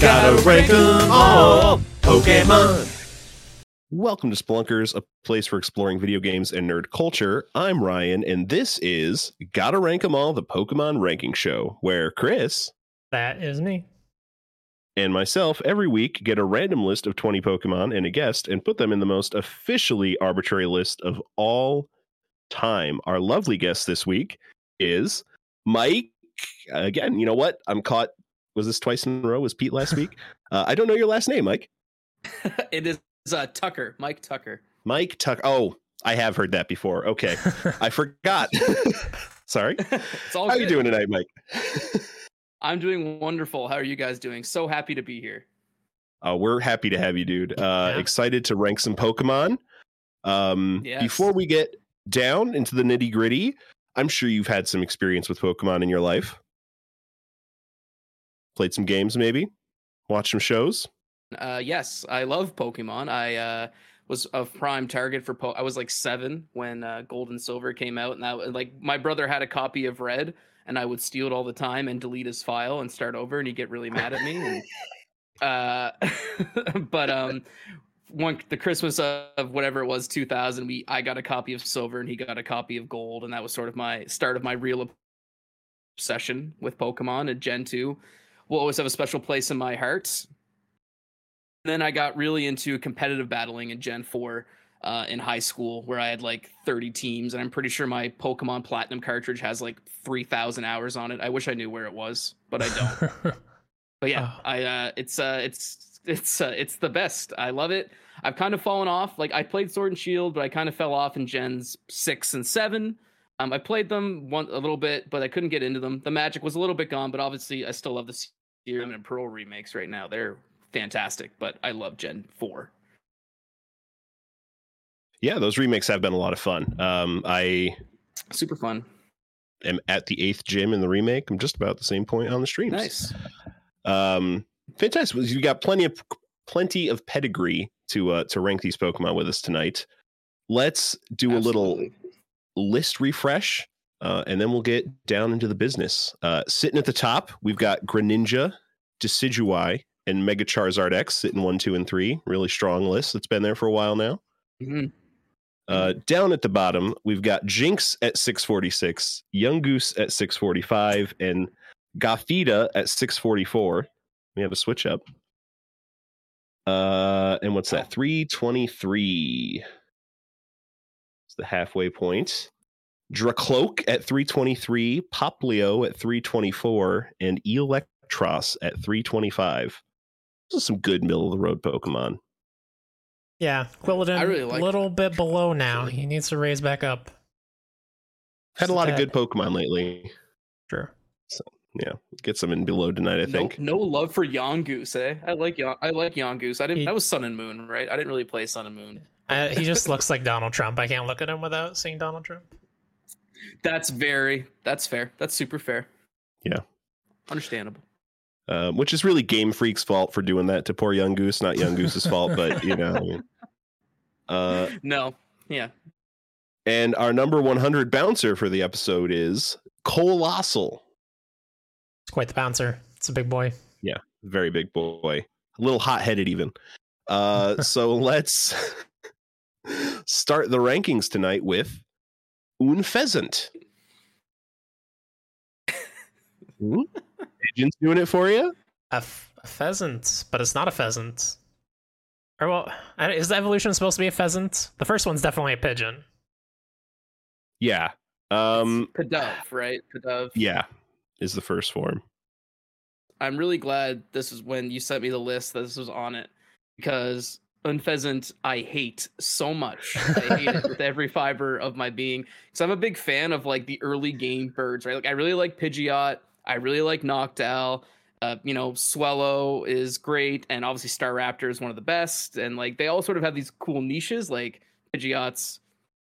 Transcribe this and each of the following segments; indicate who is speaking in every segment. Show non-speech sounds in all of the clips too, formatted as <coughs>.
Speaker 1: Gotta rank 'em all. Pokemon.
Speaker 2: Welcome to Splunkers, a place for exploring video games and nerd culture. I'm Ryan, and this is Gotta Rank 'em All, the Pokemon Ranking Show, where Chris
Speaker 3: That is me.
Speaker 2: and myself every week get a random list of 20 Pokemon and a guest and put them in the most officially arbitrary list of all time. Our lovely guest this week is Mike. Again, you know what? I'm caught. Was this twice in a row? Was Pete last week? uh, I don't know your last name, Mike.
Speaker 1: <laughs> it is uh, Tucker,
Speaker 2: <laughs>
Speaker 1: Mike Tucker. <laughs>
Speaker 2: Mike Tuck. Oh, I have heard that before. Okay, I forgot. <laughs> Sorry.
Speaker 1: it's all
Speaker 2: How
Speaker 1: good.
Speaker 2: you doing tonight, Mike?
Speaker 1: I'm doing wonderful. How are you guys doing? So happy to be here.
Speaker 2: Uh, we're happy to have you, dude. Uh,
Speaker 3: Yeah.
Speaker 2: Excited to rank some Pokemon. Um,
Speaker 1: Yes.
Speaker 2: Before we get down into the nitty gritty, I'm sure you've had some experience with Pokemon in your life. Played some games, maybe. Watched some shows.
Speaker 1: Uh, yes, I love Pokemon. I uh, was a prime target for po- I was like seven when uh, Gold and Silver came out, and that was- like my brother had a copy of Red, and I would steal it all the time and delete his file and start over, and he'd get really mad at me. And, uh, <laughs> but um, one the Christmas of whatever it was, two thousand, we I got a copy of Silver, and he got a copy of Gold, and that was sort of my start of my real obsession with Pokemon and Gen two. Will always have a special place in my heart then I got really into competitive battling in Gen 4 uh, in high school, where I had like 30 teams, and I'm pretty sure my Pokemon Platinum cartridge has like 3,000 hours on it. I wish I knew where it was, but I don't. But yeah,
Speaker 3: Oh.
Speaker 1: I uh, it's uh, it's it's uh, it's the best. I love it. I've kind of fallen off. Like I played Sword and Shield, but I kind of fell off in Gens six and seven. Um, I played them one a little bit, but I couldn't get into them. The magic was a little bit gone, but obviously I still love the Serum and Pearl remakes right now. They're fantastic, but I love Gen four.
Speaker 2: Yeah, those remakes have been a lot of fun. Um, I
Speaker 1: Super fun.
Speaker 2: am at the eighth gym in the remake. I'm just about the same point on the streams.
Speaker 1: Nice.
Speaker 2: Um, fantastic. You got plenty of plenty of pedigree to uh, to rank these Pokemon with us tonight. Let's do a little
Speaker 1: Absolutely.
Speaker 2: list refresh, uh, and then we'll get down into the business. Uh, sitting at the top, we've got Greninja, Decidueye, and Mega Charizard X sitting one, two, and three. Really strong list that's been there for a while now.
Speaker 1: Mhm.
Speaker 2: Uh, down at the bottom, we've got Jinx at 646, Young Goose at 645, and Gafita at 644. We have a switch up. Uh, and what's that? 323. It's the halfway point. Dracloak at 323, Poplio at 324, and Electros at 325. Those are some good middle of the road Pokemon.
Speaker 3: yeah, Quilladin,
Speaker 1: I
Speaker 3: a
Speaker 1: really like
Speaker 3: little bit below now.
Speaker 1: actually.
Speaker 3: He needs to raise back up.
Speaker 2: Had a
Speaker 3: Just
Speaker 2: lot of good
Speaker 3: tad.
Speaker 2: Pokemon lately.
Speaker 3: Sure.
Speaker 2: Get some in below tonight, I think.
Speaker 1: no, no love for Yongoose, eh? I like Yon- I like Yongoose. I didn't.
Speaker 3: He-
Speaker 1: that was Sun and Moon, right? I didn't really play Sun and Moon.
Speaker 3: I, he
Speaker 1: <laughs>
Speaker 3: just looks like Donald Trump. I can't look at him without seeing Donald Trump.
Speaker 1: That's very. That's fair. That's super fair.
Speaker 2: Yeah.
Speaker 1: Understandable.
Speaker 2: um, which is really Game Freak's fault for doing that to poor Young Goose. Not Young Goose's fault, but you know. I mean. Uh,
Speaker 1: No. Yeah.
Speaker 2: and our number 100 bouncer for the episode is Colossal.
Speaker 3: It's quite the bouncer. It's a big boy.
Speaker 2: Very big boy, a little hot headed even. Uh, so let's start the rankings tonight with Un Pheasant. Ooh, Pigeon's Hmm? doing it for you.
Speaker 3: A, f- a pheasant, but it's not a pheasant. Or well, I- is the evolution supposed to be a pheasant? The first one's definitely a pigeon.
Speaker 2: Yeah. Um,
Speaker 1: Kadove, right? Kadove.
Speaker 2: yeah, is the first form.
Speaker 1: I'm really glad this is when you sent me the list that this was on it because Unpheasant I hate so much. I hate it with every fiber of my being. So I'm a big fan of like the early game birds, right? Like I really like Pidgeot. I really like Noctowl. Uh, you know, Swellow is great, and obviously Star Raptor is one of the best. And like they all sort of have these cool niches, like Pidgeot's,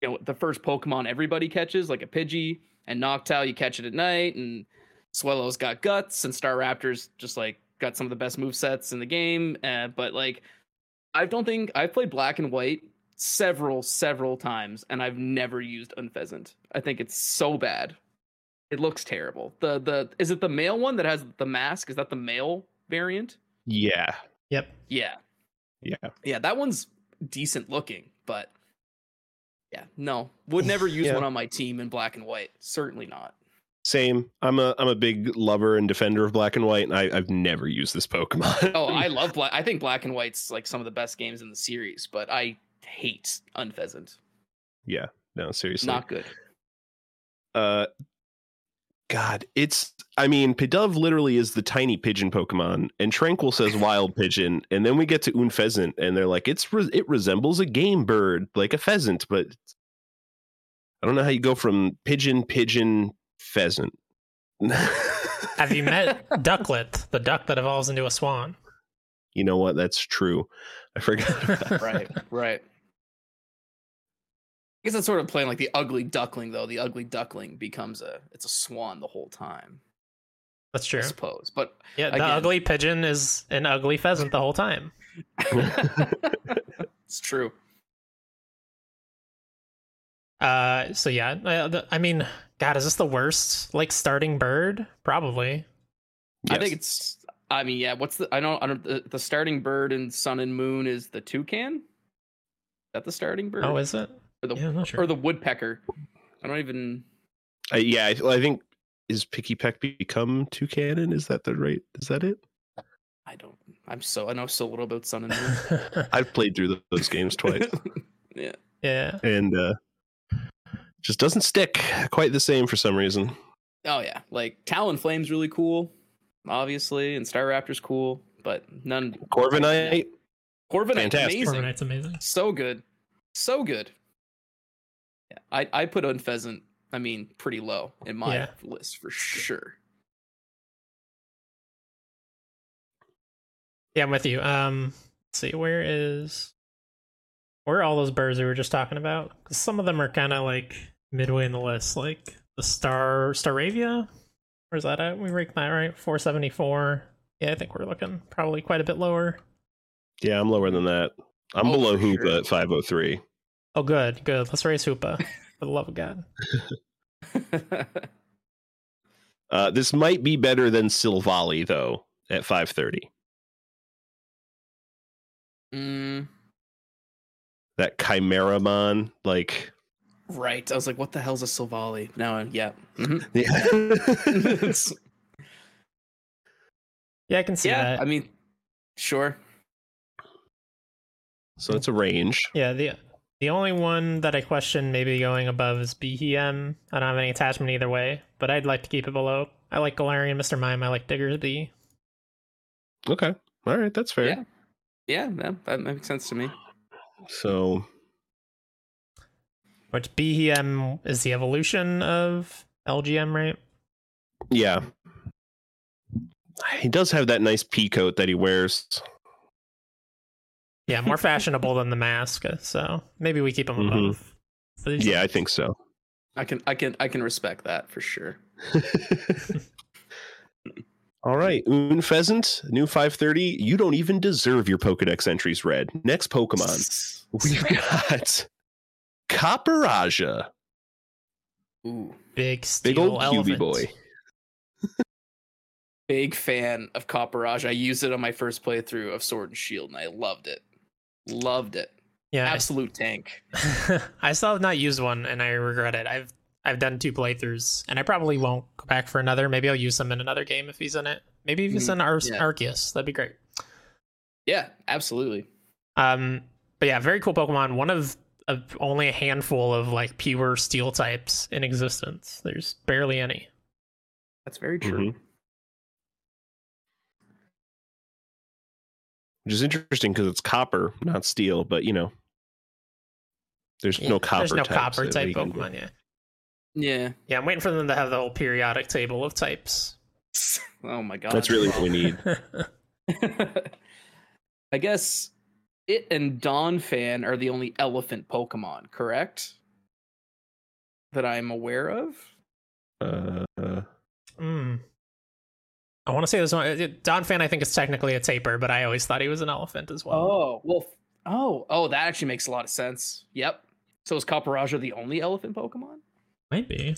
Speaker 1: you know, the first Pokemon everybody catches, like a Pidgey, and Noctowl you catch it at night, and Swellow's got guts, and Star Raptors just like got some of the best move sets in the game. Uh, but like, I don't think I've played Black and White several, several times, and I've never used Unpheasant. I think it's so bad. It looks terrible. The the is it the male one that has the mask? Is that the male variant?
Speaker 2: Yeah.
Speaker 3: Yep.
Speaker 1: Yeah.
Speaker 2: Yeah.
Speaker 1: Yeah, that one's decent looking, but yeah, no.
Speaker 2: <laughs>
Speaker 1: Would never use
Speaker 2: Yeah.
Speaker 1: one on my team in black and white. Certainly not.
Speaker 2: Same. I'm a I'm a big lover and defender of black and white, and I, I've never used this Pokemon.
Speaker 1: <laughs> Oh, I love black. I think black and white's like some of the best games in the series, but I hate Unpheasant.
Speaker 2: <laughs> no seriously.
Speaker 1: Not good.
Speaker 2: uh, God, it's. I mean, Pidove literally is the tiny pigeon Pokemon, and Tranquil
Speaker 1: <laughs>
Speaker 2: says wild pigeon, and then we get to Unpheasant, and they're like, it's re- it resembles a game bird, like a pheasant, but I don't know how you go from pigeon, pigeon, pheasant. <laughs>
Speaker 3: Have you met Ducklet, the duck that evolves into a swan?
Speaker 2: you know what? That's true. I forgot.
Speaker 1: <laughs>
Speaker 2: about <laughs>
Speaker 1: Right, right. I guess that's sort of playing like the ugly duckling, though. The ugly duckling becomes a it's a swan the whole time,
Speaker 3: That's true.
Speaker 1: I suppose. But
Speaker 3: Yeah, the
Speaker 1: Again.
Speaker 3: ugly pigeon is an ugly pheasant the whole time.
Speaker 2: <laughs>
Speaker 1: it's true.
Speaker 3: Uh, so yeah, I, the- I mean, God, is this the worst like starting bird? Probably.
Speaker 1: I think
Speaker 2: Yes.
Speaker 1: it's. I mean, yeah. What's the? I don't. I don't. The, the starting bird in Sun and Moon is the toucan. Is that the starting bird?
Speaker 3: Oh, is it?
Speaker 1: or the
Speaker 3: Yeah, I'm not sure.
Speaker 1: or the woodpecker. I don't even.
Speaker 2: Uh, yeah, I, I think is Picky Peck become two cannon? Is that the right? Is that it?
Speaker 1: I don't. I'm so. I know so little about Sun and
Speaker 2: <laughs>
Speaker 1: Moon. <laughs>
Speaker 2: I've played through th- those games twice,
Speaker 3: <laughs> yeah.
Speaker 2: and uh, just doesn't stick quite the same for some reason.
Speaker 1: oh yeah, like Talonflame's really cool, obviously, and Star Raptor's cool, but none.
Speaker 2: Corviknight,
Speaker 1: Corviknight's
Speaker 2: Fantastic.
Speaker 1: amazing.
Speaker 3: Corviknight's amazing.
Speaker 1: So good, so good. Yeah, I I put Unpheasant. I mean, pretty low in my
Speaker 3: Yeah.
Speaker 1: list for sure. <laughs>
Speaker 3: Yeah, I'm with you. Um, let's see, where is where are all those birds we were just talking about? 'Cause Some of them are kind of like midway in the list, like the star Staravia. Where's that at? We ranked that right, 474. Yeah, I think we're looking probably quite a bit lower.
Speaker 2: yeah, I'm lower than that. I'm
Speaker 1: Oh,
Speaker 2: below
Speaker 1: for
Speaker 2: Hoopa
Speaker 1: sure.
Speaker 2: at 503.
Speaker 3: Oh, good, good. Let's
Speaker 1: <laughs>
Speaker 3: raise Hoopa for the love of God.
Speaker 2: Uh, this might be better than Silvally though at 530.
Speaker 1: Mm,
Speaker 2: That Chimeramon, like
Speaker 1: right. I was like, what the hell's a Silvally? Now, I'm- yeah. <laughs> Mhm.
Speaker 2: yeah.
Speaker 1: It's-
Speaker 3: Yeah, I can see
Speaker 1: yeah.
Speaker 3: that.
Speaker 1: I mean, sure.
Speaker 2: <laughs> so it's a range.
Speaker 3: Yeah, the the only one that I question maybe going above is BEM. I don't have any attachment either way, but I'd like to keep it below. I like Galarian, Mr. Mime, I like Diggersby.
Speaker 2: Okay, all right, that's fair.
Speaker 1: Yeah. Yeah, that, that makes sense to me.
Speaker 2: So
Speaker 3: Which BEM is the evolution of LGM, right?
Speaker 2: Yeah. He does have that nice pea coat that he wears.
Speaker 3: Yeah,
Speaker 2: <laughs>
Speaker 3: more fashionable than the mask, uh, so maybe we keep them
Speaker 2: Mhm.
Speaker 3: above. So these-
Speaker 2: Yeah, I think so.
Speaker 1: I can, I can, I can respect that for sure.
Speaker 2: All right, Un Pheasant, new 530. You don't even deserve your Pokedex entries read. Next
Speaker 3: <laughs>
Speaker 2: Pokemon, we've got Copperaja,
Speaker 1: Ooh,
Speaker 3: Big steel
Speaker 2: big old
Speaker 3: elephant.
Speaker 2: QB boy.
Speaker 1: big fan of Copperage. I used it on my first playthrough of Sword and Shield, and I loved it. Loved it.
Speaker 3: Yeah, I-
Speaker 1: Absolute tank.
Speaker 3: <laughs> I still have not used one, and I regret it. I've I've done two playthroughs, and I probably won't go back for another. Maybe I'll use him in another game if he's in it. Maybe if he's
Speaker 1: Mm,
Speaker 3: in Ar-
Speaker 1: yeah.
Speaker 3: Arceus, that'd be great.
Speaker 1: Yeah, absolutely.
Speaker 3: Um, but yeah, very cool Pokemon. One of, of only a handful of like pure Steel types in existence. There's barely any.
Speaker 1: That's very true.
Speaker 2: Which is interesting because it's copper, not steel, but you know, there's
Speaker 3: Yeah,
Speaker 2: no copper
Speaker 3: There's no
Speaker 2: types
Speaker 3: copper
Speaker 2: that
Speaker 3: type
Speaker 2: we can-
Speaker 3: Pokemon. Yeah.
Speaker 2: Mm-hmm.
Speaker 1: Yeah. <laughs>
Speaker 3: Yeah, I'm waiting for them to have the whole periodic table of types.
Speaker 1: Oh my god.
Speaker 2: That's
Speaker 1: <laughs>
Speaker 2: really what we
Speaker 3: <laughs>
Speaker 2: need.
Speaker 1: I guess it and Don Fan are the only elephant Pokemon, correct? That I'm aware of.
Speaker 2: Uh, uh,
Speaker 3: Mm. I want to say this one. uh, Don Fan, I think, is technically a taper, but I always thought he was an elephant as well.
Speaker 1: Oh well. f- Oh oh, that actually makes a lot of sense. Yep. So is Copperaja the only elephant Pokemon?
Speaker 3: Might be.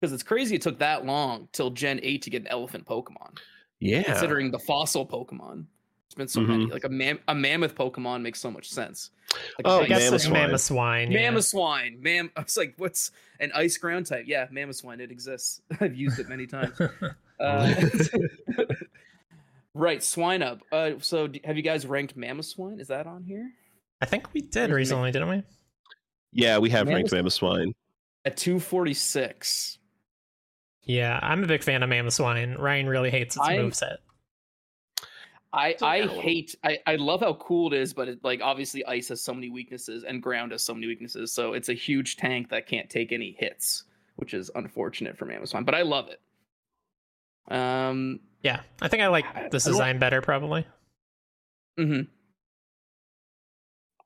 Speaker 1: Because it's crazy it took that long till Gen eight to get an elephant Pokemon.
Speaker 2: Yeah.
Speaker 1: considering the fossil Pokemon. It's been so many. Like a mam- a mammoth Pokemon makes so much sense. Like
Speaker 2: Oh,
Speaker 3: I guess
Speaker 2: mammoth
Speaker 3: it's
Speaker 2: swine.
Speaker 3: mammoth swine. yeah. <laughs>
Speaker 1: Mammoth swine. Mam. <laughs> I was like, what's an ice ground type? Yeah, mammoth swine. It exists. <laughs> I've used it many times.
Speaker 3: <laughs>
Speaker 1: Uh, <laughs> right, swine up. Uh, so, d have you guys ranked mammoth swine? Is that on here?
Speaker 3: I think we did
Speaker 1: Where's
Speaker 3: recently, didn't we?
Speaker 2: yeah, we have ranked
Speaker 1: Mammoth-
Speaker 2: mammoth swine.
Speaker 1: At two forty six.
Speaker 3: Yeah, I'm a big fan of Mammoth Swine. Ryan really hates its
Speaker 1: I-
Speaker 3: moveset.
Speaker 1: I
Speaker 2: So
Speaker 1: I
Speaker 2: now what?
Speaker 1: hate. I I love how cool it is, but it, like obviously ice has so many weaknesses and ground has so many weaknesses. So it's a huge tank that can't take any hits, which is unfortunate for mammoth swine. But I love it. Um.
Speaker 3: Yeah, I think I
Speaker 1: I-
Speaker 3: like this
Speaker 1: I don't-
Speaker 3: design better probably.
Speaker 1: mhm.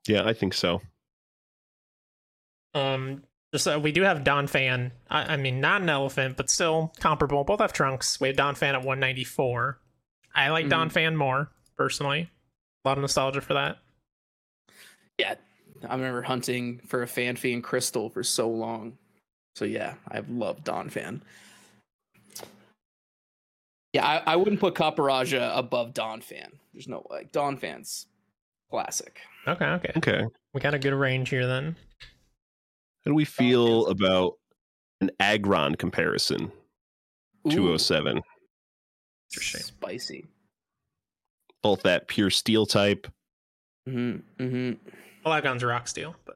Speaker 2: Yeah, I think so.
Speaker 3: Um, just uh, we do have Don Fan. I, I mean, not an elephant, but still comparable. Both have trunks. We have Don Fan at 194. I like Don Fan more personally. A lot of nostalgia for that.
Speaker 1: Yeah, I remember hunting for a Fanfi and Crystal for so long. So yeah, I've loved Don Fan. Yeah, I, I wouldn't put Caparaja above Don Fan. There's no like Don Fan's classic.
Speaker 3: Okay, okay.
Speaker 2: Okay.
Speaker 3: We got a good range here then.
Speaker 2: How do we feel about an Agron comparison? Two oh
Speaker 1: Ooh,
Speaker 2: seven.
Speaker 3: Interesting.
Speaker 1: Spicy.
Speaker 2: Both that pure steel type.
Speaker 1: hmm hmm
Speaker 3: Well, that gun's rock steel, but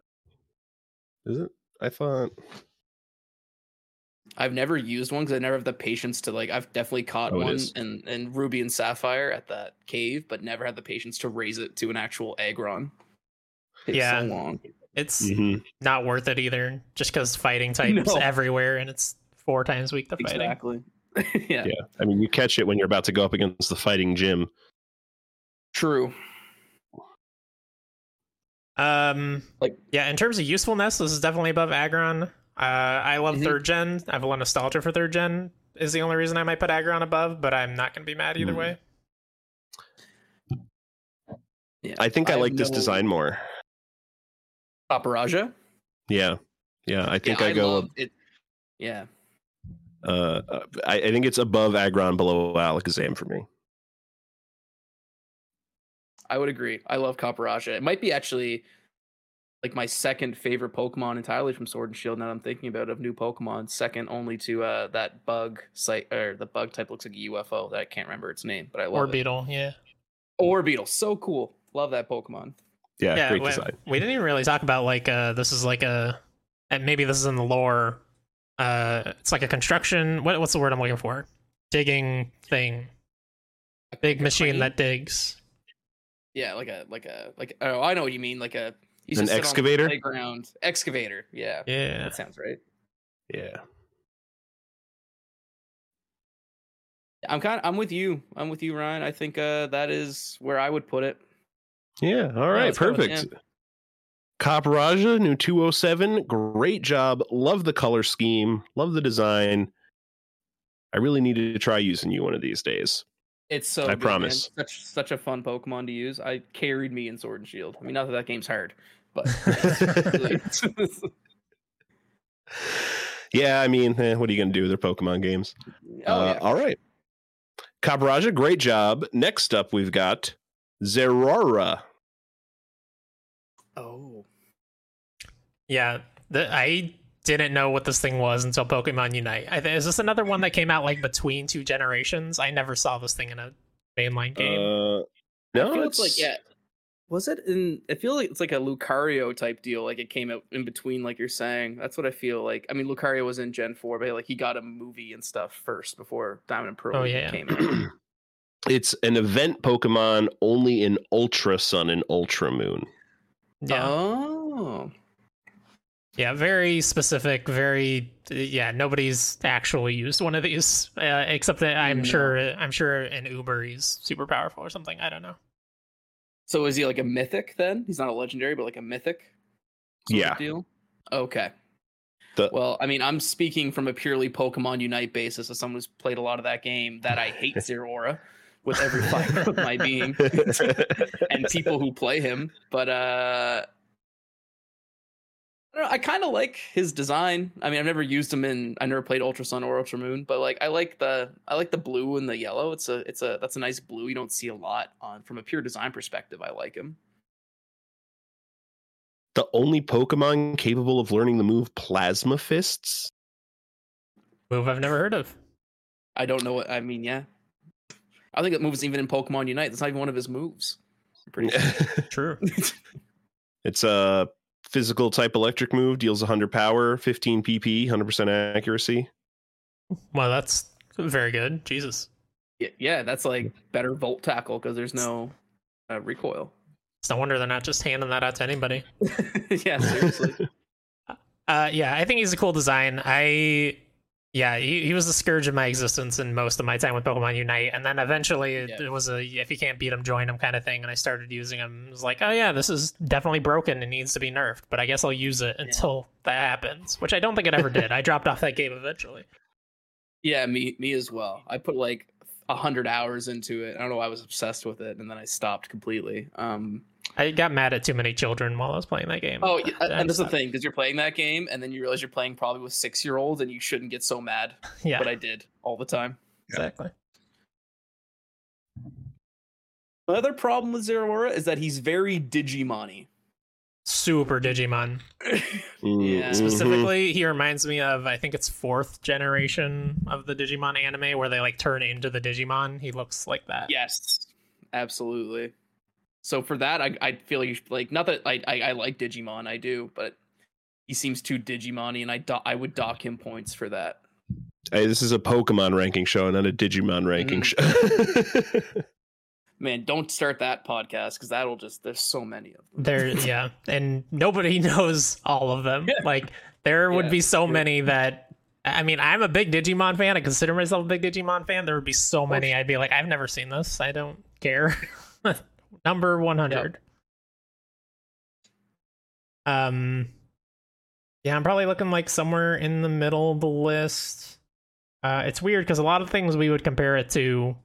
Speaker 2: Is it? I thought
Speaker 1: I've never used one because I never have the patience to like. I've definitely caught
Speaker 2: Oh, it
Speaker 1: one
Speaker 2: is.
Speaker 1: and and Ruby and Sapphire at that cave, but never had the patience to raise it to an actual Aggron. Takes
Speaker 3: Yeah.
Speaker 1: so long.
Speaker 3: it's
Speaker 2: Mhm.
Speaker 3: not worth it either. Just
Speaker 1: <laughs>
Speaker 3: because fighting types
Speaker 1: No.
Speaker 3: everywhere, and it's four times a week to fighting.
Speaker 1: Exactly. <laughs> yeah.
Speaker 2: Yeah. I mean, you catch it when you're about to go up against the fighting gym.
Speaker 1: True.
Speaker 3: Um,
Speaker 1: Like-
Speaker 3: yeah, in terms of usefulness, this is definitely above Agron. Uh, I love
Speaker 1: Mhm.
Speaker 3: third gen. I have a lot of nostalgia for third gen. Is the only reason I might put Agron above, but I'm not gonna be mad
Speaker 1: Mm,
Speaker 3: either
Speaker 2: Hmm.
Speaker 3: way.
Speaker 1: Yeah.
Speaker 2: I think I,
Speaker 1: have
Speaker 2: like this
Speaker 1: no-
Speaker 2: design more.
Speaker 1: Paparaja.
Speaker 2: Yeah. Yeah. I think
Speaker 1: yeah,
Speaker 2: I, go.
Speaker 1: love it. Yeah.
Speaker 2: Uh, I, I think it's above Agron, below Alakazam for me.
Speaker 1: I would agree. I love Caparaja. It might be actually like my second favorite Pokemon entirely from Sword and Shield. Now that I'm thinking about it, of new Pokemon, second only to uh, that bug site or the bug type looks like a UFO that I can't remember its name, but I
Speaker 3: Or
Speaker 1: love it.
Speaker 3: Beetle, yeah.
Speaker 1: Orbeetle, so cool. Love that Pokemon.
Speaker 2: Yeah.
Speaker 3: yeah,
Speaker 2: great
Speaker 3: we,
Speaker 2: design.
Speaker 3: we didn't even really talk about like uh this is like a and maybe this is in the lore. Uh it's like a construction what what's the word I'm looking for? Digging thing. Big machine
Speaker 1: crane?
Speaker 3: that digs.
Speaker 1: Yeah, like a like a like. Oh, I know what you mean. Like a you
Speaker 2: An
Speaker 1: just sit on the
Speaker 2: excavator?
Speaker 1: playground excavator. Yeah,
Speaker 3: Yeah.
Speaker 1: that sounds right.
Speaker 2: Yeah.
Speaker 1: I'm kind. I'm with you. I'm with you, Ryan. I think uh, that is where I would put it.
Speaker 2: Yeah. All right.
Speaker 1: let's go with
Speaker 2: perfect. Cop Raja, new 207. Great job. Love the color scheme. Love the design. I really needed to try using you one of these days.
Speaker 1: It's so.
Speaker 2: I
Speaker 1: good, man.
Speaker 2: promise.
Speaker 1: Such such a fun Pokemon to use. I carried me in Sword and Shield. I mean, not that that game's hard,
Speaker 2: <laughs>
Speaker 1: but <laughs> Oh,
Speaker 2: yeah, I mean, eh, what are you going to do with their Pokemon games?
Speaker 1: oh
Speaker 2: Uh,
Speaker 1: yeah.
Speaker 2: All right. Cop Raja, great job. Next up, we've got Zerora.
Speaker 1: Oh.
Speaker 3: Yeah, the, I didn't know what this thing was until Pokemon Unite. I th- is this another one that came out like between two generations? I never saw this thing in a mainline game.
Speaker 2: Uh,
Speaker 1: I
Speaker 2: no,
Speaker 1: feel
Speaker 2: it's
Speaker 1: Oh, it's like yeah. Was it in? I feel like it's like a Lucario type deal. Like it came out in between, like you're saying. That's what I feel like. I mean, Lucario was in Gen Four, but like he got a movie and stuff first before Diamond and Pearl
Speaker 3: Oh,
Speaker 1: even
Speaker 3: yeah.
Speaker 1: came out.
Speaker 2: <clears throat> it's an event Pokemon only in Ultra Sun and Ultra Moon.
Speaker 3: yeah,
Speaker 1: uh-huh. Oh.
Speaker 3: yeah, very specific. Very yeah. Nobody's actually used one of these, uh, except that I'm
Speaker 1: No.
Speaker 3: sure I'm sure an Uber is super powerful or something. I don't know.
Speaker 1: So is he like a mythic then? He's not a legendary, but like a mythic. sort of
Speaker 2: Yeah.
Speaker 1: Deal. Okay.
Speaker 2: The-
Speaker 1: well, I mean, I'm speaking from a purely Pokemon Unite basis as someone who's played a lot of that game. That I hate Zeraora with every fiber of
Speaker 2: <laughs>
Speaker 1: my being, and people who play him. But uh, I don't know. I kind of like his design. I mean, I've never used him in. I never played Ultra Sun or Ultra Moon, but like I like the I like the blue and the yellow. It's a it's a that's a nice blue. You don't see a lot on from a pure design perspective. I like him.
Speaker 2: The only Pokemon capable of learning the move Plasma Fists.
Speaker 3: Move I've never heard of.
Speaker 1: I don't know what I mean. Yeah, I think it moves even in Pokemon Unite. That's not even one of his moves. I'm pretty sure.
Speaker 3: True.
Speaker 2: it's a physical type electric move. Deals 100 power, 15 PP, 100% accuracy.
Speaker 3: Wow, that's very good. Jesus,
Speaker 1: <laughs> Yeah, yeah, that's like better Volt Tackle because there's no uh, recoil. <laughs>
Speaker 3: it's no wonder they're not just handing that out to anybody.
Speaker 1: yeah, seriously.
Speaker 3: Uh, yeah, I think he's a cool design. I, yeah, he, he was the scourge of my existence in most of my time with Pokemon Unite, and then eventually it,
Speaker 1: Yeah.
Speaker 3: it was a if you can't beat him, join him kind of thing. And I started using him. It was like, oh yeah, this is definitely broken and needs to be nerfed, but I guess I'll use it until that happens, which I don't think it ever did. I dropped off that game eventually.
Speaker 1: Yeah, me me as well. I put like a hundred hours into it. I don't know. why I was obsessed with it, and then I stopped completely. Um.
Speaker 3: I got mad at too many children while I was playing that game.
Speaker 1: Oh, yeah,
Speaker 3: I
Speaker 1: and that's the
Speaker 3: understand.
Speaker 1: thing because you're playing that game, and then you realize you're playing probably with six year olds, and you shouldn't get so mad.
Speaker 3: yeah,
Speaker 1: But I did all the time.
Speaker 3: exactly.
Speaker 1: My other problem with Zeraora is that he's very Digimon-y.
Speaker 3: <laughs> Super Digimon.
Speaker 1: Yeah.
Speaker 2: mhm.
Speaker 3: Specifically, he reminds me of I think it's fourth generation of the Digimon anime where they like turn into the Digimon. He looks like that.
Speaker 1: Yes, absolutely. So for that, I I feel like you should, like not that I, I I like Digimon, I do, but he seems too Digimon-y, and I do- I would dock him points for that.
Speaker 2: Hey, this is a Pokemon ranking show, not a Digimon ranking
Speaker 1: Mm-hmm.
Speaker 2: show. <laughs>
Speaker 1: Man, don't start that podcast because that'll just there's so many of them.
Speaker 3: There, yeah, and nobody <laughs> knows all of them.
Speaker 1: Yeah.
Speaker 3: Like there would
Speaker 1: Yeah,
Speaker 3: be so
Speaker 1: true.
Speaker 3: many that I mean, I'm a big Digimon fan. I consider myself a big Digimon fan. There would be so many. I'd be like, I've never seen this. I don't care. <laughs> Number one hundred. Um, yeah, I'm probably looking like somewhere in the middle of the list. Uh, it's weird because a lot of things we would compare it to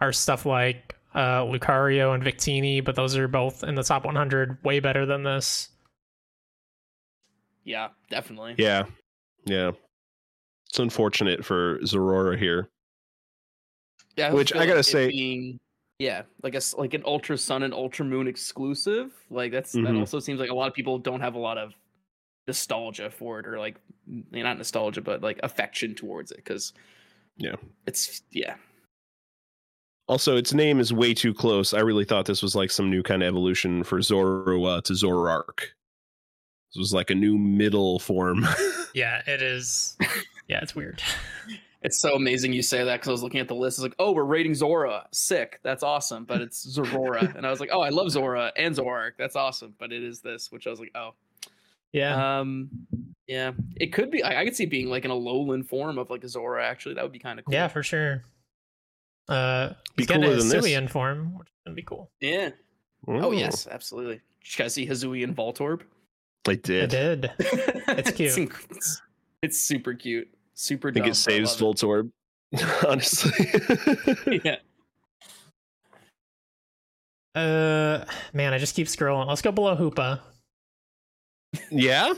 Speaker 3: are stuff like uh, Lucario and Victini, but those are both in the top 100, way better than this.
Speaker 1: <laughs> Yeah, definitely.
Speaker 2: yeah. Yeah. It's unfortunate for Zorora here.
Speaker 1: Yeah,
Speaker 2: Which
Speaker 1: feel
Speaker 2: I gotta
Speaker 1: like it
Speaker 2: say-
Speaker 1: being, yeah, like a s- like an Ultra Sun and Ultra Moon exclusive. Like that's that
Speaker 2: Mhm.
Speaker 1: also seems like a lot of people don't have a lot of nostalgia for it, or like n- not nostalgia, but like affection towards it because
Speaker 2: Yeah.
Speaker 1: it's yeah,
Speaker 2: Also, its name is way too close. I really thought this was like some new kind of evolution for Zorua to Zorark. This was like a new middle form.
Speaker 3: Yeah, it is. <laughs> Yeah, it's weird.
Speaker 1: it's so amazing you say that because I was looking at the list. It's like oh, we're rating Zora, sick, that's awesome, but it's
Speaker 2: <laughs>
Speaker 1: Zorora, and I was like oh, I love Zora and Zorark, that's awesome, but it is this, which I was like oh,
Speaker 3: Yeah.
Speaker 1: um, yeah, it could be. I, I could see it being like an lowland form of like a Zora. Actually, that would be kind of cool.
Speaker 3: yeah, for sure. Uh,
Speaker 2: Be
Speaker 3: he's getting
Speaker 2: cooler
Speaker 3: his
Speaker 2: than this.
Speaker 3: Suian form, which is going to be cool.
Speaker 1: Yeah.
Speaker 2: Ooh,
Speaker 1: Oh yes, absolutely. Did you guys see Hazui and Voltorb?
Speaker 2: I
Speaker 3: I
Speaker 2: did.
Speaker 3: did.
Speaker 1: it's <laughs>
Speaker 3: cute.
Speaker 1: inc- It's, it's super cute. Super.
Speaker 2: I think
Speaker 1: dumb,
Speaker 2: it
Speaker 1: but
Speaker 2: saves
Speaker 1: love
Speaker 2: Voltorb, <laughs> honestly.
Speaker 1: it. <laughs> Yeah.
Speaker 3: Uh, man, I just keep scrolling. Let's go below Hoopa.
Speaker 2: <laughs> yeah.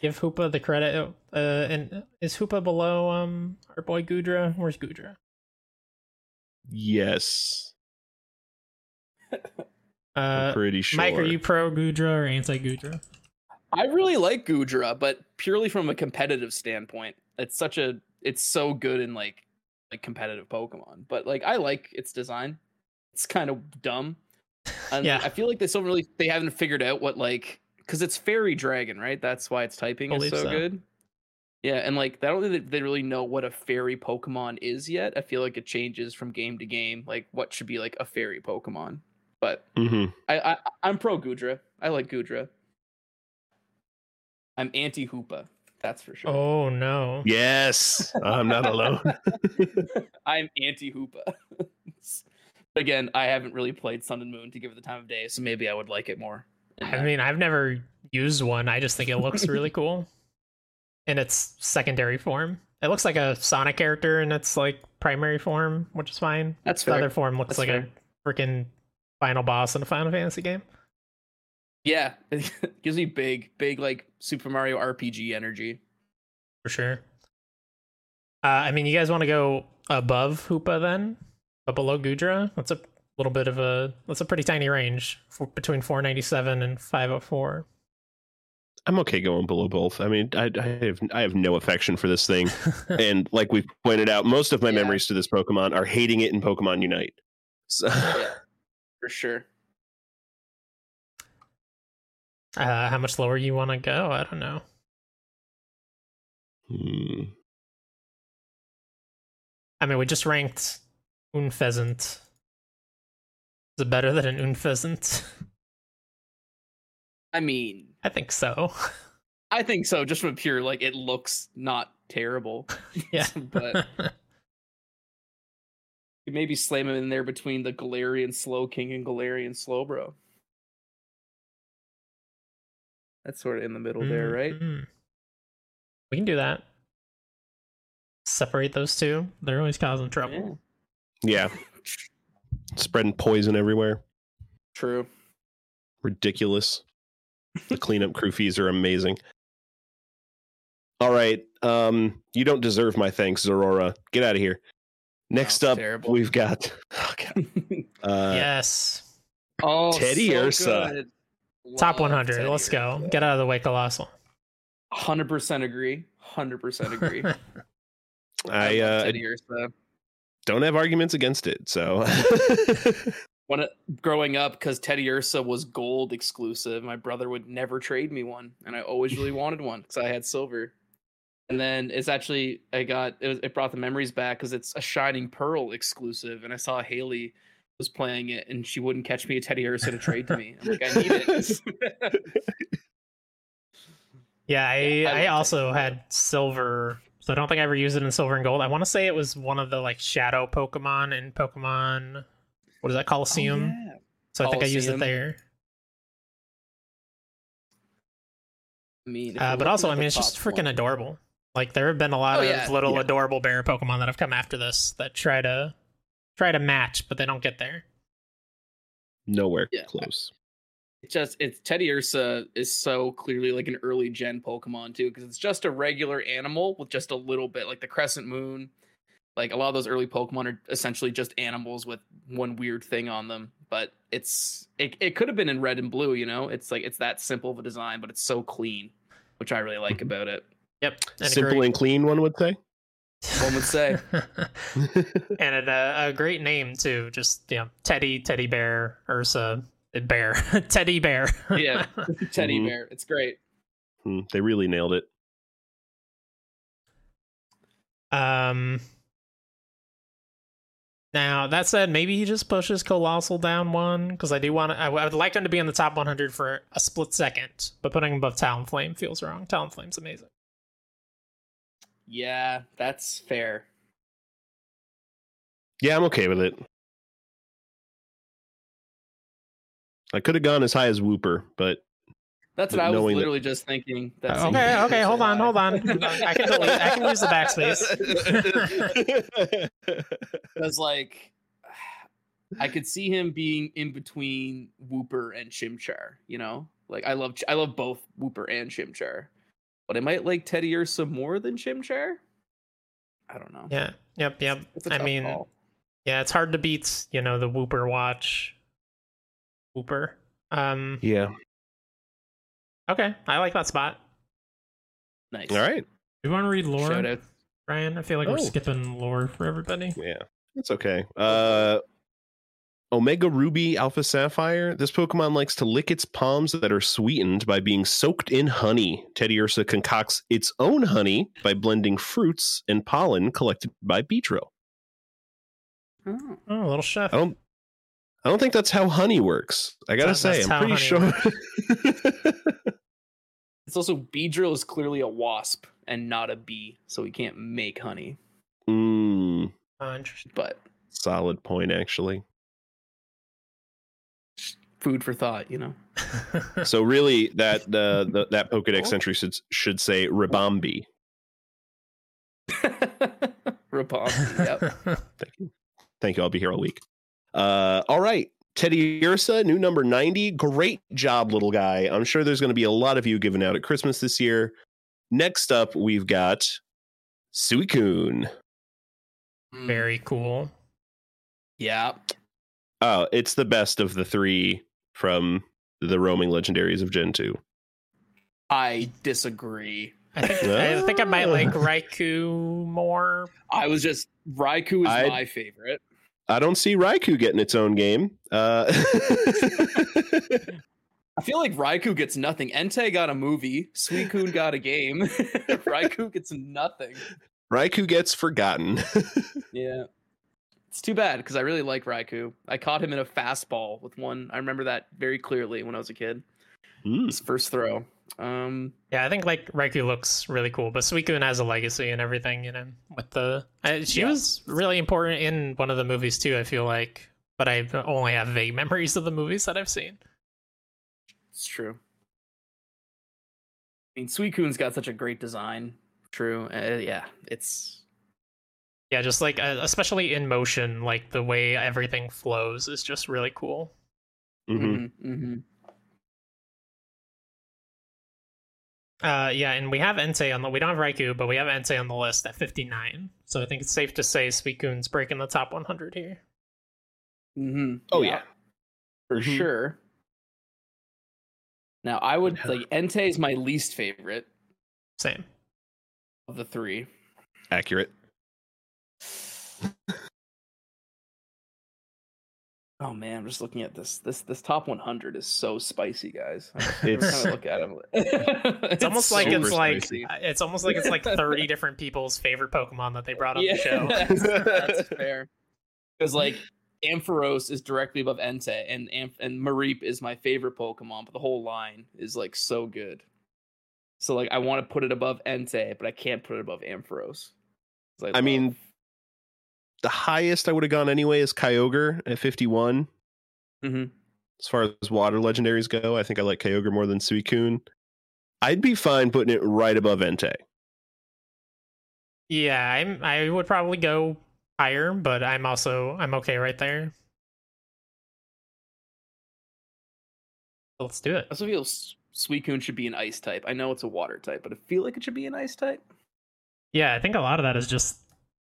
Speaker 3: Give Hoopa the credit. Uh, and is Hoopa below um our boy Gudra? Where's Gudra?
Speaker 2: yes. I'm
Speaker 3: Uh,
Speaker 2: pretty sure.
Speaker 3: Mike, are you pro Gudra or anti Gudra?
Speaker 1: I really like Gudra, but purely from a competitive standpoint, it's such a. It's so good in like like competitive Pokemon, but like I like its design. It's kind of dumb. And
Speaker 3: Yeah.
Speaker 1: I feel like they still really they haven't figured out what like because it's fairy dragon, right? That's why its typing is
Speaker 3: Believe
Speaker 1: so,
Speaker 3: so.
Speaker 1: good. Yeah, and like I don't think that they really know what a fairy Pokemon is yet. I feel like it changes from game to game, like what should be like a fairy Pokemon. But
Speaker 2: hmm
Speaker 1: I, I I'm pro Gudra. I like Gudra. I'm anti Hoopa. That's for sure.
Speaker 3: Oh no.
Speaker 2: Yes. I'm not alone.
Speaker 1: I'm anti Hoopa. <laughs> Again, I haven't really played Sun and Moon to give it the time of day, so maybe I would like it more. in
Speaker 3: I
Speaker 1: that.
Speaker 3: mean, I've never used one. I just think it looks
Speaker 2: <laughs>
Speaker 3: really cool in its secondary form. It looks like a Sonic character in its like primary form, which is fine.
Speaker 1: that's
Speaker 3: The
Speaker 1: fair.
Speaker 3: other form looks
Speaker 1: That's
Speaker 3: like a freaking final boss in a Final Fantasy game.
Speaker 1: Yeah, <laughs> it gives me big, big like Super Mario RPG energy.
Speaker 3: <sighs> for sure. Uh, I mean, you guys want to go above Hoopa then, but below Gudra? That's a little bit of a that's a pretty tiny range for, between 497 and
Speaker 1: <laughs>
Speaker 3: 504.
Speaker 2: I'm okay going below both. I mean, I, I have I have no affection for this thing, and like we've pointed out, most of my
Speaker 1: Yeah.
Speaker 2: memories to this Pokemon are hating it in Pokemon Unite. So,
Speaker 1: Yeah, for sure.
Speaker 3: uh, how much lower you want to go? I don't know.
Speaker 2: <laughs> Hmm.
Speaker 3: I mean, we just ranked Unpheasant. Is it better than an Unpheasant? <laughs>
Speaker 1: I mean,
Speaker 3: I think so.
Speaker 1: I think so. Just from a pure like, it looks not terrible,
Speaker 3: <laughs> yeah.
Speaker 1: <laughs> but you maybe slam him in there between the Galarian Slow King and Galarian Slowbro. That's sort of in the middle there, right?
Speaker 3: Mhm. We can do that. Separate those two. They're always causing trouble.
Speaker 1: Yeah,
Speaker 2: yeah, spreading poison everywhere.
Speaker 3: <laughs>
Speaker 1: true.
Speaker 2: Ridiculous.
Speaker 1: <laughs>
Speaker 2: The cleanup crew fees are amazing. All right, um, you don't deserve my thanks, Zorora. Get out of here. Next
Speaker 1: No,
Speaker 2: up,
Speaker 1: terrible.
Speaker 2: we've got <laughs> oh God, uh,
Speaker 3: yes.
Speaker 1: oh,
Speaker 2: Teddy Ursa.
Speaker 1: good.
Speaker 3: Top
Speaker 1: Love
Speaker 3: 100.
Speaker 1: Teddy
Speaker 3: Let's go.
Speaker 1: Ursa.
Speaker 3: Get out of the way, Colossal. <laughs>
Speaker 1: Hundred percent agree. Hundred percent
Speaker 3: <laughs>
Speaker 1: agree.
Speaker 2: I
Speaker 1: love
Speaker 2: uh,
Speaker 1: Teddy Ursa.
Speaker 2: don't have arguments against it. So <laughs>
Speaker 1: when it, growing up because Teddy Ursa was gold exclusive. My brother would never trade me one, and I always <laughs> really wanted one because I had silver. And then it's actually I got it, was, it brought the memories back because it's a Shining Pearl exclusive, and I saw Haley was playing it, and she wouldn't catch me a Teddy Ursa to trade to me. I'm like, I need
Speaker 3: <laughs>
Speaker 1: it.
Speaker 3: Yeah, I,
Speaker 1: Yeah, I
Speaker 3: I,
Speaker 1: love
Speaker 3: also
Speaker 1: Tecmo.
Speaker 3: had silver, so I don't think I ever used it in silver and gold. I want to say it was one of the like shadow Pokemon in Pokemon. What is that Coliseum?
Speaker 1: Oh, yeah.
Speaker 3: So I think I used it
Speaker 1: Colosseum.
Speaker 3: there.
Speaker 1: I mean, if
Speaker 3: Uh,
Speaker 1: we're
Speaker 3: but also, I
Speaker 1: looking
Speaker 3: mean,
Speaker 1: at
Speaker 3: it's
Speaker 1: the
Speaker 3: just
Speaker 1: top
Speaker 3: freaking
Speaker 1: one-
Speaker 3: adorable. Like there have been a lot
Speaker 1: Oh,
Speaker 3: of
Speaker 1: yeah,
Speaker 3: little
Speaker 2: yeah.
Speaker 3: adorable bear Pokemon that have come after this that try to try to match, but they don't get there.
Speaker 2: nowhere
Speaker 1: Yeah.
Speaker 2: close.
Speaker 1: it's just it's Teddy Ursa is so clearly like an early gen Pokemon too, because it's just a regular animal with just a little bit like the Crescent Moon. Like a lot of those early Pokemon are essentially just animals with one weird thing on them. But it's it, it could have been in red and blue, you know? It's like it's that simple of a design, but it's so clean, which I really like about it.
Speaker 3: Yep, and a
Speaker 2: Simple
Speaker 3: great-
Speaker 2: and clean, one would say. <laughs>
Speaker 1: One would say.
Speaker 3: <laughs> and it, uh, a great name too. Just you know, Teddy, Teddy Bear, Ursa, Bear, <laughs> Teddy Bear. <laughs>
Speaker 1: Yeah. Teddy
Speaker 2: Mhm.
Speaker 1: Bear. It's great.
Speaker 2: Hmm, they really nailed it.
Speaker 3: Um. Now that said, maybe he just pushes Colossal down one because I do want to. I, w- I would like him to be in the top 100 for a split second, but putting him above Talonflame feels wrong. Talonflame's amazing.
Speaker 1: Yeah, that's fair.
Speaker 2: Yeah, I'm okay with it. I could have gone as high as Whooper, but
Speaker 1: That's
Speaker 2: But
Speaker 1: what I was
Speaker 2: knowing that- Oh.
Speaker 1: literally just thinking. That's
Speaker 2: Okay,
Speaker 1: Teddy
Speaker 3: okay,
Speaker 1: Ursa
Speaker 3: hold on,
Speaker 1: <laughs>
Speaker 3: hold
Speaker 1: died.
Speaker 3: on. I can delete- I can use the
Speaker 1: because like
Speaker 3: <sighs>
Speaker 1: I could see him being in between Whooper and Chimchar. You know, like I love I love both Whooper and Chimchar, but I might like Teddy Ursa more than Chimchar. I don't know.
Speaker 3: Yeah. Yep. Yep.
Speaker 1: It's a
Speaker 3: I
Speaker 1: tough
Speaker 3: mean,
Speaker 1: call.
Speaker 3: yeah, it's hard to beat. You know the Whooper Watch. Whooper. Um.
Speaker 2: <laughs> yeah.
Speaker 3: Okay, I like that spot.
Speaker 1: nice.
Speaker 2: All right.
Speaker 3: Do you want to read
Speaker 1: Shout out.
Speaker 3: Ryan? I feel like
Speaker 2: Oh.
Speaker 3: we're skipping lore for everybody.
Speaker 2: Yeah. It's okay. Uh Omega Ruby Alpha Sapphire. This Pokemon likes to lick its palms that are sweetened by being soaked in honey. Teddy Ursa concocts its own honey by blending fruits and pollen collected by Beedrill.
Speaker 1: Oh,
Speaker 3: Oh, little chef.
Speaker 2: I don't. I don't think that's how honey works. I gotta
Speaker 3: That's-
Speaker 2: say,
Speaker 3: that's
Speaker 2: I'm pretty
Speaker 3: how
Speaker 2: sure. <laughs>
Speaker 1: It's also Beedrill is clearly a wasp and not a bee, so he can't make honey.
Speaker 2: mm,
Speaker 3: Oh, interesting.
Speaker 1: <laughs> But
Speaker 2: solid point, actually.
Speaker 1: food for thought, you
Speaker 3: <laughs>
Speaker 1: know.
Speaker 2: So really, that uh, the, that Pokedex entry should should say Ribombi.
Speaker 1: Rapalski, yep.
Speaker 2: Thank you. I'll be here all week. Uh, all right. Teddy Ursa, new number 90. Great job, little guy. I'm sure there's going to be a lot of you giving out at Christmas this year. Next up, we've got Suicune.
Speaker 1: Mm,
Speaker 3: <laughs> Very cool.
Speaker 1: Yeah.
Speaker 2: Oh, it's the best of the three from the roaming legendaries of Gen 2.
Speaker 1: I disagree.
Speaker 3: I think, I think I might like Raikou more.
Speaker 1: I was just Raikou is
Speaker 2: I-
Speaker 1: my favorite.
Speaker 2: <laughs> I don't see Raikou getting its own game. Uh, <laughs>
Speaker 1: I feel like Raikou gets nothing. Entei got a movie. Suicune got a game. <laughs> Raikou gets nothing.
Speaker 2: Raikou gets forgotten. <laughs>
Speaker 1: Yeah. It's too bad because I really like Raikou. I caught him in a fastball with one. I remember that very clearly when I was a kid.
Speaker 2: Hmm.
Speaker 1: His first throw. Um,
Speaker 3: Yeah, I think like Raikou looks really cool, but Suicune has a legacy and everything, you know. With the I, she
Speaker 1: Yeah.
Speaker 3: was really important in one of the movies too. I feel like, but I only have vague <laughs> memories of the movies that I've seen.
Speaker 1: it's true. I mean, Suicune's got such a great design. True. Uh, yeah. It's
Speaker 3: Yeah, just like uh, especially in motion, like the way everything flows is just really cool.
Speaker 2: Mhm.
Speaker 1: mhm, mhm.
Speaker 3: Uh, yeah, and we have Entei on the. We don't have Raikou, but we have Entei on the list at 59. So I think it's safe to say Suicune's breaking the top 100 here.
Speaker 1: Mhm,
Speaker 2: Oh, yeah.
Speaker 1: for
Speaker 2: Mhm.
Speaker 1: sure. Now I would like Entei is my least favorite
Speaker 3: Same.
Speaker 1: of the three.
Speaker 2: Accurate.
Speaker 1: Oh man, I'm just looking at this. This this top 100 is so spicy, guys. Every
Speaker 2: It's
Speaker 1: time I look at <laughs> them, it's,
Speaker 3: It's, almost like
Speaker 2: super
Speaker 3: it's like uh,
Speaker 2: spicy.
Speaker 3: it's almost like it's like 30 different people's favorite Pokemon that they brought on
Speaker 1: yeah,
Speaker 3: the show.
Speaker 1: That's, <laughs>
Speaker 3: <laughs>
Speaker 1: that's fair. Because like Ampharos is directly above Entei, and Amph- and Mareep is my favorite Pokemon, but the whole line is like so good. So like I want to put it above Entei, but I can't put it above Ampharos. 'Cause
Speaker 2: I mean,
Speaker 1: love-
Speaker 2: the highest I would have gone anyway is Kyogre at 51.
Speaker 1: Mhm.
Speaker 2: As far as water legendaries go, I think I like Kyogre more than Suicune. I'd be fine putting it right above Entei.
Speaker 3: Yeah, I'm. I would probably go higher, but I'm also I'm okay right there. Let's do it.
Speaker 1: I also feel S- Suicune should be an ice type. I know it's a water type, but I feel like it should be an ice type.
Speaker 3: Yeah, I think a lot of that is just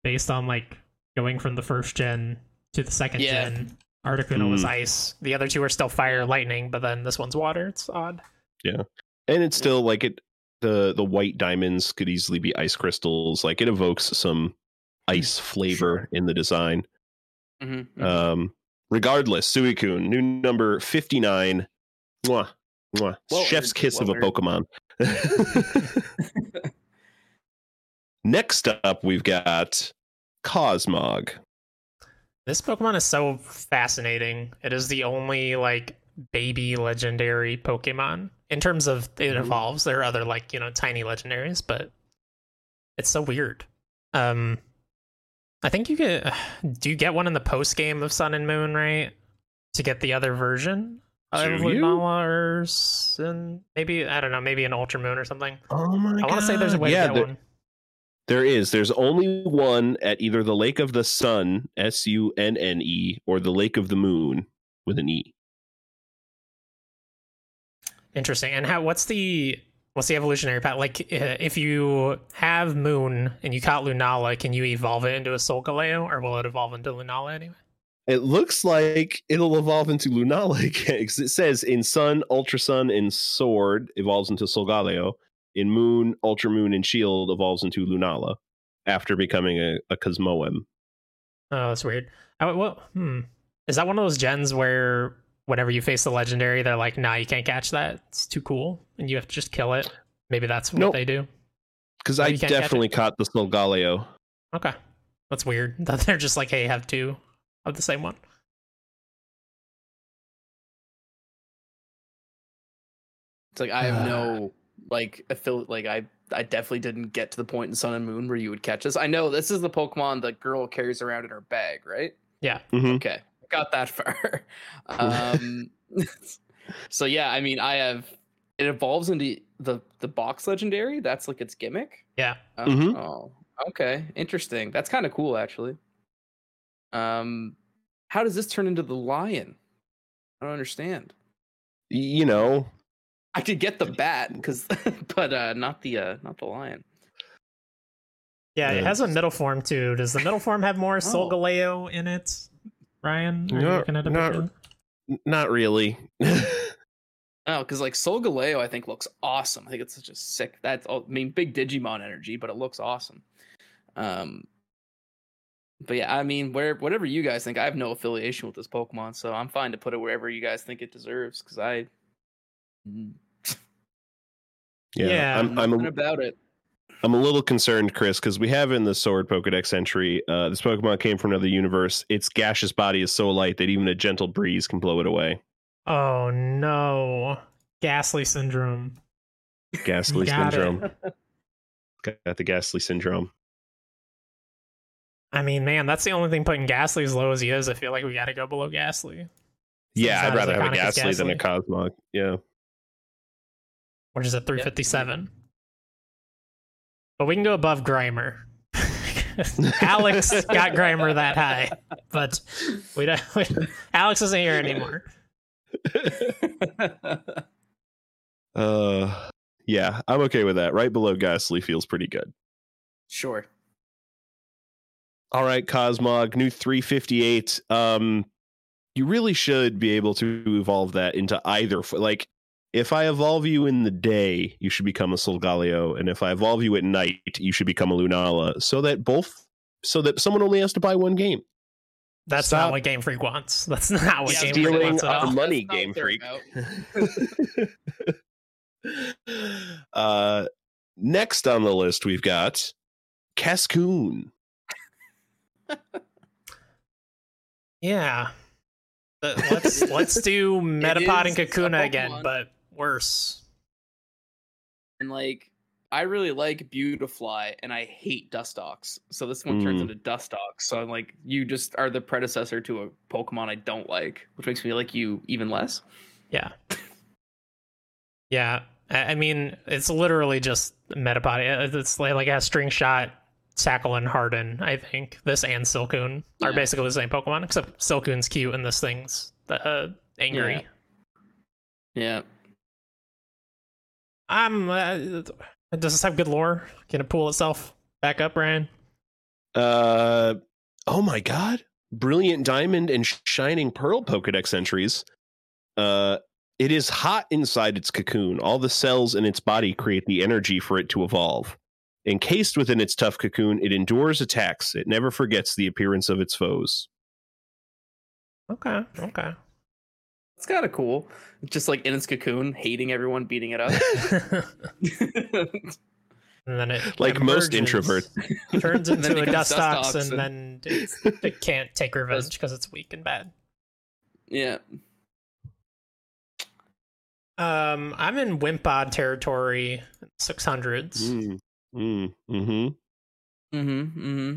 Speaker 3: based on like going from the first gen to the second
Speaker 1: Yeah.
Speaker 3: gen. Articuno was
Speaker 2: Mm.
Speaker 3: ice. The other two are still fire, lightning, but then this one's water. It's odd.
Speaker 2: And it's still like it the the white diamonds could easily be ice crystals. Like it evokes some ice flavor in the design.
Speaker 1: Mm-hmm.
Speaker 2: Um, regardless, Suicune, new number 59. Mwah, mwah.
Speaker 1: Well
Speaker 2: Chef's
Speaker 1: earned,
Speaker 2: kiss of a
Speaker 1: well
Speaker 2: Pokemon.
Speaker 3: <laughs>
Speaker 2: Next up, we've got Cosmog.
Speaker 3: This Pokemon is so fascinating. It is the only like baby legendary Pokemon in terms of it
Speaker 2: Mm-hmm.
Speaker 1: Mhm.
Speaker 3: evolves. There are other like you know tiny legendaries, but it's so weird. Um, I think you get <sighs> do you get one in the post game of Sun and Moon, right? To get the other version of
Speaker 2: Do you?
Speaker 3: Lunala or s- and maybe I don't know, maybe an Ultra Moon or something.
Speaker 2: Oh my
Speaker 3: I want to say there's a way
Speaker 2: yeah,
Speaker 3: to get
Speaker 2: there-
Speaker 3: one.
Speaker 2: there is. There's only one at either the Lake of the Sun, S U N N E, or the Lake of the Moon with an E.
Speaker 3: Interesting. And how? What's the what's the evolutionary path? Like, uh, if you have Moon and you caught Lunala, can you evolve it into a Solgaleo, or will it evolve into Lunala anyway?
Speaker 2: It looks like it'll evolve into Lunala <laughs> again. 'cause It says in Sun, Ultra Sun, and Sword evolves into Solgaleo. In Moon, Ultra Moon, and Shield evolves into Lunala after becoming a, a Cosmoem.
Speaker 3: Oh, that's weird. I, well, hmm. Is that one of those gens where whenever you face the legendary, they're like, "Nah, you can't catch that. It's too cool," and you have to just kill it. Maybe that's what
Speaker 2: Nope.
Speaker 3: they do.
Speaker 2: Because
Speaker 3: Oh,
Speaker 2: I
Speaker 3: you can't catch
Speaker 2: definitely caught the Solgaleo.
Speaker 3: Okay, that's weird. <laughs> That they're just like, "Hey, have two of the same one."
Speaker 1: It's like I have
Speaker 3: Ah.
Speaker 1: no like affiliate. Like I, I definitely didn't get to the point in Sun and Moon where you would catch this. I know this is the Pokemon the girl carries around in her bag, right?
Speaker 3: Yeah.
Speaker 2: Mhm.
Speaker 1: Okay, got that far. <laughs> um, <laughs> so yeah, I mean, I have it evolves into the the box legendary. That's like its gimmick.
Speaker 3: Yeah.
Speaker 1: Uh,
Speaker 2: Mhm.
Speaker 1: Oh, okay, interesting. That's kind of cool, actually. Um, how does this turn into the lion? I don't understand.
Speaker 2: Y- You know,
Speaker 1: I could get the bat because, <laughs> but uh, not the uh, not the lion.
Speaker 3: Yeah, it
Speaker 2: Yeah.
Speaker 3: has a middle form too. Does the middle form have more Solgaleo in it? Ryan, are you
Speaker 2: No,
Speaker 3: looking at a
Speaker 2: not-
Speaker 3: picture?
Speaker 2: n- not really. <laughs>
Speaker 1: Oh, because like Solgaleo, I think looks awesome. I think it's such a sick. That's all. I mean, big Digimon energy, but it looks awesome. Um, but yeah, I mean, where whatever you guys think, I have no affiliation with this Pokemon, so I'm fine to put it wherever you guys think it deserves. Because I,
Speaker 2: yeah,
Speaker 3: Yeah,
Speaker 2: I'm, I'm
Speaker 1: nothing
Speaker 2: a,
Speaker 1: about it.
Speaker 2: I'm a little concerned, Chris, because we have in the Sword Pokedex entry, uh, this Pokemon came from another universe. Its gaseous body is so light that even a gentle breeze can blow it away.
Speaker 3: Oh no. Ghastly syndrome.
Speaker 2: Ghastly
Speaker 3: Got it.
Speaker 2: syndrome. Got the ghastly syndrome.
Speaker 3: I mean, man, that's the only thing putting Ghastly as low as he is. I feel like we gotta go below Ghastly.
Speaker 2: Yeah,
Speaker 3: not
Speaker 2: I'd
Speaker 3: as
Speaker 2: rather have a
Speaker 3: iconic as
Speaker 2: ghastly, than a Cosmog. Yeah,
Speaker 3: Which is at 357. But we can go above Grimer. <laughs> Alex got Grimer that high. But we don't <laughs> Alex isn't here anymore.
Speaker 2: <laughs> uh, yeah, I'm okay with that. Right below ghastly feels pretty good.
Speaker 1: <laughs> sure.
Speaker 2: All right, Cosmog, new 358. Um, you really should be able to evolve that into either. f- Like, if I evolve you in the day, you should become a Solgaleo, and if I evolve you at night, you should become a Lunala. So that both, so that someone only has to buy one game.
Speaker 3: That's
Speaker 2: Stop
Speaker 3: not what Game Freak wants. <laughs> That's not what
Speaker 1: Yeah,
Speaker 3: Game Freak
Speaker 2: stealing
Speaker 3: wants at
Speaker 2: our
Speaker 3: all.
Speaker 1: That's
Speaker 2: money,
Speaker 1: not
Speaker 2: Game
Speaker 1: fair,
Speaker 2: Freak.
Speaker 1: no.
Speaker 2: <laughs> uh, next on the list, we've got Cascoon.
Speaker 3: Yeah. Uh,
Speaker 1: <laughs>
Speaker 3: let's let's do Metapod and
Speaker 1: is a
Speaker 3: Kakuna again,
Speaker 1: Pokemon.
Speaker 3: but worse.
Speaker 1: and like I really like Beautifly and I hate Dustox. So this one
Speaker 2: Mm.
Speaker 1: turns into Dustox. So I'm like, you just are the predecessor to a Pokemon I don't like, which makes me like you even less.
Speaker 3: Yeah. Yeah. I I mean, it's literally just Metapod. It- It's like, like it has String Shot, Sackle, and Harden, I think. This and Silcoon are
Speaker 1: Yeah.
Speaker 3: basically the same Pokemon, except Silcoon's cute and this thing's uh, angry.
Speaker 1: Yeah. Yeah.
Speaker 3: I'm. Uh, does this have good lore? Can it pull itself back up, Ryan?
Speaker 2: Uh, oh my god! Brilliant diamond and shining pearl Pokedex entries. Uh, it is hot inside its cocoon. All the cells in its body create the energy for it to evolve. Encased within its tough cocoon, it endures attacks. It never forgets the appearance of its foes.
Speaker 3: Okay. Okay.
Speaker 1: It's kind of cool. Just like in its cocoon, hating everyone, beating it up. <laughs>
Speaker 3: and then it
Speaker 2: Like most
Speaker 3: emerges, <laughs>
Speaker 2: <laughs>
Speaker 3: turns
Speaker 1: And then
Speaker 3: into a
Speaker 1: becomes
Speaker 3: Dustox,
Speaker 1: Dustox
Speaker 3: and, then it's, it can't take revenge because it's weak and bad.
Speaker 1: yeah.
Speaker 3: Um, I'm in Wimpod territory, 600s.
Speaker 2: Mm, mm, hmm
Speaker 1: Mm hmm. Mm hmm.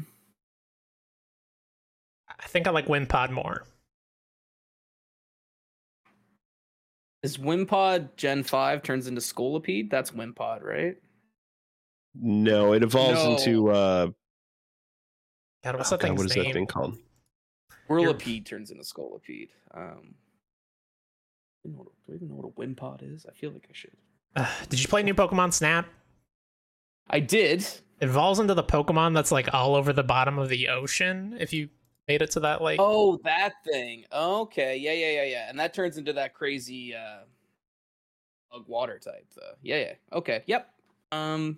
Speaker 3: I think I like Wimpod more.
Speaker 1: Is Wimpod Gen 5 turns into Scolipede? That's Wimpod, right?
Speaker 2: No, it evolves
Speaker 1: No.
Speaker 2: into uh,
Speaker 3: God, what's
Speaker 2: oh
Speaker 3: that
Speaker 2: God,
Speaker 3: thing's
Speaker 2: what is
Speaker 3: name?
Speaker 2: that thing called?
Speaker 1: Whirlipede turns into Scolipede. Um, I don't know what- do I even know what a Wimpod is? I feel like I should.
Speaker 3: Ugh, did you play new Pokemon Snap?
Speaker 1: I did.
Speaker 3: It evolves into the Pokemon that's like all over the bottom of the ocean. If you made it to that lake,
Speaker 1: Oh, that thing. Okay. Yeah, yeah, yeah, yeah. And that turns into that crazy uh bug water type though. Yeah, yeah. Okay. Yep. Um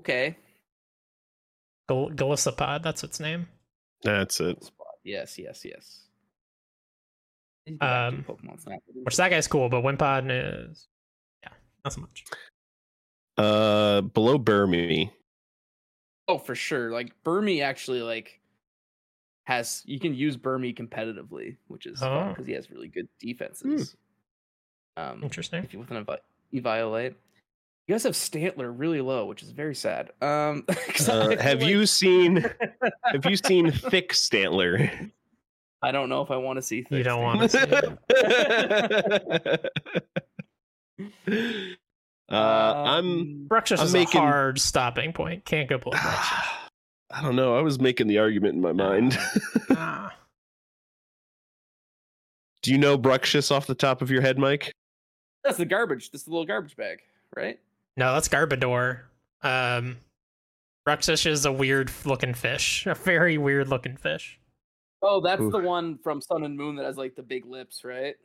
Speaker 1: Okay.
Speaker 3: Gal- Galissapod, that's its name.
Speaker 2: That's it.
Speaker 1: Spot. Yes, yes, yes. I need to go back to
Speaker 3: Um,
Speaker 1: Pokemon Snap.
Speaker 3: Which that guy's cool, but Wimpod is, yeah, not so much.
Speaker 2: Uh, below
Speaker 3: <laughs>
Speaker 2: Burmy.
Speaker 1: Oh, for sure. Like Burmy actually like has you can use Burmy competitively, which is
Speaker 3: Oh.
Speaker 1: because he has really good defenses. Um
Speaker 3: Interesting.
Speaker 1: if you with an evi- eviolate. You guys have Stantler really low, which is very sad. Um, <laughs> 'cause I
Speaker 2: Uh,
Speaker 1: feel
Speaker 2: have
Speaker 1: like-
Speaker 2: you
Speaker 3: <laughs>
Speaker 2: seen? have you seen Thick Stantler?
Speaker 1: I don't know if I want to see.
Speaker 3: You
Speaker 1: Thick
Speaker 3: don't
Speaker 1: Stantler.
Speaker 3: want to see
Speaker 2: <laughs>
Speaker 3: it.
Speaker 2: uh, I'm.
Speaker 1: Um,
Speaker 3: Bruxish
Speaker 2: I'm
Speaker 3: is
Speaker 2: making-
Speaker 3: a hard stopping point. Can't go below Bruxish.
Speaker 2: <sighs> I don't know. I was making the argument in my mind.
Speaker 3: Ah.
Speaker 2: Do you know Bruxius off the top of your head, Mike?
Speaker 1: That's the garbage. That's the little garbage bag, right?
Speaker 3: No, that's Garbador. Um, Bruxish is a weird looking fish, <laughs> a very weird looking fish.
Speaker 1: Oh, that's
Speaker 2: Oof.
Speaker 1: the one from Sun and Moon that has like the big lips, right?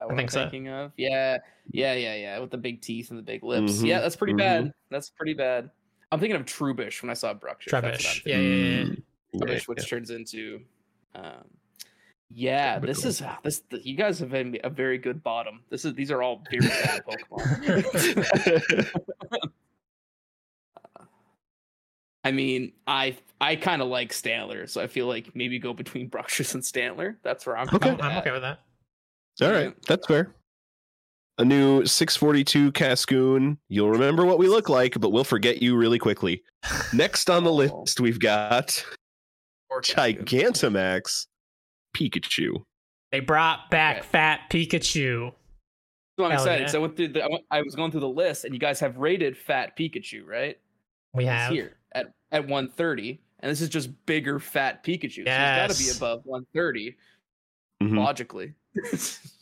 Speaker 1: That what
Speaker 3: think so.
Speaker 1: Thinking of yeah, yeah, yeah, yeah, with the big teeth and the big lips.
Speaker 2: Mhm,
Speaker 1: Yeah, that's pretty
Speaker 2: mhm.
Speaker 1: bad. That's pretty bad. I'm thinking of Trubish when I saw Bruxish. that's what I'm thinking.
Speaker 3: Trebush. Yeah, yeah, yeah, yeah.
Speaker 2: Mm, yeah,
Speaker 1: Rubbish, which turns into, um, yeah,
Speaker 2: But
Speaker 1: this
Speaker 2: cool.
Speaker 1: is ah, this. th- You guys have been a very good bottom. This is these are all
Speaker 2: <laughs>
Speaker 1: very bad Pokemon.
Speaker 3: <laughs>
Speaker 2: yeah. <laughs>
Speaker 1: I mean, I I kind of like Stantler, so I feel like maybe go between <laughs> Bruxish and Stantler. That's where I'm.
Speaker 2: Okay.
Speaker 1: kinda
Speaker 3: I'm, I'm
Speaker 1: at.
Speaker 3: okay with that.
Speaker 2: All right, that's fair. A new 642 Cascoon. You'll remember what we look like, but we'll forget you really quickly. <laughs> Next on the
Speaker 1: Oh.
Speaker 2: list, we've got
Speaker 1: Or Cascoon.
Speaker 2: Gigantamax Pikachu.
Speaker 3: They brought back
Speaker 1: Right.
Speaker 3: Fat Pikachu.
Speaker 1: So I'm
Speaker 3: Hell
Speaker 1: excited.
Speaker 3: yeah.
Speaker 1: So I went through the I, went- I was going through the list, and you guys have rated Fat Pikachu, right?
Speaker 3: We
Speaker 1: It's
Speaker 3: have.
Speaker 1: here at at 130, and this is just bigger Fat Pikachu. So it's
Speaker 3: Yes.
Speaker 1: got to be above 130
Speaker 2: Mhm.
Speaker 1: logically. <laughs>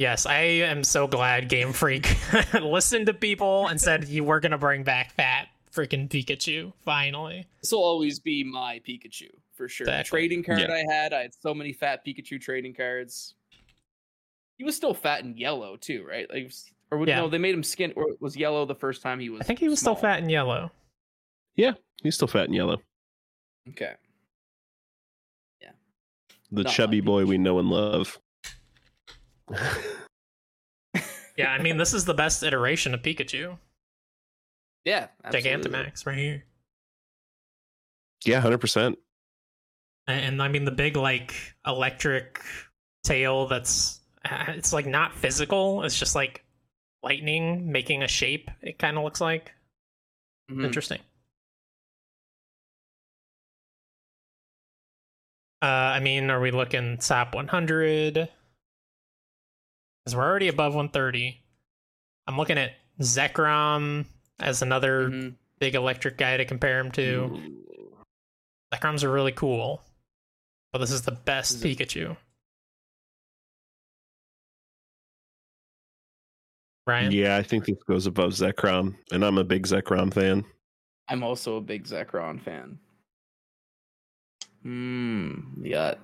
Speaker 3: Yes, I am so glad Game Freak <laughs> listened to people and said you were gonna bring back Fat freaking Pikachu finally.
Speaker 1: this will always be my Pikachu for sure.
Speaker 3: Exactly.
Speaker 1: Trading card I had, I had so many Fat Pikachu trading cards. He was still fat and yellow too, right? Like, or would-
Speaker 3: Yeah.
Speaker 1: no, they made him skin or was yellow the first time he was.
Speaker 3: I think he was still
Speaker 1: small.
Speaker 3: fat and yellow.
Speaker 2: He's still fat and yellow.
Speaker 1: Okay.
Speaker 2: The
Speaker 1: Not
Speaker 2: chubby
Speaker 1: like
Speaker 2: boy we know and love.
Speaker 3: Yeah, I mean this is the best iteration of Pikachu.
Speaker 1: Yeah. absolutely.
Speaker 3: Gigantamax right here.
Speaker 2: yeah, 100%.
Speaker 3: And, and I mean the big like electric tail that's <laughs> it's like not physical, it's just like lightning making a shape, it kinda looks like.
Speaker 1: Mhm.
Speaker 3: Interesting. Uh, I mean, are we looking top 100? Because we're already above 130. I'm looking at Zekrom as another
Speaker 1: Mhm.
Speaker 3: big electric guy to compare him
Speaker 2: Mm-hmm.
Speaker 3: to. Zekrom's are really cool, but this is the best
Speaker 1: Is it-
Speaker 3: Pikachu. Ryan?
Speaker 2: Mm. Yeah, I think this goes above Zekrom, and I'm a big Zekrom fan.
Speaker 1: I'm also a big Zekron fan. Hmm. Yeah.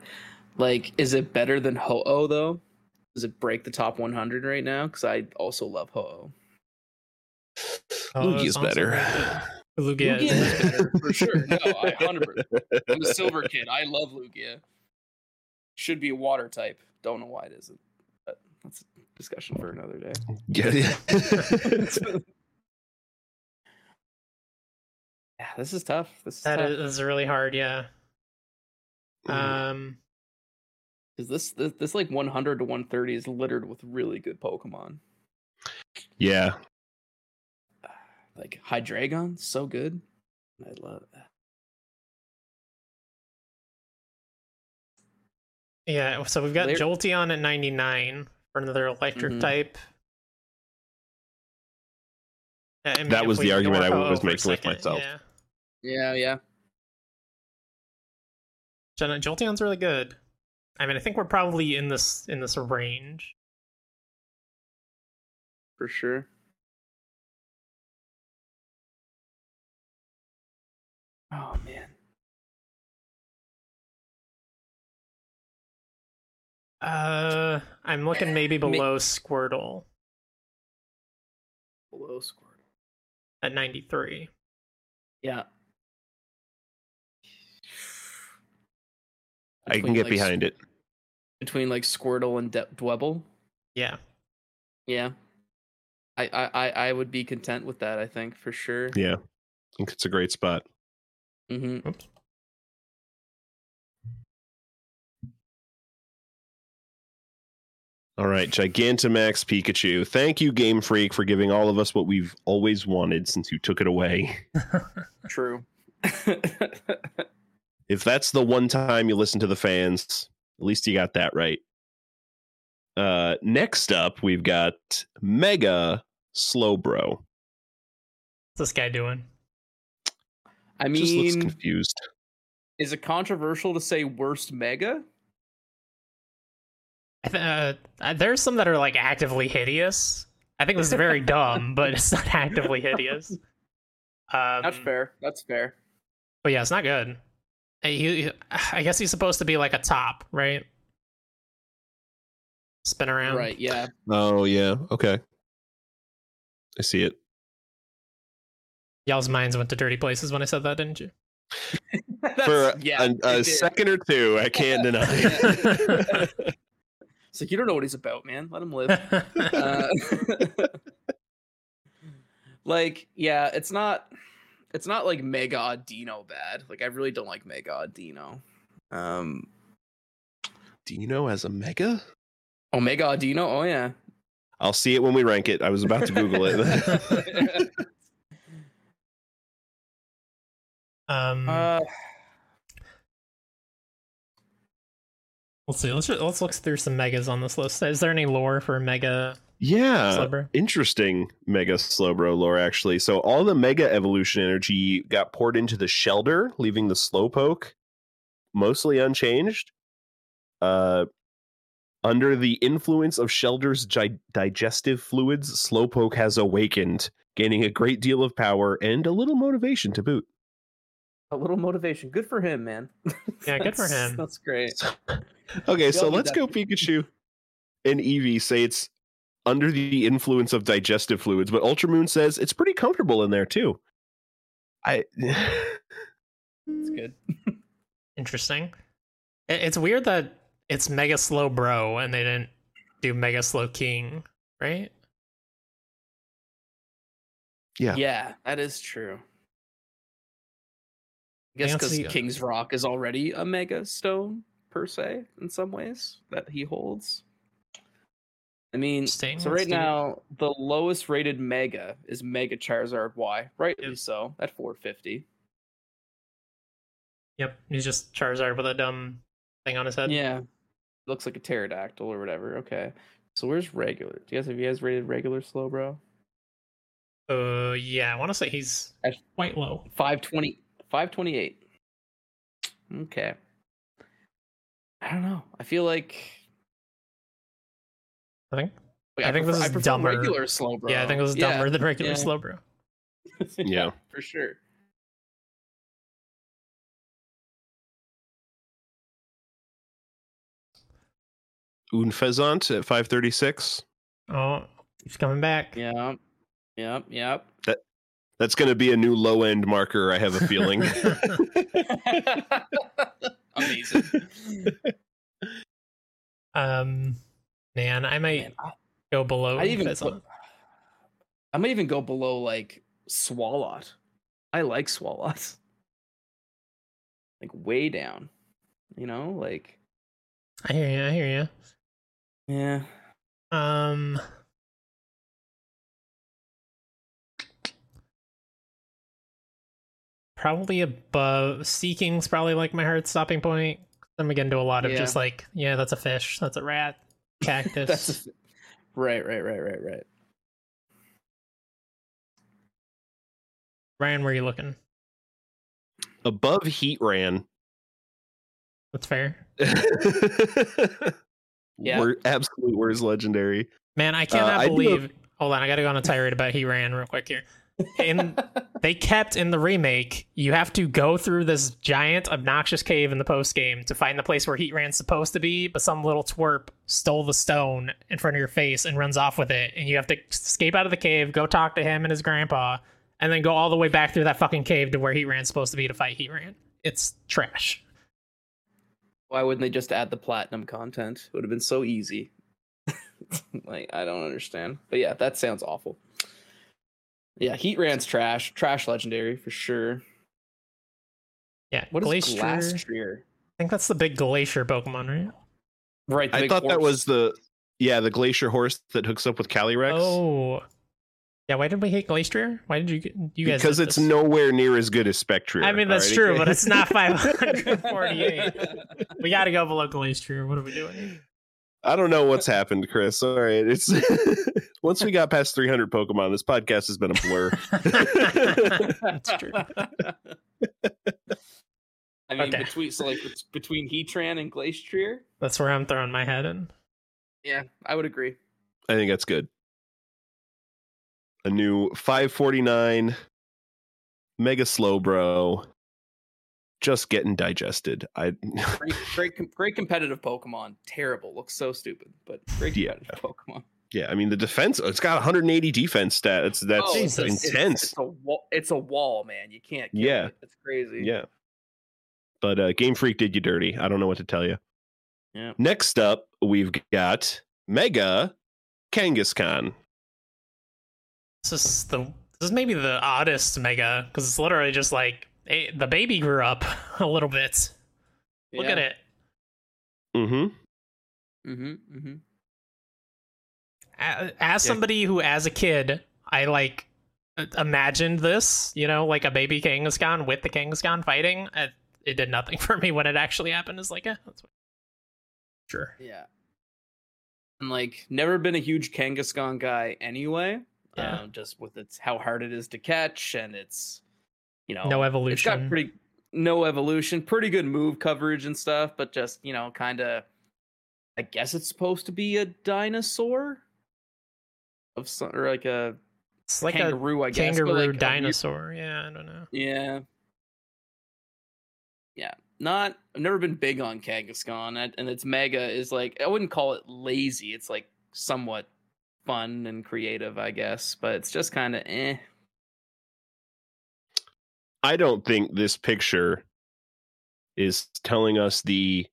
Speaker 1: Like, is it better than Ho Oh though? Does it break the top 100 right now? Because I also love Ho Oh.
Speaker 3: Oh, that
Speaker 2: Lugia's
Speaker 3: sounds
Speaker 2: better.
Speaker 3: Lugia
Speaker 1: Lugia
Speaker 3: is
Speaker 1: is better for
Speaker 3: <laughs>
Speaker 1: sure. No, I 100%.
Speaker 2: <laughs>
Speaker 1: I'm a silver kid. I love Lugia. Should be a water type. Don't know why it isn't. But that's a discussion for another day.
Speaker 2: Yeah, yeah.
Speaker 3: <laughs>
Speaker 1: Yeah, this is tough. This is
Speaker 3: that
Speaker 1: tough.
Speaker 3: is really hard, yeah. Um,
Speaker 1: 'Cause this, this this like 100 to 130 is littered with really good Pokemon.
Speaker 2: yeah,
Speaker 1: Like Hydreigon, so good. I love that.
Speaker 3: yeah. So we've got
Speaker 1: Lar-
Speaker 3: Jolteon at ninety nine for another electric
Speaker 1: Mhm.
Speaker 3: type. Uh, I mean,
Speaker 2: That
Speaker 3: if
Speaker 2: was
Speaker 3: we
Speaker 2: the argument
Speaker 3: ignore
Speaker 2: I was
Speaker 3: Ho-Oh for a
Speaker 2: making with
Speaker 3: second,
Speaker 2: myself.
Speaker 3: Yeah.
Speaker 1: Yeah, yeah.
Speaker 3: Jol- Jolteon's really good. I mean, I think we're probably in this in this range.
Speaker 1: for sure. Oh man.
Speaker 3: Uh, I'm
Speaker 1: <laughs>
Speaker 3: looking maybe
Speaker 1: Ma-
Speaker 3: below Squirtle
Speaker 1: Below scored.
Speaker 3: at ninety three.
Speaker 1: Yeah.
Speaker 2: I can
Speaker 1: Between,
Speaker 2: get
Speaker 1: like,
Speaker 2: behind it.
Speaker 1: between like Squirtle and De- Dwebble.
Speaker 3: Yeah,
Speaker 1: Yeah. I, I I I would be content with that, I think, for sure.
Speaker 2: Yeah. Oh. I think it's a great spot.
Speaker 1: hmm
Speaker 2: All right, Gigantamax Pikachu. Thank you, Game Freak, for giving all of us what we've always wanted since you took it away. <laughs>
Speaker 1: <laughs> True.
Speaker 2: If that's the one time you listen to the fans, at least you got that right. Uh, next up, we've got Mega Slowbro.
Speaker 3: what's this guy doing?
Speaker 1: I
Speaker 2: Just looks
Speaker 1: mean,
Speaker 2: confused.
Speaker 1: is it controversial to say worst mega?
Speaker 3: I th- uh, uh, there's some that are like actively hideous. I think this
Speaker 1: <laughs>
Speaker 3: is very dumb, but it's not actively hideous. Um,
Speaker 1: That's fair. That's fair.
Speaker 3: But yeah, it's not good. Uh, He, he- I guess he's supposed to be like a top, right? Spin around.
Speaker 1: Right. Yeah.
Speaker 2: Oh yeah. Okay. I see it.
Speaker 3: Y'all's minds went to dirty places when I said that, didn't you?
Speaker 1: <laughs> That's-
Speaker 2: For a,
Speaker 1: yeah,
Speaker 2: an- a
Speaker 1: it did.
Speaker 2: second or two, I can't deny.
Speaker 1: Yeah. <laughs>
Speaker 2: <laughs>
Speaker 1: It's like you don't know what he's about, man. Let him live. <laughs> Uh, <laughs> like, yeah, it's not. It's not like Mega Dino bad. Like I really don't like Mega Dino. Um,
Speaker 2: Dino as a mega.
Speaker 1: Omega Dino. Oh yeah.
Speaker 2: I'll see it when we rank it. I was about to Google it.
Speaker 1: <laughs>
Speaker 3: <laughs> um,
Speaker 1: uh,
Speaker 3: let's see. Let's ju- let's look through some megas on this list. Is there any lore for Mega
Speaker 2: yeah.
Speaker 3: Slubber?
Speaker 2: interesting mega slowbro lore actually so all the mega evolution energy got poured into the shelter leaving the slowpoke mostly unchanged uh under the influence of shelter's gi- digestive fluids slowpoke has awakened gaining a great deal of power and a little motivation to boot
Speaker 1: a little motivation. Good for him, man.
Speaker 3: Yeah, good for
Speaker 1: That's-
Speaker 3: him.
Speaker 1: That's great.
Speaker 2: okay so
Speaker 1: all need
Speaker 2: let's
Speaker 1: that.
Speaker 2: go pikachu and eevee say it's under the influence of digestive fluids but ultramoon says it's pretty comfortable in there too i <sighs>
Speaker 1: It's good.
Speaker 3: Interesting. It, it's weird that it's Mega Slow Bro and they didn't do Mega Slow King, right?
Speaker 2: Yeah.
Speaker 1: Yeah, that is true. I guess because
Speaker 3: Nancy-
Speaker 1: King's Rock is already a mega stone per se in some ways that he holds. I mean,
Speaker 3: Interesting,
Speaker 1: so
Speaker 3: let's
Speaker 1: right
Speaker 3: do it.
Speaker 1: now the lowest rated mega is Mega Charizard Y, rightly
Speaker 3: Yep.
Speaker 1: so at 450.
Speaker 3: Yep. He's just Charizard with a dumb thing on his head.
Speaker 1: Yeah, looks like a pterodactyl or whatever. Okay, so where's regular? Do you guys have you guys rated regular Slowbro?
Speaker 3: Uh, yeah. I want to say he's
Speaker 1: That's-
Speaker 3: quite low.
Speaker 1: 520 528 okay i don't know i feel like
Speaker 3: I think.
Speaker 1: Wait,
Speaker 3: I think this
Speaker 1: prefer-
Speaker 3: is
Speaker 1: prefer
Speaker 3: dumber.
Speaker 1: regular slow bro
Speaker 3: Yeah, I think it
Speaker 1: <laughs>
Speaker 3: was dumber than regular
Speaker 1: yeah.
Speaker 3: Slow Bro.
Speaker 2: Yeah.
Speaker 1: for sure
Speaker 2: Unfezant at 536.
Speaker 3: Oh, he's coming back.
Speaker 1: yeah yep yep
Speaker 2: That's going to be a new low end marker, I have a
Speaker 3: <laughs>
Speaker 2: feeling.
Speaker 1: amazing
Speaker 3: Um, man, I might
Speaker 1: Man, I,
Speaker 3: go below.
Speaker 1: I even
Speaker 3: Fezant.
Speaker 1: put- I might even go below like swallot i like swallot like way down you know like
Speaker 3: I hear you. I hear you.
Speaker 1: yeah
Speaker 3: Um. Probably above seeking's probably like my hard stopping point. Then we get into a lot of
Speaker 1: Yeah.
Speaker 3: just like, yeah, that's a fish, that's a rat,
Speaker 1: <laughs>
Speaker 3: cactus.
Speaker 1: That's right, right, right, right, right.
Speaker 3: Ryan, where are you looking?
Speaker 2: Above Heat
Speaker 3: <laughs>
Speaker 2: Ran.
Speaker 3: That's fair.
Speaker 1: Yeah.
Speaker 2: Wor- absolute worst legendary.
Speaker 3: Man, I cannot
Speaker 2: I do have-
Speaker 3: believe. Hold on, I gotta go on a tirade about he ran real quick here.
Speaker 1: <laughs>
Speaker 3: And they kept in the remake, you have to go through this giant obnoxious cave in the post game to find the place where Heat Ran's supposed to be, but some little twerp stole the stone in front of your face and runs off with it, and you have to escape out of the cave, go talk to him and his grandpa, and then go all the way back through that fucking cave to where Heat Ran's supposed to be to fight Heat Ran. It's trash.
Speaker 1: Why wouldn't they just add the platinum content? It would have been so easy. <laughs> like I don't understand. But yeah, that sounds awful. Yeah, Heat Rand's trash. Trash legendary for sure.
Speaker 3: Yeah,
Speaker 1: What is
Speaker 3: Glacier. I
Speaker 1: Glastrier?
Speaker 3: think that's the big Glacier Pokemon, right?
Speaker 1: Right. the
Speaker 2: I
Speaker 1: big
Speaker 2: thought that
Speaker 1: horse.
Speaker 2: was the. Yeah, the glacier horse that hooks up with Calyrex.
Speaker 3: Oh, yeah. Why did we hate Glacier? Why did you get you guys?
Speaker 2: because
Speaker 3: did
Speaker 2: it's
Speaker 3: this.
Speaker 2: nowhere near as good as Spectre.
Speaker 3: I mean that's true, but
Speaker 2: <laughs>
Speaker 3: it's not 548. we got to go below Glacier. What are we doing?
Speaker 2: I don't know what's happened, Chris. All right, it's <laughs> once we got past 300 Pokemon, this podcast has been a blur. <laughs>
Speaker 1: <laughs>
Speaker 3: that's true.
Speaker 1: I mean
Speaker 3: Okay.
Speaker 1: between so like it's between Heatran and Glastrier.
Speaker 3: That's where I'm throwing my head in.
Speaker 1: Yeah, I would agree.
Speaker 2: I think that's good. A new 549 mega slow bro just getting digested. I <laughs>
Speaker 1: Great, great, com- great competitive Pokemon. Terrible. Looks so stupid, but great
Speaker 2: Yeah.
Speaker 1: competitive Pokemon.
Speaker 2: yeah, I mean the defense it's got 180 defense stat. That's that's
Speaker 1: Oh,
Speaker 3: Jesus.
Speaker 2: <laughs>
Speaker 1: it's-
Speaker 2: intense.
Speaker 1: It's, a wall. It's a wall, man. You can't. Kill
Speaker 2: Yeah.
Speaker 1: it. it's crazy.
Speaker 2: Yeah. But uh, Game Freak did you dirty. I don't know what to tell you.
Speaker 1: Yeah.
Speaker 2: Next up, we've got Mega Kangaskhan.
Speaker 3: This is the this is maybe the oddest mega because it's literally just like eh, the baby grew up <laughs> a little bit. Look at it.
Speaker 2: Mm-hmm.
Speaker 1: hmm hmm
Speaker 3: A- As
Speaker 2: Yeah.
Speaker 3: somebody who, as a kid, I like i- imagined this, you know, like a baby Kangaskhan with the Kangaskhan fighting. It, it did nothing <laughs> for me when it actually happened. It's like, eh, that's what... sure.
Speaker 1: Yeah. And like, never been a huge Kangaskhan guy anyway.
Speaker 3: Yeah.
Speaker 1: Um, just with its how hard it is to catch, and it's you know
Speaker 3: no
Speaker 1: it's
Speaker 3: evolution.
Speaker 1: got pretty no evolution, pretty good move coverage and stuff, but just you know, kind of. I guess it's supposed to be a dinosaur of some or like a
Speaker 3: it's like
Speaker 1: kangaroo, I
Speaker 3: a
Speaker 1: guess. but,
Speaker 3: kangaroo
Speaker 1: like, a weird-
Speaker 3: dinosaur. Yeah, I don't know.
Speaker 1: yeah. Yeah. Not I've never been big on Kangaskhan and- and its mega is like I wouldn't call it lazy. It's like somewhat fun and creative, I guess, but it's just kind of eh.
Speaker 2: I don't think this picture is telling us the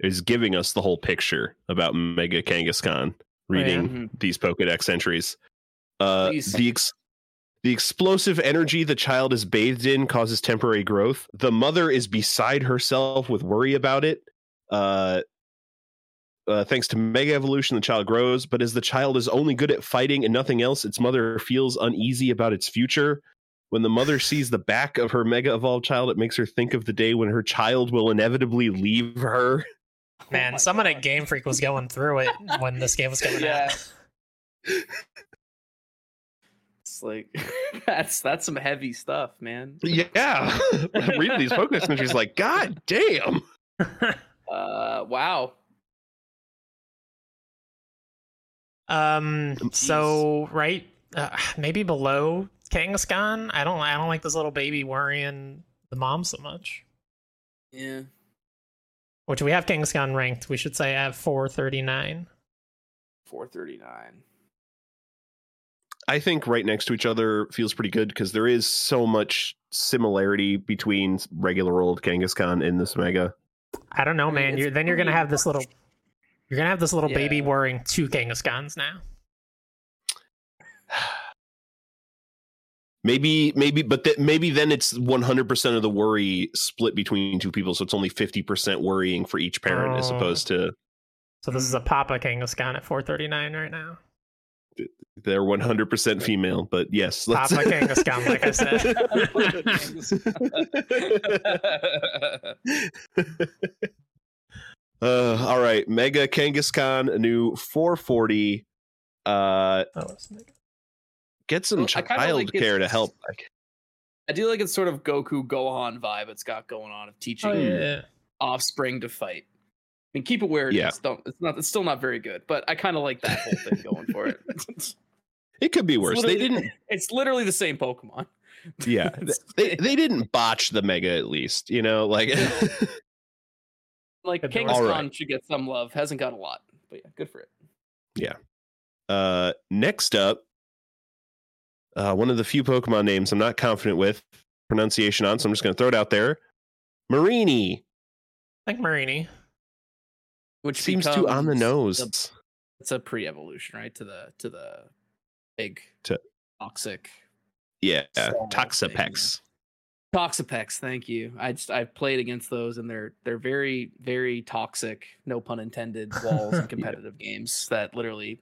Speaker 2: is giving us the whole picture about Mega Kangaskhan reading
Speaker 1: Mhm.
Speaker 2: these Pokedex entries. Uh,
Speaker 1: Please.
Speaker 2: the ex- the explosive energy the child is bathed in causes temporary growth. The mother is beside herself with worry about it. Uh, uh, thanks to mega evolution, the child grows, but as the child is only good at fighting and nothing else, its mother feels uneasy about its future. When the mother sees the back of her mega evolved child, it makes her think of the day when her child will inevitably leave her.
Speaker 1: <laughs> Oh
Speaker 3: Man,
Speaker 1: my
Speaker 3: someone
Speaker 1: God.
Speaker 3: at Game Freak was going through it when this game was coming
Speaker 1: <laughs> Yeah.
Speaker 3: out.
Speaker 1: <laughs> It's like <laughs> that's that's some heavy stuff, man.
Speaker 2: Yeah. <laughs> Reading these Pokedex entries, like, God damn.
Speaker 1: Uh wow.
Speaker 3: <laughs> Um.
Speaker 2: Jeez.
Speaker 3: So right, uh, maybe below Kangaskhan. I don't. I don't like this little baby worrying the mom so much.
Speaker 1: Yeah.
Speaker 3: Which we have Kangaskhan ranked. We should say at four thirty nine.
Speaker 1: 439.
Speaker 2: I think right next to each other feels pretty good because there is so much similarity between regular old Kangaskhan and this mega.
Speaker 3: I don't know,
Speaker 1: I mean,
Speaker 3: man.
Speaker 1: it's
Speaker 3: You're, then you're gonna
Speaker 1: pretty
Speaker 3: have this little. You're gonna have this little baby
Speaker 1: Yeah.
Speaker 3: worrying two Kangaskhans now.
Speaker 2: Maybe, maybe, but th- maybe then it's 100% of the worry split between two people. So it's only 50% worrying for each parent as
Speaker 3: Oh.
Speaker 2: opposed to
Speaker 3: So this is
Speaker 1: Mm-hmm.
Speaker 3: a Papa Kangaskhan at four thirty nine right now.
Speaker 2: they're 100% female. But yes, let's. <laughs>
Speaker 3: Papa Kangaskhan, like
Speaker 1: <laughs>
Speaker 3: I
Speaker 1: <laughs>
Speaker 2: uh, all right. Mega Kangaskhan, a new 440. Uh,
Speaker 1: Oh,
Speaker 3: That was mega.
Speaker 2: get some
Speaker 1: Well, I kinda
Speaker 2: child
Speaker 1: like
Speaker 2: care to
Speaker 1: it's-
Speaker 2: help.
Speaker 1: I do like its sort of Goku Gohan vibe it's got going on of teaching
Speaker 3: Oh yeah.
Speaker 1: offspring to fight. I mean, keep it where it
Speaker 2: Yeah.
Speaker 1: is. Don't it's not it's still not very good, but I kind of like that whole thing going
Speaker 2: <laughs>
Speaker 1: for it. <laughs> It's
Speaker 2: It could be worse. They
Speaker 1: literally-
Speaker 2: didn't.
Speaker 1: It's literally the same Pokemon. <laughs>
Speaker 2: Yeah,
Speaker 1: It's-
Speaker 2: they they didn't botch the mega. At least you know, like
Speaker 1: like
Speaker 3: Good lord.
Speaker 1: Kangaskhan
Speaker 2: Alright.
Speaker 1: should get some love. Hasn't got a lot, but yeah, good for it.
Speaker 2: <laughs> Uh, next up, uh, one of the few Pokemon names I'm not confident with pronunciation on, so I'm just going to throw it out there. Marini
Speaker 3: Like Marini.
Speaker 1: Which
Speaker 2: seems too on the
Speaker 1: becomes
Speaker 2: nose.
Speaker 1: the- it's a pre-evolution, right? To the to the big
Speaker 2: To-
Speaker 1: toxic
Speaker 2: yeah,
Speaker 1: So-
Speaker 2: Toxapex.
Speaker 1: Toxapex, thank you. I just I've played against those, and they're they're very very toxic, no pun intended, walls
Speaker 2: <laughs>
Speaker 1: in competitive games that literally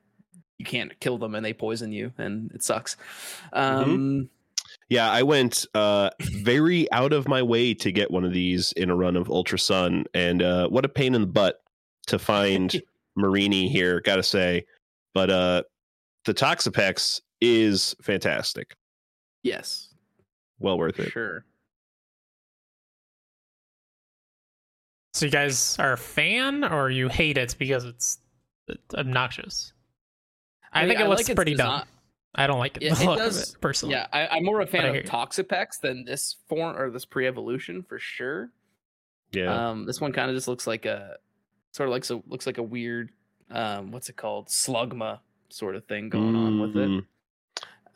Speaker 1: you can't kill them and they poison you, and it sucks.
Speaker 2: Mm-hmm.
Speaker 1: Um,
Speaker 2: Yeah, I went uh, very out of my way to get one of these in a run of Ultra Sun, and uh, what a pain in the butt to find Marini here. Got to say, but uh, the Toxapex is fantastic.
Speaker 1: yes,
Speaker 2: Well worth it.
Speaker 1: sure.
Speaker 3: So you guys are a fan or you hate it because it's obnoxious. I,
Speaker 1: mean,
Speaker 3: think it
Speaker 1: I
Speaker 3: looks
Speaker 1: like its
Speaker 3: pretty
Speaker 1: design-
Speaker 3: dumb. I don't like it,
Speaker 1: Yeah,
Speaker 3: the
Speaker 1: it
Speaker 3: look
Speaker 1: does-
Speaker 3: of it personally.
Speaker 1: Yeah, I, I'm more a
Speaker 3: I
Speaker 1: fan
Speaker 3: hear
Speaker 1: of
Speaker 3: you.
Speaker 1: Toxapex than this form or this pre-evolution for sure.
Speaker 2: Yeah.
Speaker 1: Um, this one kind of just looks like a sort of like so looks like a weird um, what's it called slugma sort of thing going on with it.
Speaker 2: Mm,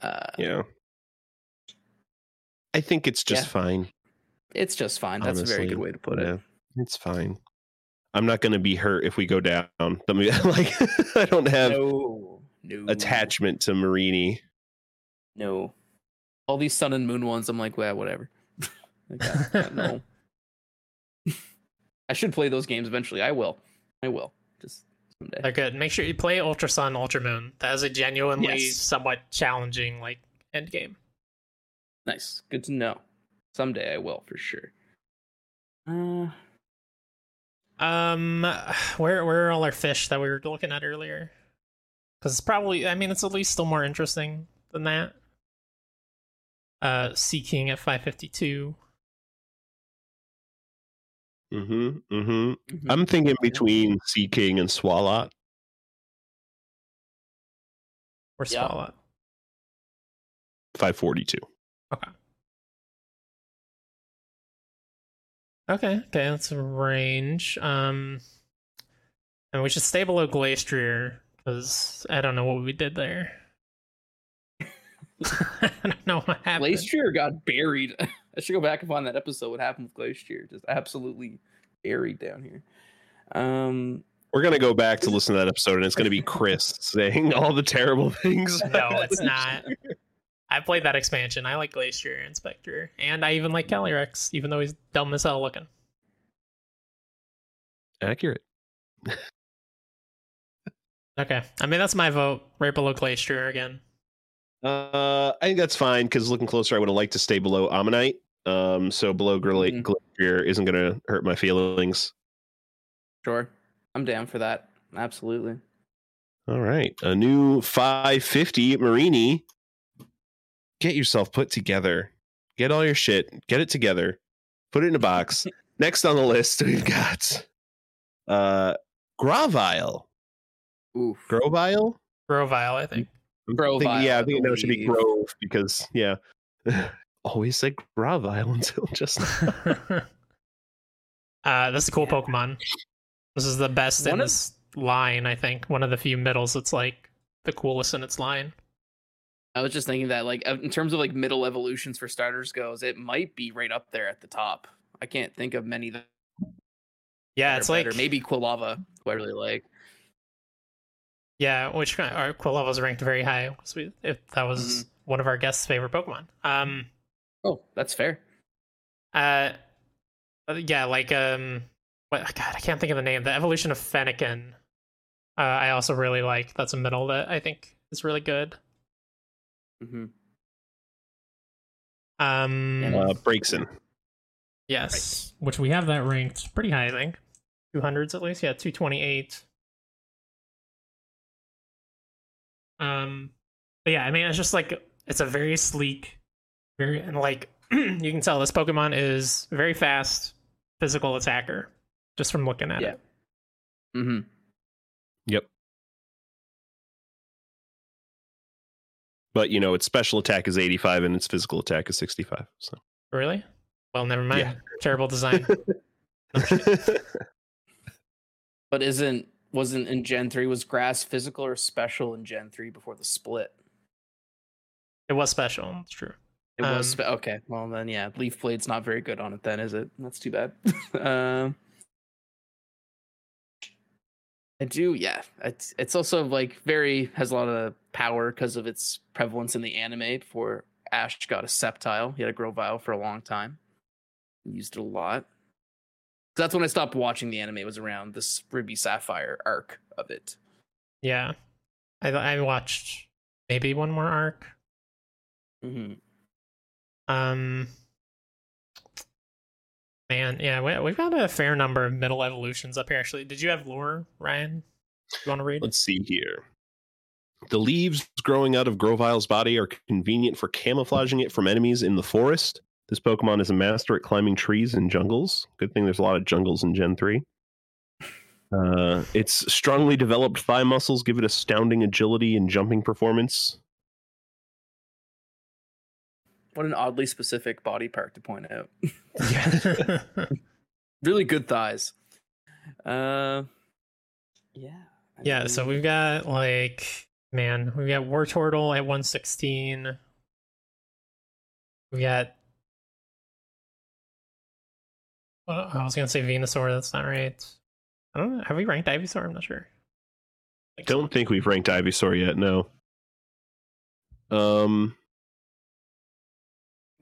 Speaker 1: Uh,
Speaker 2: Yeah. I think it's just
Speaker 1: Yeah.
Speaker 2: fine.
Speaker 1: It's just fine. That's a very good
Speaker 2: Honestly,
Speaker 1: way to put
Speaker 2: yeah.
Speaker 1: it.
Speaker 2: It's fine. I'm not going to be hurt if we go down. <laughs> Let me like <laughs> I don't have
Speaker 1: No, no
Speaker 2: attachment to Marini.
Speaker 1: No, all these sun and moon ones. I'm like, well, whatever. <laughs> Like, I- I
Speaker 2: <laughs>
Speaker 1: no, <laughs> I should play those games eventually. I will. I will. Just someday.
Speaker 3: They're good. Make sure you play Ultra Sun, Ultra Moon. That is a genuinely
Speaker 1: Yes.
Speaker 3: somewhat challenging like end game.
Speaker 1: Nice. Good to know. Someday I will for sure. Uh,
Speaker 3: Um, where where are all our fish that we were looking at earlier? Because it's probably, I mean, it's at least still more interesting than that. Uh, Sea King at five fifty two.
Speaker 2: Mhm. Mhm.
Speaker 1: mhm.
Speaker 2: I'm thinking between Sea King and Swalot.
Speaker 3: Or
Speaker 1: Yeah.
Speaker 3: Swallow.
Speaker 2: 542.
Speaker 3: Okay, okay, that's a range. Um, and we should stay below Glacier because I don't know what we did there. <laughs> I don't know what happened.
Speaker 1: Glacier got buried. <laughs> I should go back and find that episode. What happened with Glacier? Just absolutely buried down here. Um,
Speaker 2: We're gonna go back to listen to that episode, and it's
Speaker 1: <laughs>
Speaker 2: gonna be Chris saying all the terrible things.
Speaker 3: No, it's not. I played that expansion. I like Glacier and Spectre, and I even like Calyrex, even though he's dumb as hell looking.
Speaker 2: Accurate.
Speaker 3: Okay, I mean that's my vote. Right below Glacier again.
Speaker 2: Uh, I think that's fine because looking closer, I would have liked to stay below Ammonite. Um, so below Gla-
Speaker 1: Mhm.
Speaker 2: Glacier isn't gonna hurt my feelings.
Speaker 1: sure, I'm down for that. Absolutely.
Speaker 2: All right, a new 550 Marini. Get yourself put together. Get all your shit. Get it together. Put it in a
Speaker 1: <laughs>
Speaker 2: box. Next on the list, <laughs> we've got uh, Gravile.
Speaker 1: Oof.
Speaker 2: Grovile.
Speaker 3: Grovile, I think.
Speaker 2: I'm
Speaker 1: Grovile,
Speaker 2: thinking- yeah,
Speaker 1: I
Speaker 2: I think it should be
Speaker 1: believe.
Speaker 2: Grove because yeah. <laughs> Always said Gravile <laughs> until just now.
Speaker 3: <laughs> uh, that's a cool Pokemon. This is the best in
Speaker 1: One of-
Speaker 3: this line, I think. One of the few middles that's like the coolest in its line.
Speaker 1: I was just thinking that, like, in terms of like middle evolutions for starters goes, it might be right up there at the top. I can't think of many that
Speaker 3: Yeah,
Speaker 1: are
Speaker 3: it's
Speaker 1: better.
Speaker 3: like
Speaker 1: maybe Quilava, who I really like.
Speaker 3: Yeah, which kind our Quilava was ranked very high. So we, if that was
Speaker 1: Mm-hmm.
Speaker 3: one of our guests' favorite Pokemon. Um,
Speaker 1: Oh, that's fair.
Speaker 3: uh, uh, yeah, like um, what God, I can't think of the name. The evolution of Fennekin. Uh, I also really like. That's a middle that I think is really good.
Speaker 1: hmm
Speaker 3: Um,
Speaker 1: Yeah.
Speaker 2: Uh, Breakson.
Speaker 3: yes, which we have that ranked pretty high, I think. Two hundreds at least. Yeah, two twenty eight. Um, but yeah, I mean, it's just like it's a very sleek, very and like <clears throat> you can tell this Pokemon is very fast, physical attacker, just from looking at
Speaker 1: Yeah.
Speaker 3: it.
Speaker 1: hmm
Speaker 2: But you know, its special attack is 85 and its physical attack is 65. So
Speaker 3: Really? Well, never mind.
Speaker 2: Yeah.
Speaker 3: Terrible design.
Speaker 1: But isn't wasn't in Gen three was grass physical or special in Gen three before the split?
Speaker 3: it was special. It's true.
Speaker 1: It was
Speaker 3: Um,
Speaker 1: spe- okay. Well, then, yeah, Leaf Blade's not very good on it. Then is it? That's too bad. <laughs> um, I do. Yeah, it's it's also like very has a lot of power because of its prevalence in the anime. Before Ash got a Sceptile, he had a Grovyle for a long time. Used it a lot. So that's when I stopped watching the anime. Was around this Ruby Sapphire arc of it.
Speaker 3: Yeah, I I watched maybe one more arc.
Speaker 1: Mm-hmm.
Speaker 3: Um, man, yeah, we, we've got a fair number of middle evolutions up here. Actually, did you have lore, Ryan? You want
Speaker 2: <laughs>
Speaker 3: to read?
Speaker 2: Let's see here. The leaves growing out of Grovile's body are convenient for camouflaging it from enemies in the forest. This Pokemon is a master at climbing trees and jungles. Good thing there's a lot of jungles in Gen 3. Uh, its strongly developed thigh muscles give it astounding agility and jumping performance.
Speaker 1: What an oddly specific body part to point out. <laughs> Really good thighs. Uh, yeah. I
Speaker 3: yeah,
Speaker 1: mean,
Speaker 3: so we've got like man, we've got War Turtle at 116. We got well, I was gonna say Venusaur, that's not right. I don't know. Have we ranked Ivysaur? I'm not sure. Like,
Speaker 2: Don't think we've ranked Ivysaur yet. No. Um.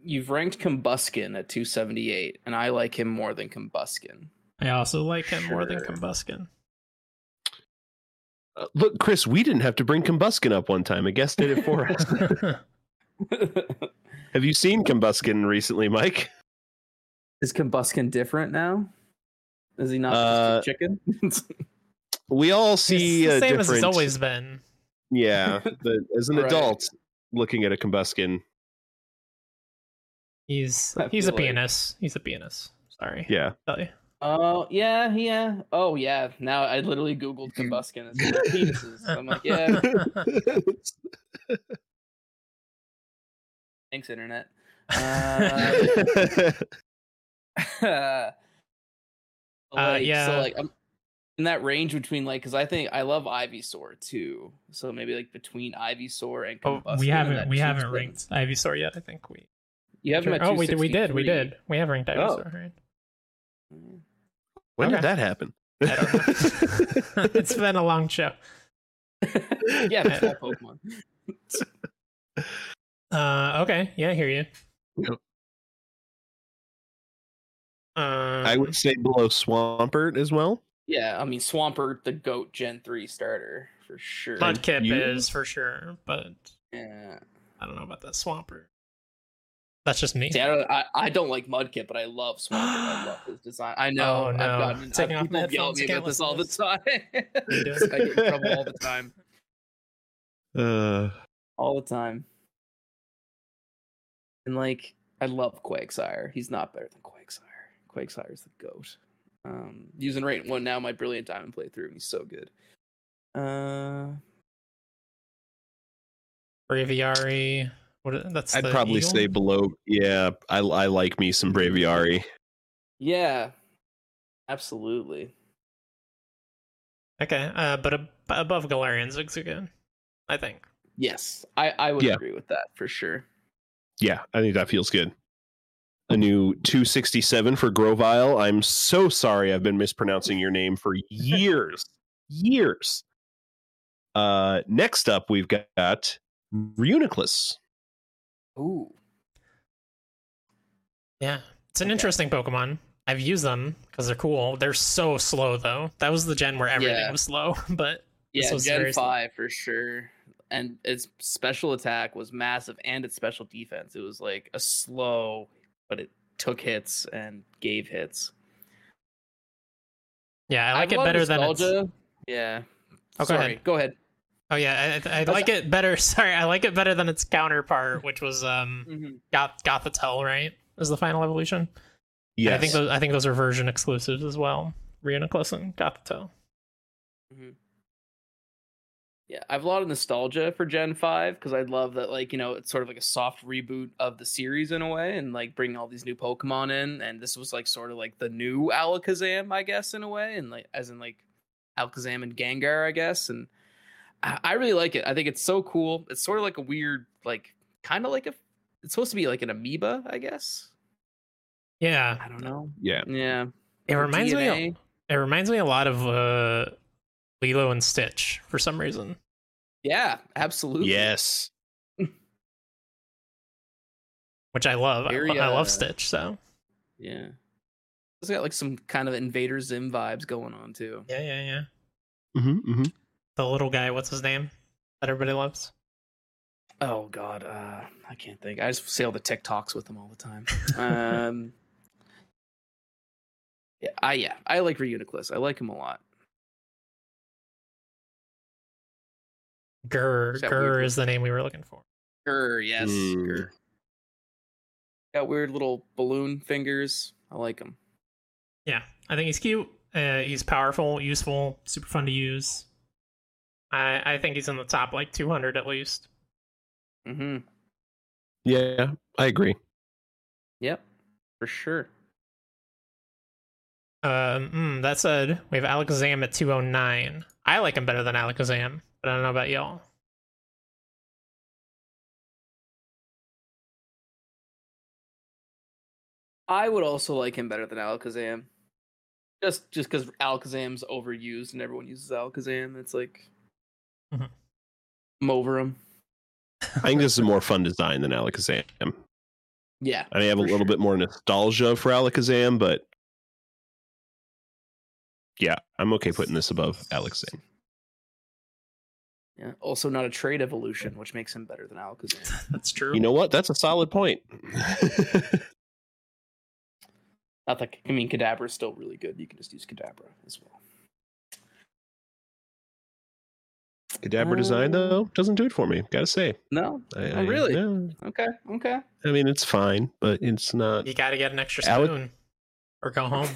Speaker 1: you've ranked Combuskin at 278, and I like him more than Combuskin. <laughs>
Speaker 3: I also like him more than
Speaker 1: Sure.
Speaker 3: Combuskin.
Speaker 2: uh, Look, Chris, we didn't have to bring Combuskin up one time. A guest did it for
Speaker 3: <laughs>
Speaker 2: us. <laughs> Have you seen Combuskin recently, Mike?
Speaker 1: Is Combuskin different now? Is he not
Speaker 2: Uh,
Speaker 1: just a chicken? <laughs>
Speaker 2: We all see
Speaker 3: It's the
Speaker 2: a
Speaker 3: same
Speaker 2: different.
Speaker 3: as it's always been.
Speaker 2: Yeah, the, as
Speaker 3: <laughs>
Speaker 2: an
Speaker 1: Right.
Speaker 2: adult, looking at a Combuskin.
Speaker 3: He's
Speaker 1: I
Speaker 3: he's a
Speaker 1: feel like-
Speaker 3: pianist. He's a pianist. Sorry.
Speaker 2: Yeah.
Speaker 3: Tell you.
Speaker 1: Oh yeah, yeah. Oh yeah. Now I literally <laughs> googled combuskin as well. penises. I'm like, <laughs>
Speaker 3: <laughs>
Speaker 1: yeah.
Speaker 2: <laughs>
Speaker 1: Thanks, internet. Uh, <laughs> like,
Speaker 3: Uh, yeah.
Speaker 1: So like I'm in that range between like because I think I love Ivysaur too. So maybe like between Ivysaur and
Speaker 3: Oh,
Speaker 1: combuskin. and
Speaker 3: we
Speaker 1: that
Speaker 3: haven't we
Speaker 1: two
Speaker 3: haven't
Speaker 1: split.
Speaker 3: ranked Ivysaur yet. I think we.
Speaker 1: You haven't. at
Speaker 3: oh, we did. We did. We
Speaker 1: 263.
Speaker 3: did. We have ranked
Speaker 2: Oh.
Speaker 3: Ivysaur. Right?
Speaker 2: when
Speaker 3: Okay.
Speaker 2: did that happen?
Speaker 3: I <laughs> it's been a long show.
Speaker 1: yeah,
Speaker 3: <laughs>
Speaker 1: but that Pokemon.
Speaker 3: Uh, okay. Yeah, I hear you.
Speaker 2: Yep.
Speaker 3: Um,
Speaker 2: <laughs> I would say below Swampert as well.
Speaker 1: Yeah, I mean Swampert, the goat Gen three starter for sure.
Speaker 3: Mudkip
Speaker 2: you-
Speaker 3: is for sure, but
Speaker 1: Yeah.
Speaker 3: I don't know about that Swampert. That's just me.
Speaker 1: See, I don't. I, I don't like Mudkip, but I love Swampert. I love
Speaker 3: <gasps>
Speaker 1: his design. I know.
Speaker 3: Oh,
Speaker 1: I've
Speaker 3: no.
Speaker 1: gotten,
Speaker 3: Taking
Speaker 1: I've,
Speaker 3: off my
Speaker 1: people yell at
Speaker 3: headphones,
Speaker 1: me
Speaker 3: can't
Speaker 1: about this
Speaker 3: listen
Speaker 1: all
Speaker 3: to
Speaker 1: the time. <laughs> I
Speaker 3: doing?
Speaker 1: get in trouble all the time.
Speaker 2: Uh,
Speaker 1: All the time. And like, I love Quagsire. He's not better than Quagsire. Quagsire is the goat. Um, using rate one now, my brilliant diamond playthrough, and he's so good. Uh,
Speaker 3: Braviary. What? That's.
Speaker 2: I'd
Speaker 3: the
Speaker 2: probably
Speaker 3: eagle?
Speaker 2: say below. Yeah, I, I like me some Braviary.
Speaker 1: yeah, absolutely.
Speaker 3: Okay. Uh, but ab- above Galarian Zigzagoon, I think.
Speaker 1: Yes, I I would
Speaker 2: Yeah.
Speaker 1: agree with that for sure.
Speaker 2: Yeah, I think that feels good. A new 267 for Grovile. I'm so sorry I've been mispronouncing your name for years. years. Uh next up we've got Reuniclus.
Speaker 1: Ooh.
Speaker 3: Yeah. It's an
Speaker 1: Okay.
Speaker 3: interesting Pokemon. I've used them because they're cool. They're so slow though. That was the gen where everything
Speaker 1: Yeah.
Speaker 3: was slow, <laughs> but This
Speaker 1: Yeah,
Speaker 3: was
Speaker 1: Gen
Speaker 3: very slow.
Speaker 1: Five for sure. And its special attack was massive, and its special defense. It was like a slow, but it took hits and gave hits.
Speaker 3: yeah, I
Speaker 1: have
Speaker 3: like
Speaker 1: a
Speaker 3: it
Speaker 1: lot of
Speaker 3: better than it's,
Speaker 1: nostalgia. Yeah.
Speaker 3: Oh, go
Speaker 1: Sorry.
Speaker 3: ahead.
Speaker 1: Go ahead.
Speaker 3: Oh yeah, I, I
Speaker 1: That's-
Speaker 3: like it better. <laughs> Sorry, I like it better than its counterpart, which was um Goth Gothitelle, right? Is the final evolution? Yeah, I think those I think those are version exclusives as well. Reuniclus and Gothitelle.
Speaker 1: Yeah, I have a lot of nostalgia for Gen Five because I love that, like you know, it's sort of like a soft reboot of the series in a way, and like bringing all these new Pokemon in, and this was like sort of like the new Alakazam, I guess, in a way, and like as in like Alakazam and Gengar, I guess, and I, I really like it. I think it's so cool. It's sort of like a weird, like kind of like a, it's supposed to be like an amoeba, I guess.
Speaker 3: Yeah,
Speaker 1: I don't know.
Speaker 2: Yeah.
Speaker 1: Yeah,
Speaker 3: it
Speaker 1: The
Speaker 3: reminds me.
Speaker 1: DNA.
Speaker 3: It reminds me a lot of uh, Lilo and Stitch for some reason.
Speaker 1: Yeah, absolutely.
Speaker 2: Yes.
Speaker 3: which I love. I
Speaker 1: Very,
Speaker 3: lo- I, love
Speaker 1: uh,
Speaker 3: Stitch, so
Speaker 1: Yeah. It's got like some kind of Invader Zim vibes going on too.
Speaker 3: yeah, yeah, yeah.
Speaker 2: Mhm, mhm.
Speaker 3: The little guy, what's his name? That everybody loves.
Speaker 1: Oh God, uh, I can't think. I just see all the TikToks with them all the time. Um, yeah, I yeah, I like Reuniclus. I like him a lot.
Speaker 3: Gurr,
Speaker 1: Is that
Speaker 3: Gurr
Speaker 1: weird?
Speaker 3: is the name we were looking for.
Speaker 1: Grr, yes.
Speaker 2: Mm.
Speaker 1: grr. Got weird little balloon fingers. I like him.
Speaker 3: Yeah, I think he's cute. Uh, he's powerful, useful, super fun to use. I I think he's in the top like 200 at least.
Speaker 1: Mm-hmm.
Speaker 2: Yeah, I agree.
Speaker 1: Yep. For sure.
Speaker 3: Um, mm, that said, we have Alakazam at 209. I like him better than Alakazam, but I don't know about y'all.
Speaker 1: I would also like him better than Alakazam. Just just because Alakazam's overused and everyone uses Alakazam. It's like
Speaker 3: Mhm.
Speaker 1: I'm over him.
Speaker 2: I think this is a more fun design than Alakazam.
Speaker 1: Yeah.
Speaker 2: I have a
Speaker 1: For
Speaker 2: little
Speaker 1: sure.
Speaker 2: bit more nostalgia for Alakazam, but yeah, I'm okay putting this above Alakazam.
Speaker 1: Yeah. Also not a trade evolution, which makes him better than Alakazam.
Speaker 3: <laughs> That's true.
Speaker 2: You know what? That's a solid
Speaker 1: <laughs>
Speaker 2: point.
Speaker 1: Not that I mean Kadabra's still really good. You can just use Kadabra as well.
Speaker 2: Kadabra design though doesn't do it for me. Gotta say.
Speaker 1: No?
Speaker 2: I,
Speaker 1: Um, Oh, really?
Speaker 2: I, no.
Speaker 1: Okay. Okay.
Speaker 2: I mean, it's fine, but it's not.
Speaker 3: you got to get an extra
Speaker 2: Alec-
Speaker 3: spoon or go home.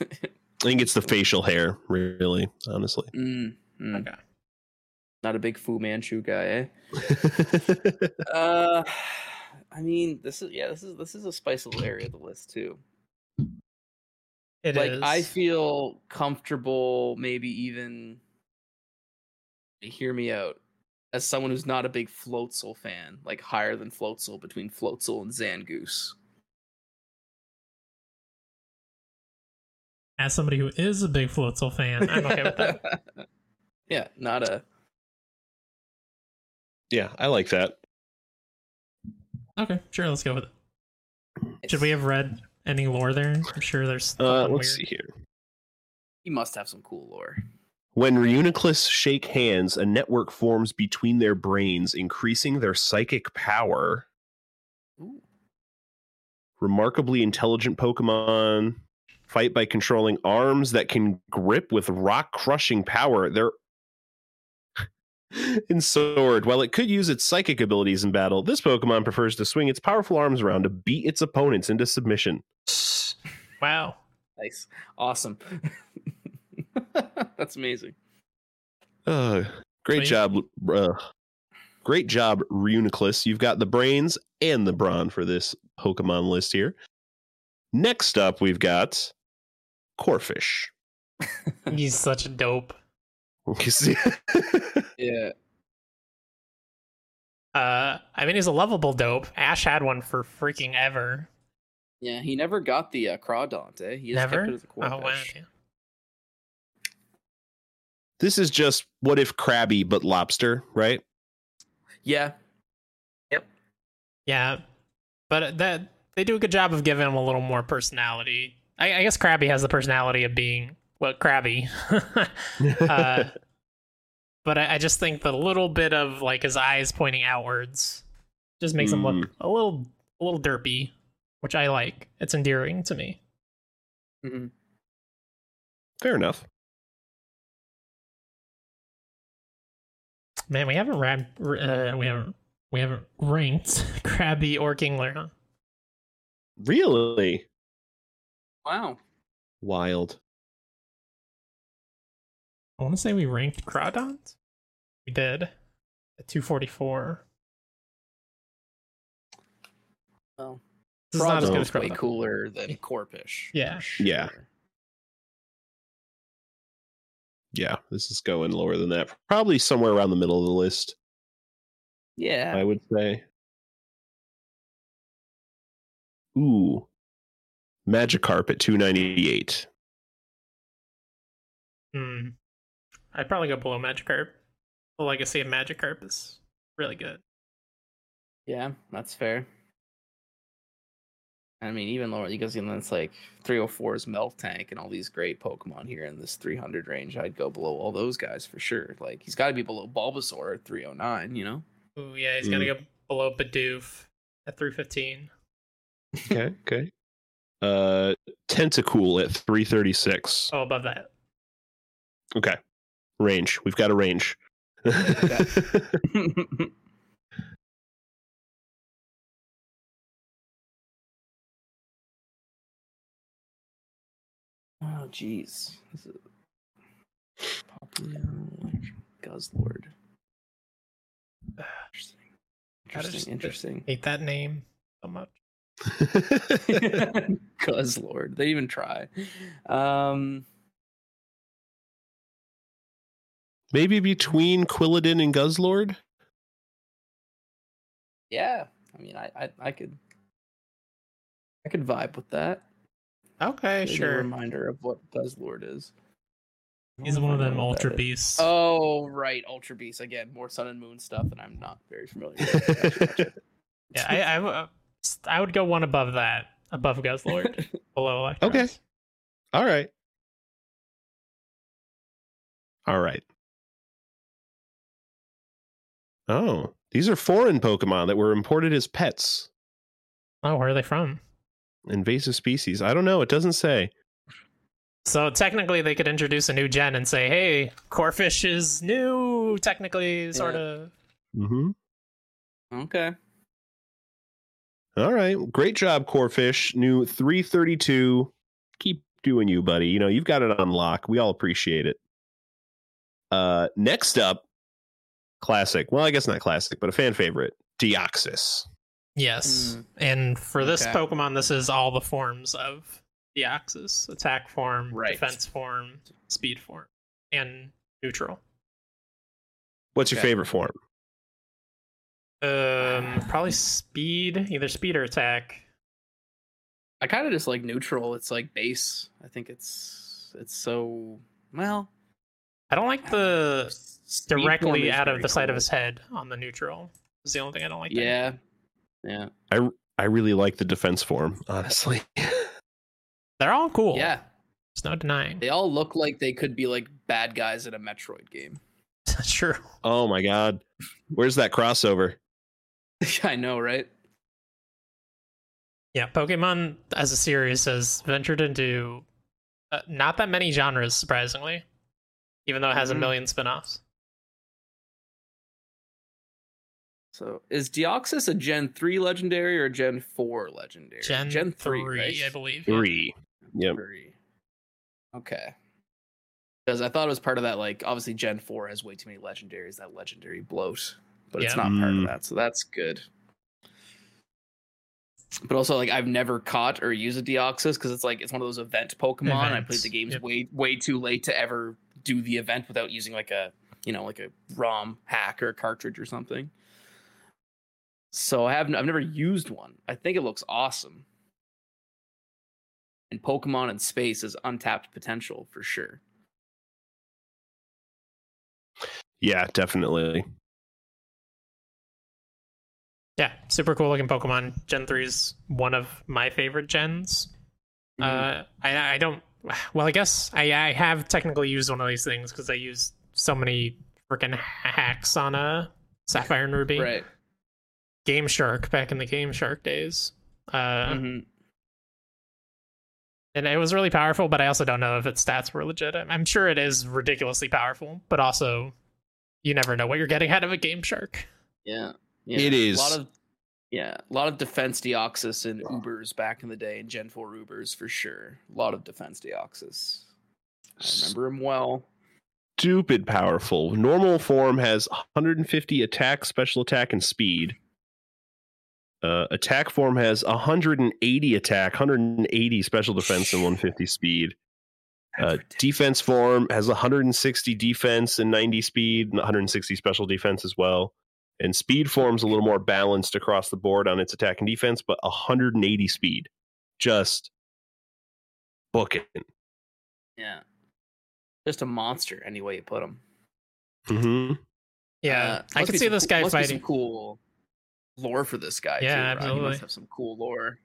Speaker 2: I think it's the facial hair, really,
Speaker 1: <laughs>
Speaker 2: honestly.
Speaker 1: Mm,
Speaker 2: Hmm.
Speaker 1: mm.
Speaker 3: Okay.
Speaker 1: Not a big Fu Manchu guy, eh? Uh, <sighs> I mean, this is yeah, this is this is a spicy little area of the list too.
Speaker 3: It is.
Speaker 1: like I feel comfortable, maybe even. Hear me out, as someone who's not a big Floatzel fan, like higher than Floatzel between Floatzel and Zangoose.
Speaker 3: as somebody who is a big Floatzel fan, I'm okay with <laughs> that.
Speaker 1: <laughs> yeah, not a
Speaker 2: yeah, I like that.
Speaker 3: Okay, sure, let's go with it. Should we have read any lore there? I'm sure there's.
Speaker 2: Uh, let's
Speaker 3: something weird.
Speaker 2: see here.
Speaker 1: You must have some cool lore.
Speaker 2: When Reuniclus shake hands, a network forms between their brains, increasing their psychic power.
Speaker 1: Ooh.
Speaker 2: Remarkably intelligent Pokemon fight by controlling arms that can grip with rock crushing power. They're <laughs> and sword. While it could use its psychic abilities in battle, this Pokemon prefers to swing its powerful arms around to beat its opponents into submission.
Speaker 3: Wow.
Speaker 1: Nice, awesome. <laughs> That's amazing.
Speaker 2: Uh, great
Speaker 3: Sweet.
Speaker 2: job, uh, great job, Reuniclus. You've got the brains and the brawn for this Pokemon list here. Next up, we've got Corfish. <laughs>
Speaker 3: He's such a dope.
Speaker 2: You see-
Speaker 1: Yeah,
Speaker 3: Uh, I mean, he's a lovable dope. Ash had one for freaking ever.
Speaker 1: yeah. He never got the uh, Crawdont, eh? He just
Speaker 3: Never?
Speaker 1: kept it as a
Speaker 3: Oh, wow.
Speaker 1: Corphish.
Speaker 2: this is just what if Krabby but lobster, right?
Speaker 1: Yeah,
Speaker 3: Yeah, but that they do a good job of giving him a little more personality. I, I guess Krabby has the personality of being well, Krabby. <laughs> uh, <laughs> but I, I just think the little bit of like his eyes pointing outwards just makes him look a little a little derpy, which I like. It's endearing to me.
Speaker 1: Mhm.
Speaker 2: <laughs> Fair enough.
Speaker 3: Man, we haven't read uh, we haven't we haven't ranked <laughs> Krabby or Kingler, huh?
Speaker 2: Really
Speaker 1: Wow.
Speaker 2: wild.
Speaker 3: I want to say we ranked Crawdons. We did at 244.
Speaker 1: Well,
Speaker 3: This is not as good as
Speaker 1: Frogzone's way
Speaker 3: Crawdon.
Speaker 1: cooler than Corpish.
Speaker 3: Yeah.
Speaker 1: for sure.
Speaker 2: Oh, Yeah. Yeah, this is going lower than that. Probably somewhere around the middle of the list,
Speaker 1: Yeah.
Speaker 2: I would say. Ooh, Magikarp at two ninety eight.
Speaker 3: Hmm. I'd probably go below Magikarp. The legacy of Magikarp is really good.
Speaker 1: Yeah, that's fair. I mean, even lower, you guys, it's like 304 is Meltank and all these great Pokemon here in this 300 range. I'd go below all those guys for sure. Like, he's got to be below Bulbasaur at 309, you know?
Speaker 3: Ooh, yeah, he's
Speaker 1: Hmm.
Speaker 3: gonna go below Bidoof at 315.
Speaker 2: okay okay uh tentacool at 336
Speaker 3: Oh, above that.
Speaker 2: okay range we've got a range
Speaker 1: <laughs> Oh, jeez. This is- Pokemon Guzzlord. Interesting.
Speaker 3: just-
Speaker 1: Interesting. Interesting.
Speaker 3: Hate that name so much.
Speaker 1: <laughs> Guzzlord. They even try. Um,
Speaker 2: <laughs> Maybe between Quilladin and Guzzlord?
Speaker 1: yeah. I mean, I, I, I could, I could vibe with that.
Speaker 3: Okay,
Speaker 1: Maybe a reminder of what Guzzlord is.
Speaker 3: He's
Speaker 1: I
Speaker 3: one of
Speaker 1: don't
Speaker 3: them
Speaker 1: know what
Speaker 3: ultra
Speaker 1: that is.
Speaker 3: beasts.
Speaker 1: Oh right, Ultra Beast again. More Sun and Moon stuff, and I'm not very familiar. with. Gotcha, gotcha.
Speaker 2: <laughs>
Speaker 3: Yeah, I, I, w- I would go one above that, above Guzzlord, below Electros.
Speaker 2: Okay. <laughs> All right. All right. Oh, these are foreign Pokemon that were imported as pets,
Speaker 3: Oh, where are they from?
Speaker 2: invasive species. I don't know. It doesn't say.
Speaker 3: So technically, they could introduce a new gen and say, "Hey, Corfish is new." Technically, sort of.
Speaker 2: Mm-hmm.
Speaker 1: okay.
Speaker 2: All right. Great job, Corefish. New 332. Keep doing you, buddy. You know, you've got it on lock. We all appreciate it. Uh, next up, classic. Well, I guess not classic, but a fan favorite, Deoxys.
Speaker 3: Yes,
Speaker 1: Hmm.
Speaker 3: and for this
Speaker 1: Okay.
Speaker 3: Pokemon, this is all the forms of Deoxys: attack form,
Speaker 1: Right.
Speaker 3: defense form, speed form, and neutral.
Speaker 2: What's your
Speaker 1: Okay.
Speaker 2: favorite form?
Speaker 3: Um, probably speed, either speed or attack.
Speaker 1: I kind of just like neutral. It's like base. I think it's it's so well
Speaker 3: I don't like the
Speaker 1: speed form
Speaker 3: directly
Speaker 1: is
Speaker 3: out of
Speaker 1: very
Speaker 3: the side of
Speaker 1: cool.
Speaker 3: his head on the neutral. Is the only thing I don't like. there.
Speaker 1: Yeah, yeah,
Speaker 2: I really like the defense form, honestly. <laughs>
Speaker 3: they're all cool.
Speaker 1: yeah.
Speaker 3: there's no denying.
Speaker 1: They all look like they could be like bad guys in a Metroid game.
Speaker 3: <laughs>
Speaker 1: <laughs>
Speaker 3: That's true.
Speaker 2: oh my god. Where's that crossover?
Speaker 1: I know, right?
Speaker 3: Yeah, Pokemon as a series has ventured into uh, not that many genres, surprisingly, even though it has
Speaker 1: Mhm.
Speaker 3: a million spin offs.
Speaker 1: So is Deoxys a Gen three legendary or a Gen four legendary?
Speaker 3: Gen,
Speaker 1: three, right?
Speaker 3: I believe. yeah.
Speaker 2: Three. Yep.
Speaker 1: Three. Okay. Because I thought it was part of that, like obviously Gen Four has way too many legendaries, that legendary bloat, but it's
Speaker 3: Yeah.
Speaker 1: not part
Speaker 2: Mm.
Speaker 1: of that, so that's good. But also, like I've never caught or used a Deoxys because it's like it's one of those event Pokemon. I played
Speaker 3: Events,
Speaker 1: the games
Speaker 3: yep.
Speaker 1: way way too late to ever do the event without using like a you know like a ROM hack or a cartridge or something. So I have n- I've never used one. I think it looks awesome. And Pokemon in space is untapped potential for sure.
Speaker 2: Yeah, definitely.
Speaker 3: Yeah, super cool looking Pokemon. Gen 3 is one of my favorite gens.
Speaker 1: Mm-hmm.
Speaker 3: Uh, I, I don't. Well, I guess I, I have technically used one of these things because I used so many freaking hacks on a Sapphire and Ruby.
Speaker 1: right.
Speaker 3: Game Shark back in the Game Shark days. Uh,
Speaker 1: Mhm.
Speaker 3: and it was really powerful but i also don't know if its stats were legit I'm- i'm sure it is ridiculously powerful but also you never know what you're getting out of a game shark
Speaker 1: Yeah. yeah.
Speaker 2: It is.
Speaker 1: a lot of yeah, a lot of defense Deoxys and Ubers back in the day, and Gen Four Ubers for sure. A lot of defense Deoxys. I remember him well.
Speaker 2: Stupid powerful. Normal form has 150 attack, special attack, and speed. Uh, attack form has 180 attack, 180 special defense, and 150 speed. Uh, defense form has 160 defense and 90 speed and 160 special defense as well. And speed form's a little more balanced across the board on its attack and defense, but 180 speed. Just book it.
Speaker 1: yeah, just a monster any way you put him.
Speaker 2: hmm
Speaker 3: yeah
Speaker 1: Uh,
Speaker 3: i
Speaker 1: must
Speaker 3: could
Speaker 1: be
Speaker 3: see
Speaker 1: some
Speaker 3: this
Speaker 1: cool-
Speaker 3: guy
Speaker 1: must be some
Speaker 3: fighting
Speaker 1: cool lore for this guy.
Speaker 3: Yeah,
Speaker 1: too, right? He
Speaker 3: absolutely.
Speaker 1: must have some cool lore.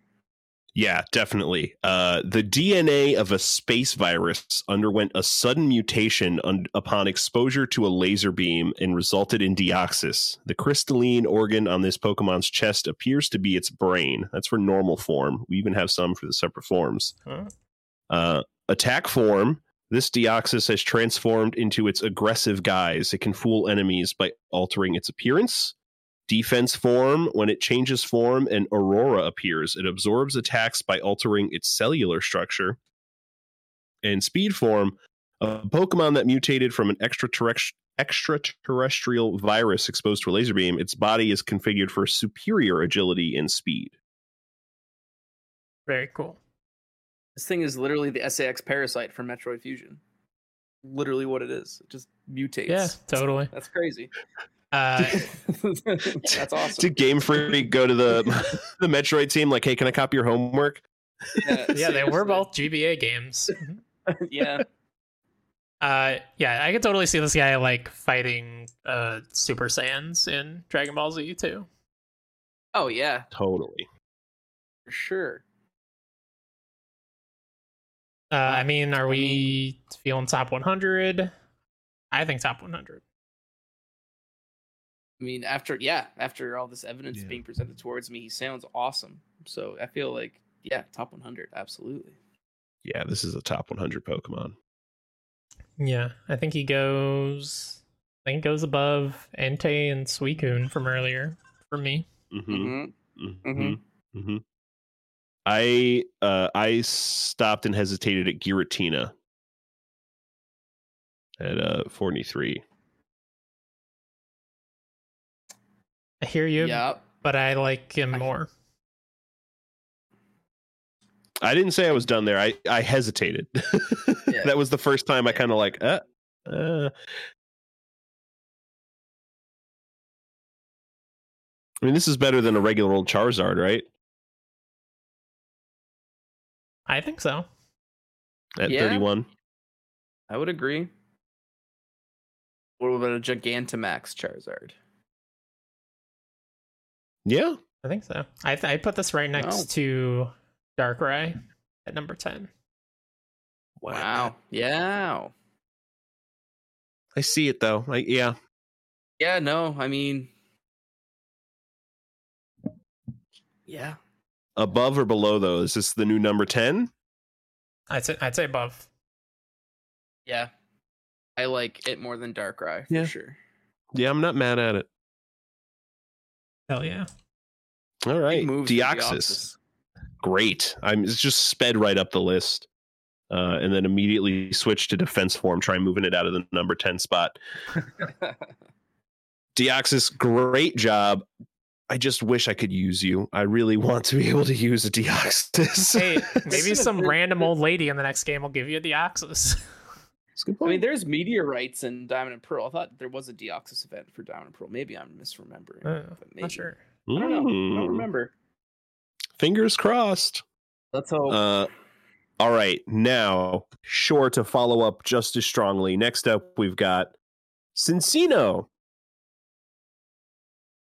Speaker 2: Yeah, definitely. Uh, the DNA of a space virus underwent a sudden mutation un- upon exposure to a laser beam and resulted in Deoxys. The crystalline organ on this Pokemon's chest appears to be its brain. That's for normal form. We even have some for the separate forms.
Speaker 3: Huh.
Speaker 2: Uh, attack form. This Deoxys has transformed into its aggressive guise. It can fool enemies by altering its appearance defense form when it changes form and aurora appears it absorbs attacks by altering its cellular structure in speed form, a Pokemon that mutated from an extraterrestri- extraterrestrial virus exposed to a laser beam, its body is configured for superior agility and speed.
Speaker 3: Very cool.
Speaker 1: This thing is literally the SAX parasite from Metroid Fusion. Literally what it is. It just mutates.
Speaker 3: Yeah, totally.
Speaker 1: That's crazy.
Speaker 3: <laughs> Uh,
Speaker 1: <laughs> That's awesome.
Speaker 2: Did Game Freak go to the <laughs> the Metroid team like, hey, can I copy your homework?
Speaker 3: yeah, they
Speaker 1: seriously.
Speaker 3: were both GBA games.
Speaker 1: Yeah.
Speaker 3: Uh, yeah, I could totally see this guy like fighting uh Super Saiyans in Dragon Ball Z too.
Speaker 1: Oh yeah,
Speaker 2: Totally.
Speaker 1: for sure.
Speaker 3: Uh, I mean, are we feeling top 100? I think top 100.
Speaker 1: I mean, after yeah, after all this evidence
Speaker 2: Yeah.
Speaker 1: being presented towards me, he sounds awesome. So I feel like yeah, top 100, absolutely.
Speaker 2: Yeah, this is a top 100 Pokemon.
Speaker 3: Yeah, I think he goes. I think he goes above Entei and Suicune from earlier for me.
Speaker 2: Mm-hmm.
Speaker 1: Mhm. Mhm.
Speaker 2: Mm-hmm. Mm-hmm. I uh, I stopped and hesitated at Giratina at uh, 43.
Speaker 3: I hear you,
Speaker 1: Yep.
Speaker 3: but I like him
Speaker 1: I-
Speaker 3: more.
Speaker 2: I didn't say I was done there. I, I hesitated. <laughs>
Speaker 1: Yeah.
Speaker 2: that was the first time I kind of like, uh, uh. I mean, this is better than a regular old Charizard, right?
Speaker 3: I think so.
Speaker 2: At
Speaker 1: Yeah.
Speaker 2: 31.
Speaker 1: I would agree. What about a Gigantamax Charizard?
Speaker 2: Yeah.
Speaker 3: I think so. I th- I put this right next
Speaker 1: Oh.
Speaker 3: to Darkrai at number 10.
Speaker 1: Wow. Yeah.
Speaker 2: I see it though. Like, yeah.
Speaker 1: Yeah, no, I mean Yeah.
Speaker 2: Above or below though? Is this the new number 10?
Speaker 3: I'd say I'd say above.
Speaker 1: Yeah. I like it more than Darkrai for
Speaker 2: Yeah.
Speaker 1: sure.
Speaker 2: Yeah, I'm not mad at it.
Speaker 3: Hell
Speaker 1: <laughs>
Speaker 3: yeah.
Speaker 2: All
Speaker 1: Big
Speaker 2: right.
Speaker 1: moves for
Speaker 2: Deoxys.
Speaker 1: Deoxys.
Speaker 2: great. I'm it's just sped right up the list. Uh, and then immediately switch to defense form, try moving it out of the number 10 spot.
Speaker 1: <laughs>
Speaker 2: Deoxys, great job. I just wish I could use you. I really <laughs> want to be able to use a Deoxys.
Speaker 3: Hey, maybe
Speaker 1: is a
Speaker 3: some
Speaker 1: good-
Speaker 3: random old lady in the next game will give you the Axis.
Speaker 2: <laughs> It's a good
Speaker 1: I mean,
Speaker 2: point.
Speaker 1: there's meteorites in Diamond and Pearl. I thought there was a Deoxys event for Diamond and Pearl. Maybe I'm misremembering.
Speaker 3: Uh,
Speaker 1: but maybe.
Speaker 3: <laughs> Not sure.
Speaker 1: I don't know. I
Speaker 2: Mm.
Speaker 1: don't remember.
Speaker 2: Fingers crossed.
Speaker 1: Let's hope.
Speaker 2: Uh, all right, now sure to follow up just as strongly. Next up, we've got Cincino.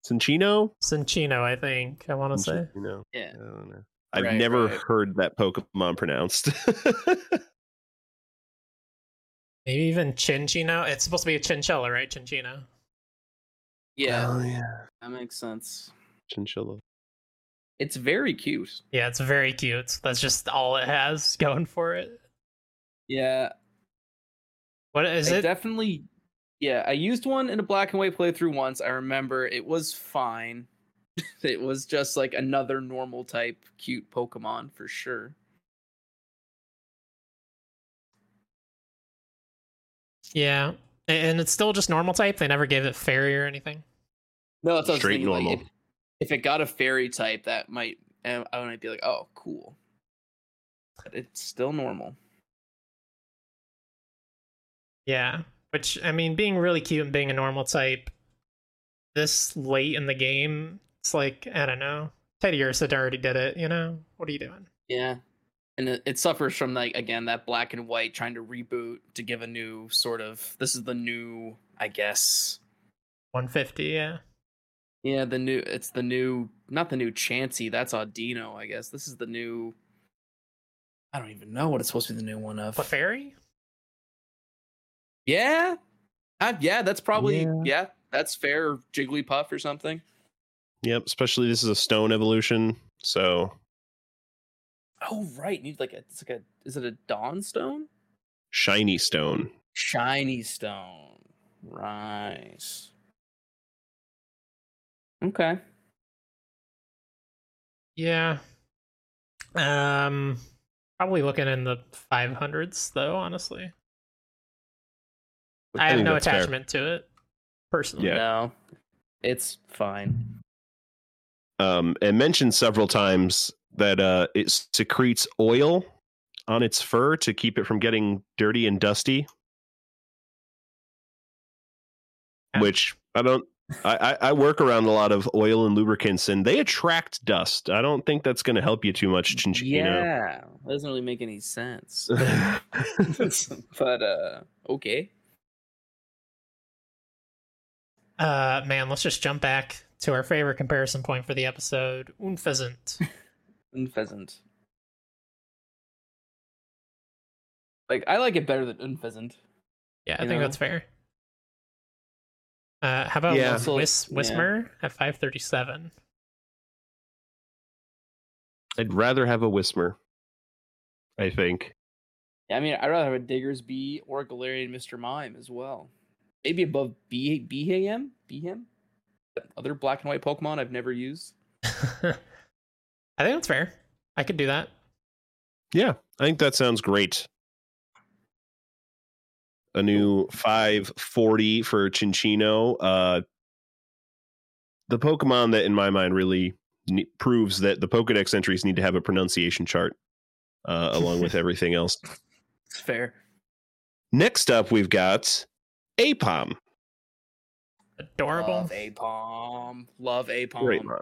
Speaker 2: Cincino.
Speaker 3: Cinchino, I think. I want to say.
Speaker 2: Cincino.
Speaker 1: Yeah.
Speaker 2: I don't know. I've
Speaker 1: Right,
Speaker 2: never
Speaker 1: right.
Speaker 2: heard that Pokemon pronounced. <laughs>
Speaker 3: Maybe even Chinchino. It's supposed to be a chinchilla, right? Chinchino.
Speaker 1: yeah,
Speaker 2: Oh, yeah.
Speaker 1: that makes sense.
Speaker 2: Chinchilla.
Speaker 1: It's very cute.
Speaker 3: Yeah, it's very cute. That's just all it has <laughs> going for it.
Speaker 1: Yeah,
Speaker 3: What is
Speaker 1: I
Speaker 3: it?
Speaker 1: definitely. Yeah, I used one in a black and white playthrough once. I remember it was fine. <laughs> it was just like another normal type cute Pokemon for sure.
Speaker 3: yeah. A- And it's still just normal type. They never gave it fairy or anything.
Speaker 1: No, that's what I was
Speaker 2: Straight
Speaker 1: thinking, like,
Speaker 2: normal.
Speaker 1: if, if it got a fairy type, that might I I might be like, oh, cool. But it's still normal.
Speaker 3: Yeah. Which, I mean, being really cute and being a normal type this late in the game, it's like, I don't know. Teddy Ursa already did it, you know? What are you doing?
Speaker 1: Yeah. And it, it suffers from like again that black and white trying to reboot to give a new sort of this is the new I guess
Speaker 3: 150, yeah.
Speaker 1: yeah the new it's the new not the new Chansey that's Audino I guess this is the new I don't even know what it's supposed to be the new one of
Speaker 3: But fairy?
Speaker 1: yeah Uh, yeah that's probably
Speaker 2: Yeah.
Speaker 1: yeah. that's fair or Jigglypuff or something
Speaker 2: Yep. Especially this is a stone evolution, so
Speaker 1: oh right need like a, it's like a is it a Dawn Stone
Speaker 2: shiny stone.
Speaker 1: Shiny stone. Right. Okay.
Speaker 3: Yeah. Um Probably looking in the 500s, though, honestly. I,
Speaker 2: I
Speaker 3: have
Speaker 2: think
Speaker 3: no
Speaker 2: that's fair.
Speaker 3: attachment to it, personally.
Speaker 2: Yeah.
Speaker 1: No, it's fine.
Speaker 2: um, and mentioned several times that uh, it secretes oil on its fur to keep it from getting dirty and dusty.
Speaker 3: Yeah.
Speaker 2: Which I don't. I, I I work around a lot of oil and lubricants, and they attract dust. I don't think that's going to help you too much, Chinchino.
Speaker 1: Yeah, that doesn't really make
Speaker 2: <laughs>
Speaker 1: any sense. <laughs>
Speaker 2: Yeah.
Speaker 1: but uh, okay.
Speaker 3: Uh, man, let's just jump back to our favorite comparison point for the episode Un Pheasant.
Speaker 1: And pheasant. Like I like it better than and pheasant.
Speaker 3: Yeah, I
Speaker 1: You
Speaker 3: think
Speaker 1: know?
Speaker 3: that's fair. Uh, how about
Speaker 2: Yeah.
Speaker 1: Also,
Speaker 3: Whis-
Speaker 1: yeah.
Speaker 3: Whismer
Speaker 1: <laughs>
Speaker 3: at 537?
Speaker 2: I'd rather have a Whismer. I think.
Speaker 1: Yeah, I mean, I'd rather have a Digger's Bee or a Galarian Mr. Mime as well. Maybe above B Behem? Behem? Other black and white Pokemon I've never used.
Speaker 3: I think that's fair. I could do that.
Speaker 2: Yeah, I think that sounds great. A new 540 for Chinchino. Uh, the Pokemon that, in my mind, really ne- proves that the Pokedex entries need to have a pronunciation chart uh, along with everything else.
Speaker 1: It's fair.
Speaker 2: Next up, we've got Apom.
Speaker 3: Adorable.
Speaker 1: Love Apom. Love Apom.
Speaker 2: Great mon.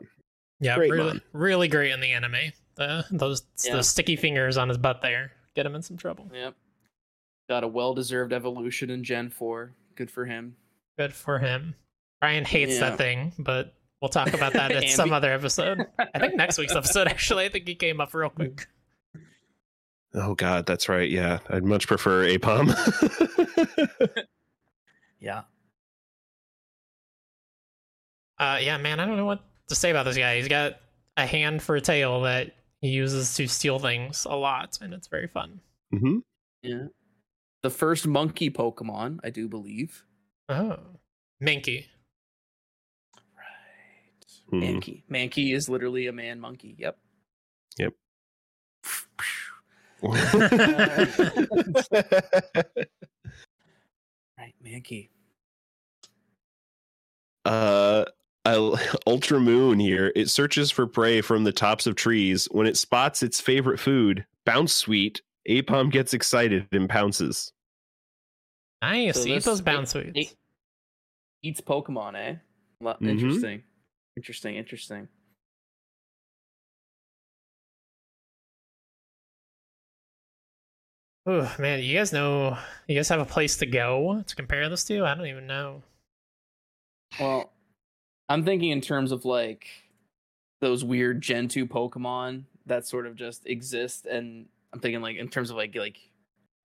Speaker 3: yeah,
Speaker 2: great
Speaker 3: really,
Speaker 2: mon.
Speaker 3: really great in the anime. The, those
Speaker 1: Yeah.
Speaker 3: those sticky fingers on his butt there get him in some trouble.
Speaker 1: Yep. Got a well deserved evolution in Gen 4. Good for him.
Speaker 3: Good for him. Ryan hates
Speaker 1: Yeah.
Speaker 3: that thing, but we'll talk about that
Speaker 1: <laughs>
Speaker 3: in some
Speaker 1: Ambi-
Speaker 3: other episode. I think next week's episode. <laughs> Actually, I think he came up real quick.
Speaker 2: Oh, God, that's right. Yeah, I'd much prefer Apom.
Speaker 1: <laughs>
Speaker 2: <laughs>
Speaker 1: Yeah.
Speaker 3: Uh, yeah, man, I don't know what to say about this guy. He's got a hand for a tail that he uses to steal things a lot, and it's very fun.
Speaker 2: hmm
Speaker 1: The first monkey Pokemon, I do believe.
Speaker 3: Oh, Minky.
Speaker 1: Right.
Speaker 2: Mhm.
Speaker 1: Mankey. Mankey is literally a man monkey. Yep. <laughs>
Speaker 2: Yep. Mm-hmm.
Speaker 1: <laughs>
Speaker 2: <laughs>
Speaker 1: Right, Mankey.
Speaker 2: uh uh, <laughs> ultra moon here it searches for prey from the tops of trees when it spots its favorite food bounce sweet apom gets excited and pounces
Speaker 3: Nice.
Speaker 1: So
Speaker 3: Eat
Speaker 1: this-
Speaker 3: those bounce sweets.
Speaker 1: eight- Eats Pokemon, eh? Lo-
Speaker 2: Mhm.
Speaker 1: Interesting. Interesting, interesting.
Speaker 3: Ooh, man, you guys know, you guys have a place to go to compare this to? I don't even know.
Speaker 1: Well, I'm thinking in terms of like those weird Gen 2 Pokemon that sort of just exist and I'm thinking like in terms of like like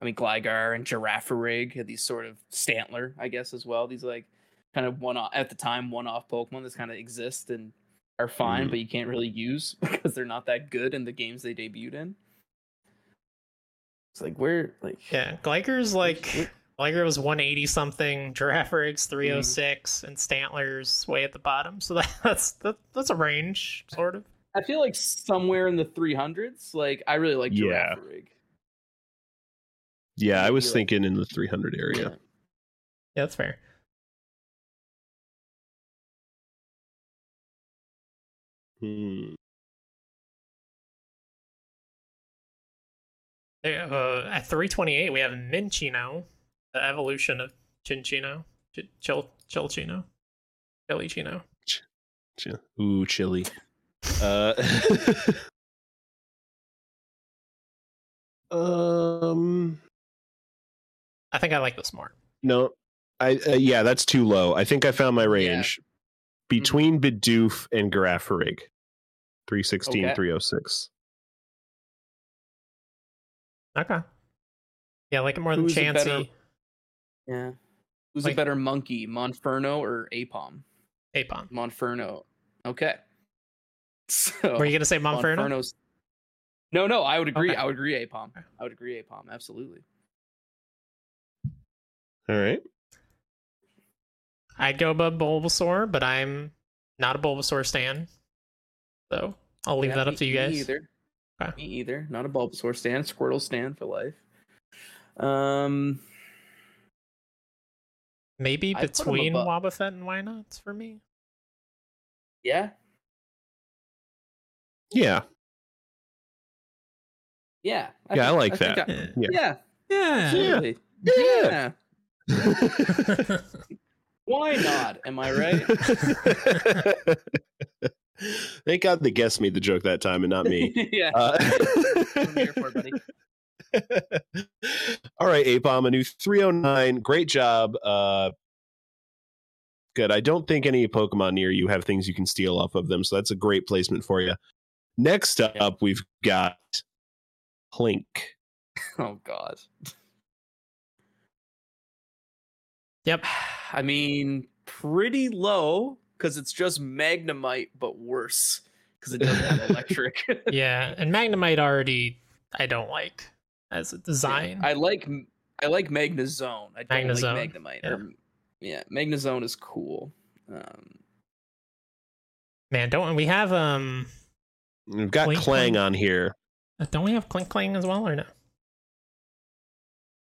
Speaker 1: I mean Gligar and Girafarig and these sort of Stantler, I guess as well. These like kind of one off at the time one off Pokemon that's kind of exist and are fine,
Speaker 3: Mm-hmm.
Speaker 2: Mhm.
Speaker 1: but you can't really use <laughs> because they're not that good in the games they debuted in. It's like where like
Speaker 3: Yeah, Gligar's like, Gligar was 180 something, Giraffe Rig's 306, and Stantler's way at the bottom. So <laughs> that, that's that, that's a range, sort of.
Speaker 1: I feel like somewhere in the 300s. Like I really like
Speaker 2: Yeah.
Speaker 1: Girafarig.
Speaker 2: yeah i was
Speaker 1: Really?
Speaker 2: thinking in the 300
Speaker 1: <coughs>
Speaker 2: area
Speaker 3: Yeah, that's fair.
Speaker 2: Hmm.
Speaker 3: Uh, at 328, we have Minchino, the evolution of Chinchino, Ch- Chil Chilchino, Chilichino.
Speaker 2: Chi- ooh chilly uh <laughs> um
Speaker 3: I think I like this more.
Speaker 2: No, I uh, yeah, that's too low. I think I found my range between Bidoof and Garaffarig. 316,
Speaker 1: Okay.
Speaker 2: 306.
Speaker 3: Okay. Yeah, I like it more than
Speaker 1: Who's the
Speaker 3: Chansey.
Speaker 1: better- Yeah. Who's
Speaker 3: Like-
Speaker 1: a better monkey, Monferno or Apom?
Speaker 3: Apom.
Speaker 1: Monferno. Okay. <laughs> So
Speaker 3: Were you gonna say Monferno?
Speaker 1: Monferno's- No, no, I would agree.
Speaker 3: Okay.
Speaker 1: I would agree Apom.
Speaker 3: Okay.
Speaker 1: I would agree Apom. Absolutely.
Speaker 2: All right.
Speaker 3: I'd go above Bulbasaur, but I'm not a Bulbasaur stan, so I'll leave
Speaker 1: Yeah,
Speaker 3: that up
Speaker 1: me-
Speaker 3: to you
Speaker 1: me
Speaker 3: guys.
Speaker 1: Either.
Speaker 3: Okay.
Speaker 1: Me either. Not a Bulbasaur stand. Squirtle stand for life. Um,
Speaker 3: Maybe
Speaker 1: I'd put 'em
Speaker 3: between
Speaker 1: above-
Speaker 3: Wobbuffet and Why Nots for me.
Speaker 1: yeah,
Speaker 2: Yeah.
Speaker 1: yeah.
Speaker 2: Yeah, I
Speaker 1: think-
Speaker 2: like
Speaker 1: think
Speaker 2: that.
Speaker 3: Eh.
Speaker 1: I-
Speaker 2: Yeah.
Speaker 1: yeah,
Speaker 3: Yeah.
Speaker 1: absolutely.
Speaker 2: Yeah.
Speaker 1: yeah. <laughs> Why not? Am I
Speaker 2: <laughs>
Speaker 1: right? <laughs>
Speaker 2: Thank God the guest made the joke that time and not
Speaker 1: <laughs>
Speaker 2: me.
Speaker 1: yeah.
Speaker 2: Uh,
Speaker 1: I'm here for it, buddy.
Speaker 2: <laughs> All right, A Bomb, a new 309. Great job. Uh, good. I don't think any Pokemon near you have things you can steal off of them, so that's a great placement for you. Next up, we've got Plink.
Speaker 1: Oh God.
Speaker 3: Yep.
Speaker 1: <sighs> I mean, pretty low because it's just Magnemite, but worse because it doesn't
Speaker 3: <laughs>
Speaker 1: have electric. <laughs>
Speaker 3: Yeah. And Magnemite already I don't like as a design.
Speaker 1: I like I like Magnezone. I don't
Speaker 3: Magnezone,
Speaker 1: like Magnemite.
Speaker 3: yeah.
Speaker 1: Or- Yeah. Magnezone is cool. Um,
Speaker 3: <laughs> Man, don't we have um
Speaker 2: We've got
Speaker 3: Plink,
Speaker 2: Clang
Speaker 3: Plink.
Speaker 2: on here. <laughs>
Speaker 3: don't we have Clink Clang as well or no?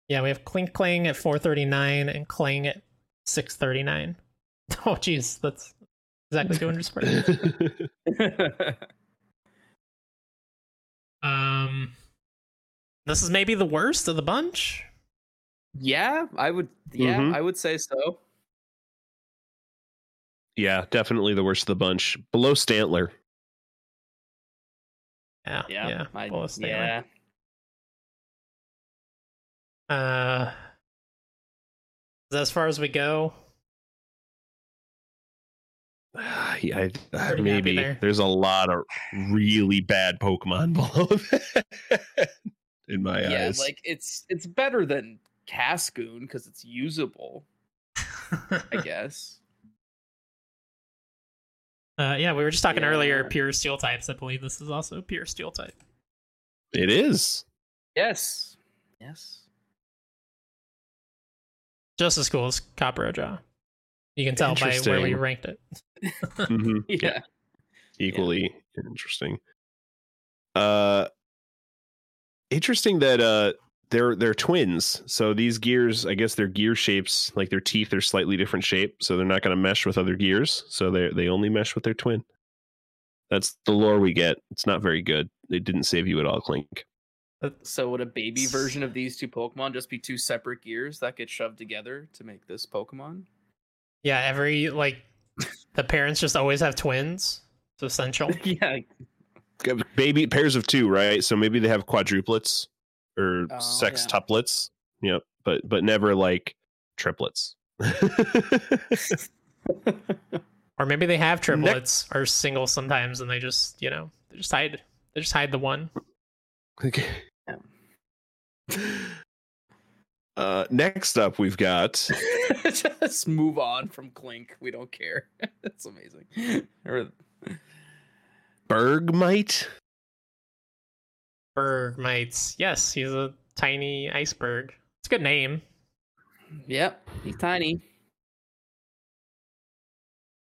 Speaker 3: Yeah, we have Clink Clang at 439 and Clang at 639. <laughs> Oh jeez, that's exactly 200 squared.
Speaker 1: <laughs>
Speaker 3: Um, this is maybe the worst of the bunch.
Speaker 1: yeah, I would. Yeah,
Speaker 3: Mm-hmm.
Speaker 2: Mhm.
Speaker 1: I would say so.
Speaker 2: yeah, definitely the worst of the bunch. Below Stantler.
Speaker 3: Yeah,
Speaker 1: Yeah, I,
Speaker 3: Well, it's the-
Speaker 1: yeah.
Speaker 3: Uh, is that as far as we go.
Speaker 1: <laughs>
Speaker 2: Ah, yeah, I- ah,
Speaker 3: Pretty happy
Speaker 2: maybe
Speaker 3: there.
Speaker 2: there's a lot of really bad Pokemon <laughs> below that in my
Speaker 1: yeah,
Speaker 2: eyes.
Speaker 1: like it's it's better than Cascoon because it's usable, I guess.
Speaker 3: uh, yeah, we were just talking
Speaker 1: Yeah.
Speaker 3: earlier. Pure steel types. I believe this is also pure steel type.
Speaker 2: it is.
Speaker 1: yes, yes. <laughs>
Speaker 3: Just as cool as Copper Jaw. You can tell by where we
Speaker 2: Interesting.
Speaker 3: ranked it.
Speaker 2: Mhm.
Speaker 1: Yeah.
Speaker 2: equally interesting. Uh, interesting that uh they're they're twins. So these gears, I guess their gear shapes, like their teeth, are slightly different shape. So they're not going to mesh with other gears. So they they only mesh with their twin. That's the lore we get. It's not very good. It didn't save you at all, Clink.
Speaker 1: So would a baby version of these two Pokemon just be two separate gears that get shoved together to make this Pokemon? <laughs>
Speaker 3: Yeah, every like the parents just always have twins. It's
Speaker 2: <laughs>
Speaker 3: essential.
Speaker 1: yeah. <laughs>
Speaker 2: Baby pairs of two, right? So maybe they have quadruplets or
Speaker 1: Oh,
Speaker 2: sextuplets. Yep, but but never like triplets. <laughs>
Speaker 3: or maybe they have triplets or single sometimes, and they just you know they just hide they just hide the one.
Speaker 2: Okay. Uh, next up, we've got
Speaker 1: just move on from Clink. We don't care. <laughs> That's amazing. Or
Speaker 2: Bergmite.
Speaker 3: Bergmites. Yes, he's a tiny iceberg. It's a good name.
Speaker 1: yep, he's tiny.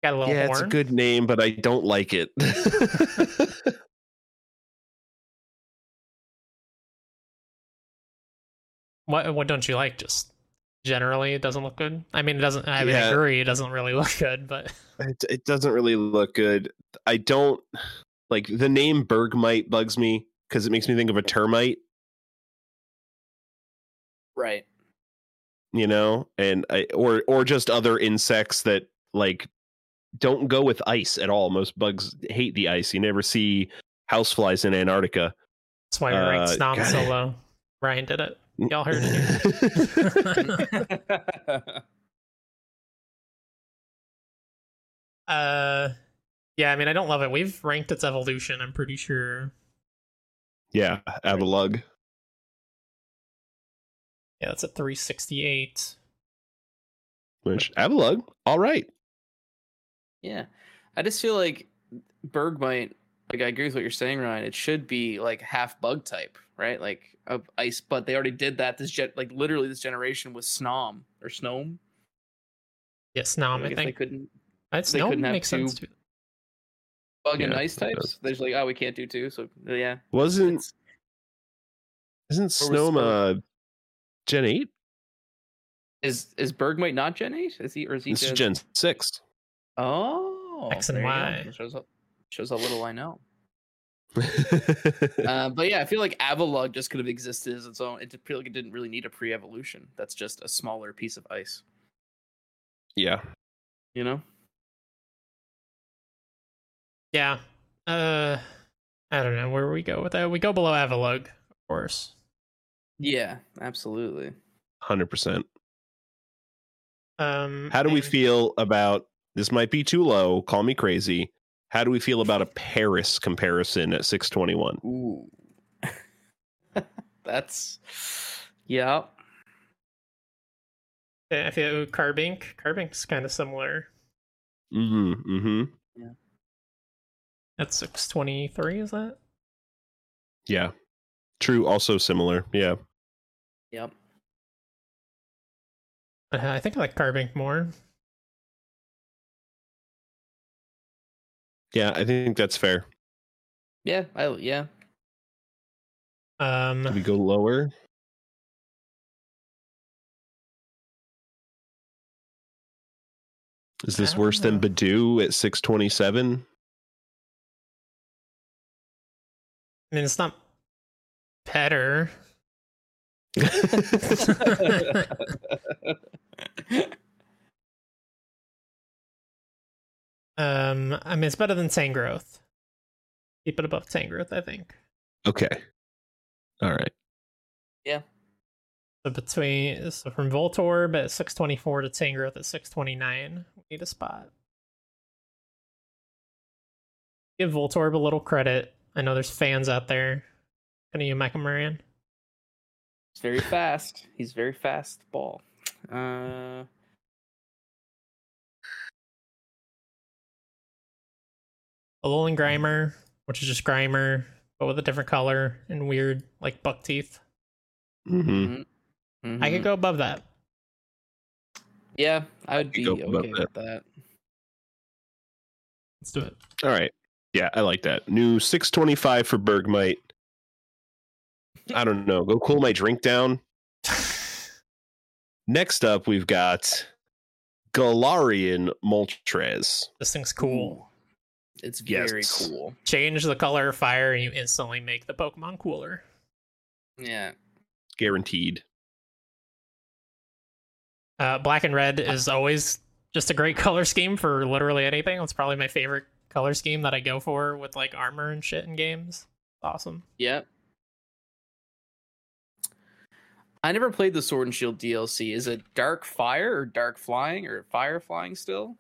Speaker 3: Got a little
Speaker 2: Yeah, it's a
Speaker 3: horn.
Speaker 2: good name, but I don't like it. <laughs>
Speaker 3: What what don't you like? Just generally, it doesn't look good. I mean, it doesn't. I mean, I
Speaker 2: Yeah.
Speaker 3: agree, it doesn't really <laughs> look good. But
Speaker 2: it, it doesn't really look good. I don't like the name Bergmite bugs me because it makes me think of a termite,
Speaker 3: <laughs>
Speaker 1: Right. <laughs>
Speaker 2: you know, and I, or or just other insects that like don't go with ice at all. Most bugs hate the ice. You never see houseflies in Antarctica.
Speaker 3: that's why we ranked
Speaker 2: Uh,
Speaker 3: Snom
Speaker 2: got it.
Speaker 3: so low. Ryan did it. Y'all heard
Speaker 2: it.
Speaker 1: <laughs>
Speaker 3: uh, yeah. I mean, I don't love it. We've ranked its evolution. I'm pretty sure.
Speaker 2: yeah, Avalug.
Speaker 3: Yeah, that's at 368.
Speaker 2: Which Avalug, all right.
Speaker 1: yeah. I just feel like Bergmite, like I agree with what you're saying, Ryan. It should be like half bug type, right? Like of ice, but they already did that this gen like literally this generation with Snom or Snom.
Speaker 3: Yeah, Snom.
Speaker 1: I
Speaker 3: I
Speaker 1: guess they
Speaker 3: think
Speaker 1: couldn't
Speaker 3: that's
Speaker 1: they
Speaker 3: no
Speaker 1: couldn't have
Speaker 3: makes sense.
Speaker 1: two-
Speaker 3: too.
Speaker 1: Bug and
Speaker 2: Yeah,
Speaker 1: ice
Speaker 2: it
Speaker 1: types. There's like, oh, we can't do two. So yeah,
Speaker 2: Wasn't
Speaker 1: It's-
Speaker 2: isn't
Speaker 1: Or was-
Speaker 2: Snoma Gen eight?
Speaker 1: is is Bergmite not Gen Eight? Is he or is he
Speaker 2: This is
Speaker 1: just
Speaker 2: Gen six. <laughs>
Speaker 1: Oh,
Speaker 3: X and
Speaker 1: there you go.
Speaker 3: Y.
Speaker 1: It Shows how, shows how little
Speaker 2: <laughs>
Speaker 1: I know. Uh, but yeah, I feel like Avalog just could have existed as its own. It did feel like it didn't really need a pre-evolution. That's just a smaller piece of ice.
Speaker 2: yeah,
Speaker 1: You know?
Speaker 3: Yeah. Uh, I don't know where we go with that. We go below Avalog, of course.
Speaker 1: Yeah, absolutely.
Speaker 2: hundred percent.
Speaker 3: Um,
Speaker 2: How do we
Speaker 3: and-
Speaker 2: feel about this? Might be too low. Call me crazy. How do we feel about a Paris comparison at six twenty one?
Speaker 1: Ooh, <laughs> that's yeah.
Speaker 3: I feel Carbink. Carbink's kind of similar.
Speaker 2: Mm-hmm. Mm-hmm.
Speaker 3: That's six twenty three, is that?
Speaker 2: Yeah. True. Also similar. Yeah.
Speaker 1: Yep.
Speaker 3: Uh, I think I like Carbink more.
Speaker 2: Yeah. I think that's fair.
Speaker 1: Yeah. I yeah.
Speaker 2: Do we
Speaker 3: Um,
Speaker 2: go lower? Is
Speaker 3: I
Speaker 2: this
Speaker 3: don't
Speaker 2: worse than
Speaker 3: know.
Speaker 2: Badu at 627?
Speaker 3: I mean, it's not better. Um, I mean, it's better than Tangrowth. Keep it above Tangrowth, I think.
Speaker 2: <laughs> Okay. All right.
Speaker 3: So between so from Voltorb at six twenty four to Tangrowth at six twenty nine, we need a spot. Give Voltorb a little credit. I know there's fans out there. Gonna you, Michael Moran?
Speaker 1: He's very fast. He's very fast ball. Uh,
Speaker 3: Alolan Grimer, which is just Grimer, but with a different color and weird like buck teeth.
Speaker 2: Mm-hmm.
Speaker 3: I could
Speaker 1: mhm.
Speaker 3: go above that.
Speaker 1: Yeah, I would
Speaker 2: could
Speaker 1: be
Speaker 2: go
Speaker 1: okay
Speaker 2: above that.
Speaker 1: with that.
Speaker 3: Let's do it.
Speaker 2: All right. Yeah, I like that. New 625 for Bergmite. I don't know. Go cool my drink down. Next up, we've got Galarian Moltres.
Speaker 3: <laughs> This thing's cool.
Speaker 1: It's
Speaker 2: Yes.
Speaker 1: very cool.
Speaker 3: Change the color of fire and you instantly make the Pokemon cooler.
Speaker 1: Yeah.
Speaker 2: Guaranteed.
Speaker 3: Uh, black and red is always just a great <laughs> color scheme for literally anything. It's probably my favorite color scheme that I go for with like armor and shit in games. Awesome.
Speaker 1: Yep. I never played the Sword and Shield DLC. Is it Dark Fire or Dark Flying or Fire Flying still?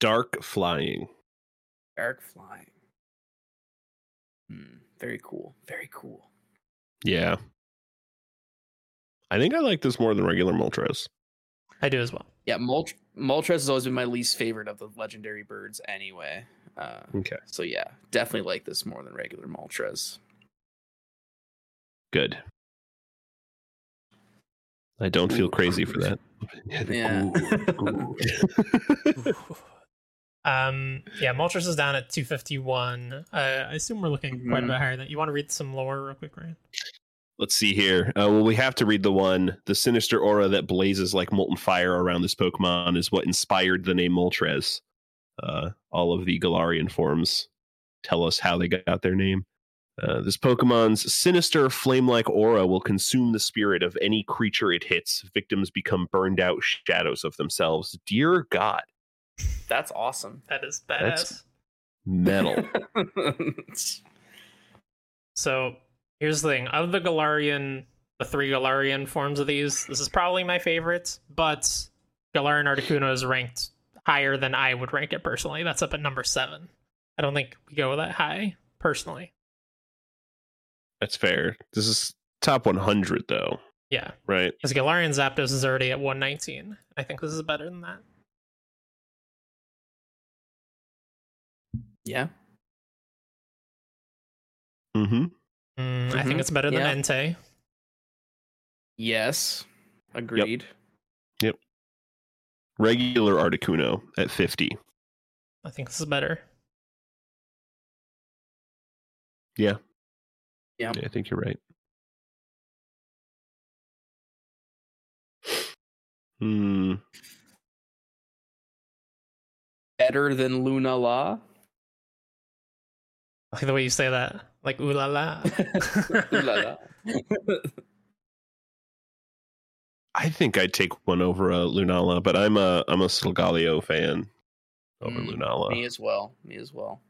Speaker 2: Dark Flying.
Speaker 1: Dark Flying. Hmm. Very cool. Very cool.
Speaker 2: Yeah. I think I like this more than regular Moltres.
Speaker 3: I do as well.
Speaker 1: Yeah, Molt- Moltres has always been my least favorite of the legendary birds anyway. Uh,
Speaker 2: Okay.
Speaker 1: so yeah, definitely like this more than regular Moltres.
Speaker 2: Good. I don't feel crazy for that. <laughs>
Speaker 1: Yeah.
Speaker 3: um, yeah, Moltres is down at 251. Uh, I assume we're looking quite a
Speaker 1: Mhm.
Speaker 3: bit higher than you want to read some lore real quick, Ryan.
Speaker 2: Let's see here. Uh, well, we have to read the one. The sinister aura that blazes like molten fire around this Pokemon is what inspired the name Moltres. Uh, all of the Galarian forms tell us how they got their name. Uh, this Pokemon's sinister flame like aura will consume the spirit of any creature it hits. Victims become burned out shadows of themselves. Dear God,
Speaker 1: That's awesome. <laughs>
Speaker 3: That is badass.
Speaker 2: That's- metal.
Speaker 3: So here's the thing: of the Galarian, the three Galarian forms of these, this is probably my favorite. But Galarian Articuno is ranked higher than I would rank it personally. That's up at number seven. I don't think we go that high personally.
Speaker 2: That's fair. This is top 100, though,
Speaker 3: Yeah,
Speaker 2: right?
Speaker 3: because Galarian Zapdos is already at 119. I think this is better than that.
Speaker 1: yeah.
Speaker 2: Mm hmm.
Speaker 3: Mm, I think
Speaker 1: Mhm.
Speaker 3: it's better than
Speaker 1: Yeah.
Speaker 3: Entei.
Speaker 1: Yes. Agreed.
Speaker 2: Regular Articuno at 50.
Speaker 3: I think this is better.
Speaker 2: Yeah.
Speaker 1: Yeah.
Speaker 2: I think you're right. Hmm.
Speaker 1: Better than Luna La.
Speaker 3: I like the way you say that. Like ooh
Speaker 1: <laughs>
Speaker 3: la la.
Speaker 1: Luna La.
Speaker 2: I think I'd take one over a Lunala, but I'm a I'm a Solgaleo fan over
Speaker 1: Mm,
Speaker 2: Lunala.
Speaker 1: Me as well. Me as well.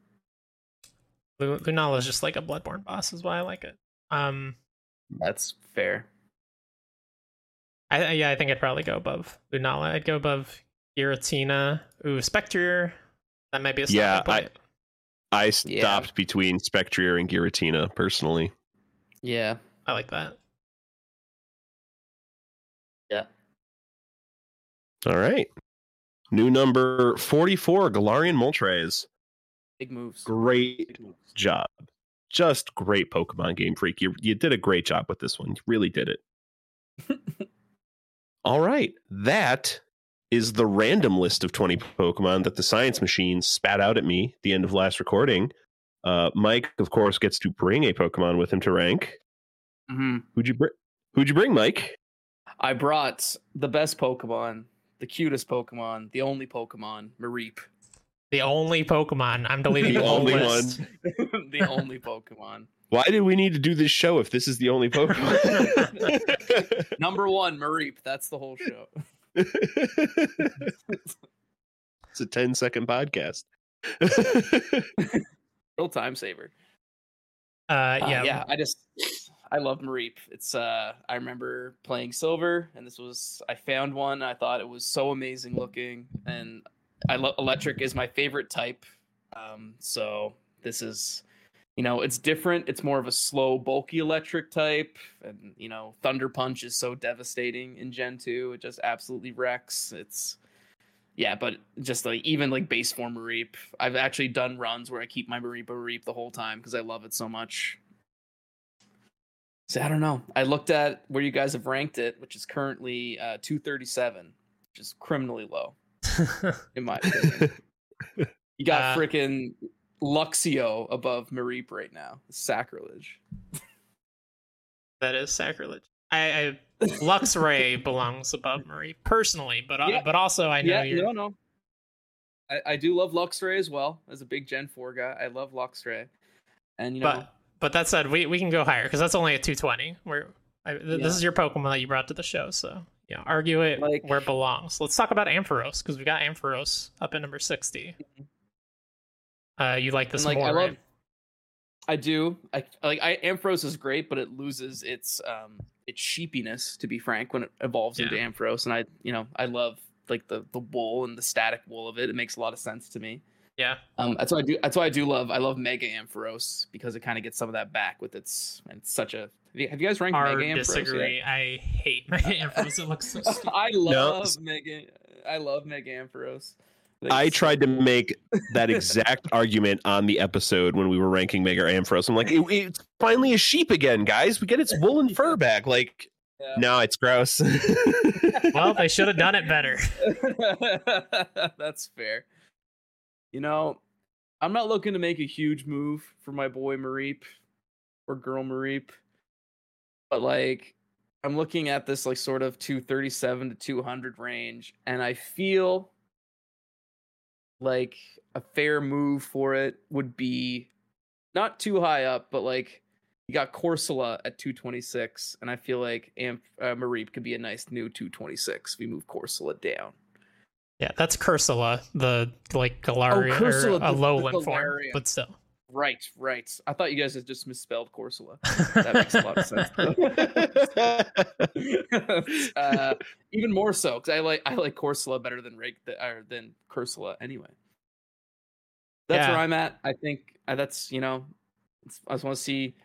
Speaker 3: Lu- Lunala's just like a Bloodborne boss, is why I like it. Um,
Speaker 1: That's fair.
Speaker 3: I I- yeah, I think I'd probably go above Lunala. I'd go above Giratina. Ooh, Spectre. That might be a
Speaker 2: Yeah,
Speaker 3: yeah. Point.
Speaker 2: I
Speaker 1: Yeah.
Speaker 2: stopped between Spectrier and Giratina personally.
Speaker 1: Yeah.
Speaker 3: I, like that.
Speaker 2: All right. New number 44, Galarian Moltres.
Speaker 1: Big moves.
Speaker 2: Great
Speaker 1: Big moves. <laughs>
Speaker 2: job. Just great Pokemon Game Freak. You, you did a great job with this one. You really did it. All right. That is the random list of 20 Pokemon that the science machine spat out at me at the end of last recording. Uh, Mike, of course, gets to bring a Pokemon with him to rank.
Speaker 1: Mhm.
Speaker 2: Who'd you bring? Who'd you bring, Mike?
Speaker 1: I brought the best Pokemon, the cutest Pokemon, the only Pokemon, Mareep. <laughs>
Speaker 3: The only Pokemon. <laughs> I'm deleting the,
Speaker 1: The
Speaker 3: whole
Speaker 1: only
Speaker 3: list.
Speaker 1: the only Pokemon.
Speaker 2: Why do we need to do this show if this is the only Pokemon? <laughs>
Speaker 1: Number one, Mareep. That's the whole show.
Speaker 2: it's a 10 second podcast. <laughs>
Speaker 1: Real time saver.
Speaker 3: Uh,
Speaker 1: Uh,
Speaker 3: yeah,
Speaker 1: yeah. I just <sighs> I love Mareep. It's uh I remember playing Silver and this was I found one. I thought it was so amazing looking and I love electric is my favorite type. Um so this is you know, it's different. It's more of a slow, bulky electric type and you know, Thunder Punch is so devastating in Gen 2. It just absolutely wrecks. It's yeah, but just like even like base form Mareep, I've actually done runs where I keep my Mareep Mareep the whole time because I love it so much. So I don't know. I looked at where you guys have ranked it, which is currently uh, 237, which is criminally low in my opinion. you
Speaker 3: Uh,
Speaker 1: got frickin' freaking Luxio above Mareep right now. Sacrilege.
Speaker 3: <laughs> that is sacrilege. I, I Luxray belongs above Marie personally, but uh,
Speaker 1: Yeah.
Speaker 3: but also I know
Speaker 1: <laughs> yeah,
Speaker 3: you're
Speaker 1: no, no. I, I do love Luxray as well. As a big Gen 4 guy, I love Luxray. And you know,
Speaker 3: But but that said, we, we can go higher because that's only at 220. We're I, th-
Speaker 1: Yeah.
Speaker 3: this is your Pokemon that you brought to the show, so yeah, argue it
Speaker 1: Like-
Speaker 3: where it belongs. Let's talk about Ampharos because we got Ampharos up at number 60. Uh, you like this
Speaker 1: Mm-hmm. And, like,
Speaker 3: more?
Speaker 1: I
Speaker 3: right?
Speaker 1: love- I do. I like I Ampharos is great, but it loses its um its sheepiness, to be frank, when it evolves into Ampharos. And I you know, I love like the the wool and the static wool of it. It makes a lot of sense to me.
Speaker 3: Yeah,
Speaker 1: Um that's why I do that's why I do love I love Mega Ampharos because it kind of gets some of that back with its and it's such a have you, have you guys ranked
Speaker 3: our
Speaker 1: Mega Ampharos? yet? <laughs>
Speaker 3: disagree. I hate my Ampharos. It looks so stupid.
Speaker 1: I love Mega I love Mega Ampharos. think
Speaker 2: I
Speaker 1: it's so
Speaker 2: tried to make that exact argument on the episode when we were ranking Mega Ampharos. I'm like, "It- it's finally a sheep again, guys. We get its woolen fur back. Like,
Speaker 1: Yeah.
Speaker 2: no, it's gross.
Speaker 3: well, they should have done it better.
Speaker 1: <laughs> That's fair. You know, I'm not looking to make a huge move for my boy Mareep or girl Mareep, but like I'm looking at this like sort of 237 to 200 range, and I feel like a fair move for it would be not too high up, but like you got Corsola at 226, and I feel like Amp uh, Mareep could be a nice new 226 if we move Corsola down.
Speaker 3: Yeah, that's Cursula, the like Galaria
Speaker 1: Oh, Cursula,
Speaker 3: or a
Speaker 1: the- the
Speaker 3: lowland form,
Speaker 1: Galarian.
Speaker 3: but still.
Speaker 1: Right, right. I thought you guys had just misspelled Corsola. That makes a lot of sense. <laughs> uh, even more so, because I like I like Corsola better than Rake or than Corsola anyway. That's
Speaker 3: Yeah.
Speaker 1: where I'm at. I think uh, that's you know, it's, I just want to see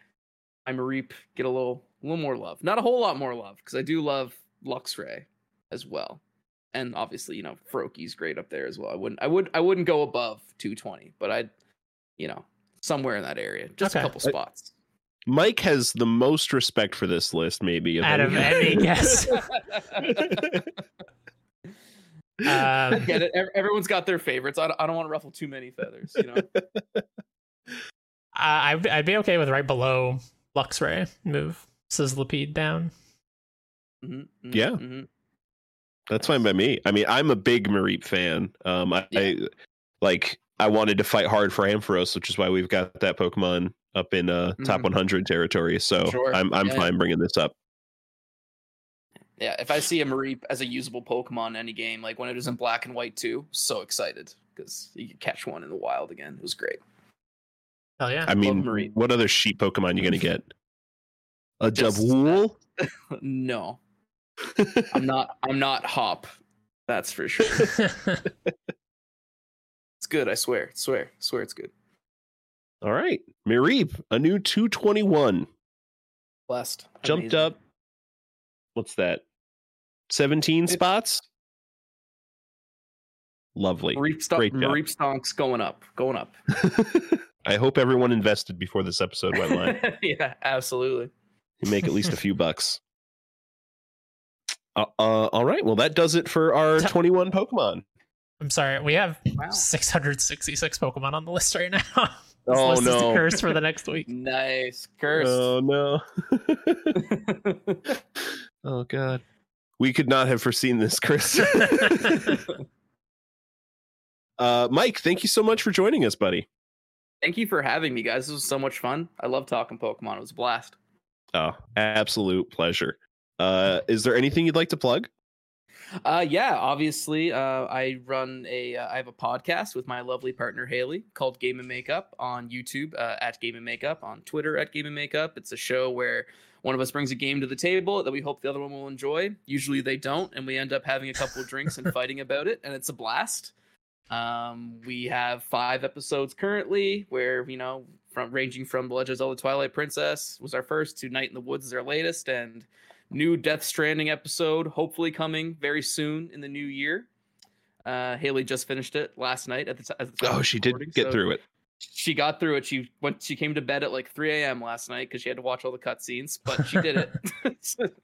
Speaker 1: I'm a reap get a little little more love, not a whole lot more love, because I do love Luxray as well, and obviously you know Froakie's great up there as well. I wouldn't I would I wouldn't go above 220, but I'd you know somewhere in that area, just
Speaker 3: Okay.
Speaker 1: a couple spots.
Speaker 2: Mike has the most respect for this list, maybe.
Speaker 3: Out of
Speaker 2: anyone.
Speaker 3: any guess. <laughs>
Speaker 2: <laughs>
Speaker 1: I
Speaker 3: <laughs> Um,
Speaker 2: <laughs>
Speaker 1: get it. Ev- Everyone's got their favorites. I don't, I don't want to ruffle too many feathers, you know.
Speaker 3: I- I'd, I'd be okay with right below Luxray move Sizzlipede down.
Speaker 1: Mhm, mhm,
Speaker 2: Yeah.
Speaker 1: mhm.
Speaker 2: That's fine by me. I mean, I'm a big Marip fan. Um, I, I like I wanted to fight hard for Ampharos, which is why we've got that Pokemon up in uh, top
Speaker 1: Mhm.
Speaker 2: 100 territory. So
Speaker 1: Sure.
Speaker 2: I'm I'm
Speaker 1: Yeah,
Speaker 2: fine bringing this up.
Speaker 1: Yeah, if I see a Mareep as a usable Pokemon in any game, like when it was in black and white too, so excited because you could catch one in the wild again. It was great.
Speaker 3: Hell yeah. <laughs>
Speaker 2: I mean,
Speaker 1: Marip.
Speaker 2: what other sheep Pokemon you gonna get? A
Speaker 1: <laughs> Just-
Speaker 2: Dubwool? <laughs>
Speaker 1: No, I'm not. I'm not Hop. That's for sure.
Speaker 2: <laughs>
Speaker 1: It's good. I swear. Swear. Swear. It's good.
Speaker 2: All right, Marip, a new 221
Speaker 1: Blessed.
Speaker 2: jumped
Speaker 1: Amazing.
Speaker 2: up. What's that? 17
Speaker 1: Fif-
Speaker 2: spots. Lovely.
Speaker 1: Mareep, ston-
Speaker 2: Great job.
Speaker 1: Mareep stonks going up. Going up.
Speaker 2: I hope everyone invested before this episode
Speaker 1: <laughs>
Speaker 2: went live.
Speaker 1: yeah, absolutely.
Speaker 2: You make at
Speaker 3: <laughs>
Speaker 2: least a few bucks. Uh, uh, all right. Well, that does it for our 21 Pokemon.
Speaker 3: I'm sorry. We have
Speaker 1: Wow.
Speaker 3: 666 Pokemon on the list right now. <laughs> this
Speaker 2: Oh,
Speaker 3: list is
Speaker 2: no.
Speaker 3: a curse for the next week.
Speaker 1: Nice. Cursed.
Speaker 2: Oh,
Speaker 3: <laughs>
Speaker 2: no. oh, God. We could not have foreseen this,
Speaker 3: <laughs>
Speaker 2: Chris. <laughs> uh, Mike, thank you so much for joining us, buddy.
Speaker 1: Thank you for having me, guys. This was so much fun. I love talking Pokemon. It was a blast.
Speaker 2: Oh, absolute pleasure. Uh, is there anything you'd like to plug?
Speaker 1: Uh, yeah, obviously, uh, I run a uh, I have a podcast with my lovely partner Haley called Game and Makeup on YouTube uh, at Game and Makeup on Twitter at Game and Makeup. It's a show where one of us brings a game to the table that we hope the other one will enjoy. Usually they don't, and we end up having a couple of drinks
Speaker 2: <laughs>
Speaker 1: and fighting about it, and it's a blast. Um, we have five episodes currently, where you know, from ranging from The Legends of the Twilight Princess was our first to Night in the Woods is our latest, and new Death Stranding episode, hopefully coming very soon in the new year. Uh, Haley just finished it last night at the time.
Speaker 2: Oh, she did get through it.
Speaker 1: She got through it. She went. She came to bed at like 3 a.m. last night because she had to watch all the cutscenes, but she did
Speaker 3: <laughs>
Speaker 1: it. <laughs>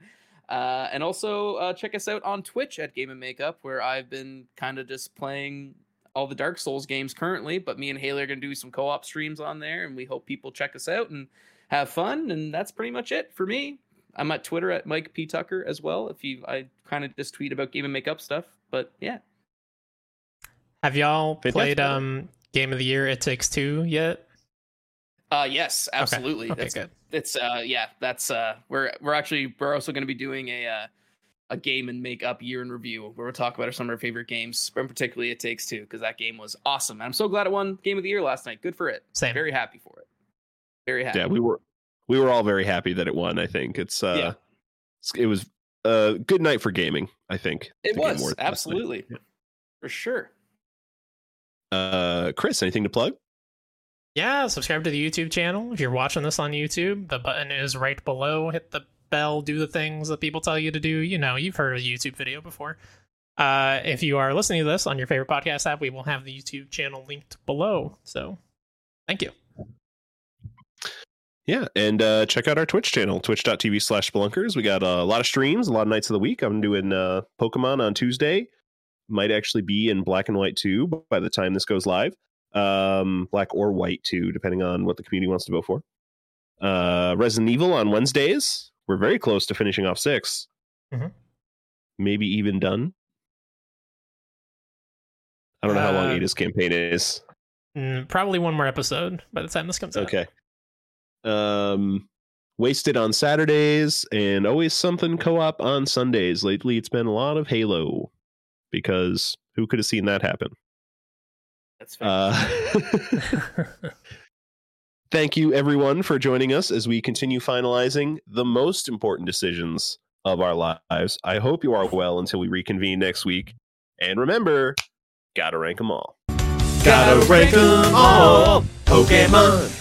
Speaker 1: uh, and also uh, check us out on Twitch at Game and Makeup, where I've been kind of just playing all the Dark Souls games currently. But me and Haley are gonna do some co-op streams on there, and we hope people check us out and have fun. And that's pretty much it for me. I'm at Twitter at Mike P Tucker as well. If you, I kind of just tweet about Game and Makeup stuff. But yeah,
Speaker 3: Have y'all
Speaker 2: Fantastic.
Speaker 3: played um Game of the Year It Takes Two yet?
Speaker 1: uh, yes, absolutely.
Speaker 3: Okay,
Speaker 1: That's-
Speaker 3: good.
Speaker 1: it's uh yeah that's uh we're we're actually we're also going to be doing a uh a game and make up year in review where we'll talk about our- some of our favorite games and particularly it takes two because that game was awesome and i'm so glad it won game of the year last night good for it
Speaker 3: Same.
Speaker 1: very happy for it very happy
Speaker 2: Yeah, we were we were all very happy that it won. I think it's uh,
Speaker 1: Yeah.
Speaker 2: it's- it was a good night for gaming. I think
Speaker 1: it
Speaker 2: The Game
Speaker 1: was
Speaker 2: Awards last night.
Speaker 1: absolutely
Speaker 2: Yeah.
Speaker 1: for sure
Speaker 2: Uh, Chris, anything to plug?
Speaker 3: Yeah, subscribe to the YouTube channel. If you're watching this on YouTube, the button is right below. Hit the bell, do the things that people tell you to do. You know, you've heard a YouTube video before. Uh, if you are listening to this on your favorite podcast app, we will have the YouTube channel linked below. So thank you.
Speaker 2: Yeah, and uh, check out our Twitch channel, twitch.tv slash spelunkers. We got uh, a lot of streams, a lot of nights of the week. I'm doing uh, Pokemon on Tuesday. Might actually be in black and white too by the time this goes live. Um, black or white too, depending on what the community wants to vote for. Uh, Resident Evil on Wednesdays. We're very close to finishing off 6
Speaker 3: Mhm.
Speaker 2: Maybe even done. I don't know how long
Speaker 3: Uh,
Speaker 2: Ada's campaign is.
Speaker 3: Mm, probably one more episode by the time this comes out.
Speaker 2: Okay. Um, wasted on Saturdays and always something co-op on Sundays. Lately, it's been a lot of Halo because who could have seen that happen?
Speaker 1: that's fair. <laughs>
Speaker 2: Uh, <laughs> Thank you, everyone, for joining us as we continue finalizing the most important decisions of our lives. I hope you are well until we reconvene next week. And remember, gotta rank them all.
Speaker 4: Gotta rank 'em all. Pokemon.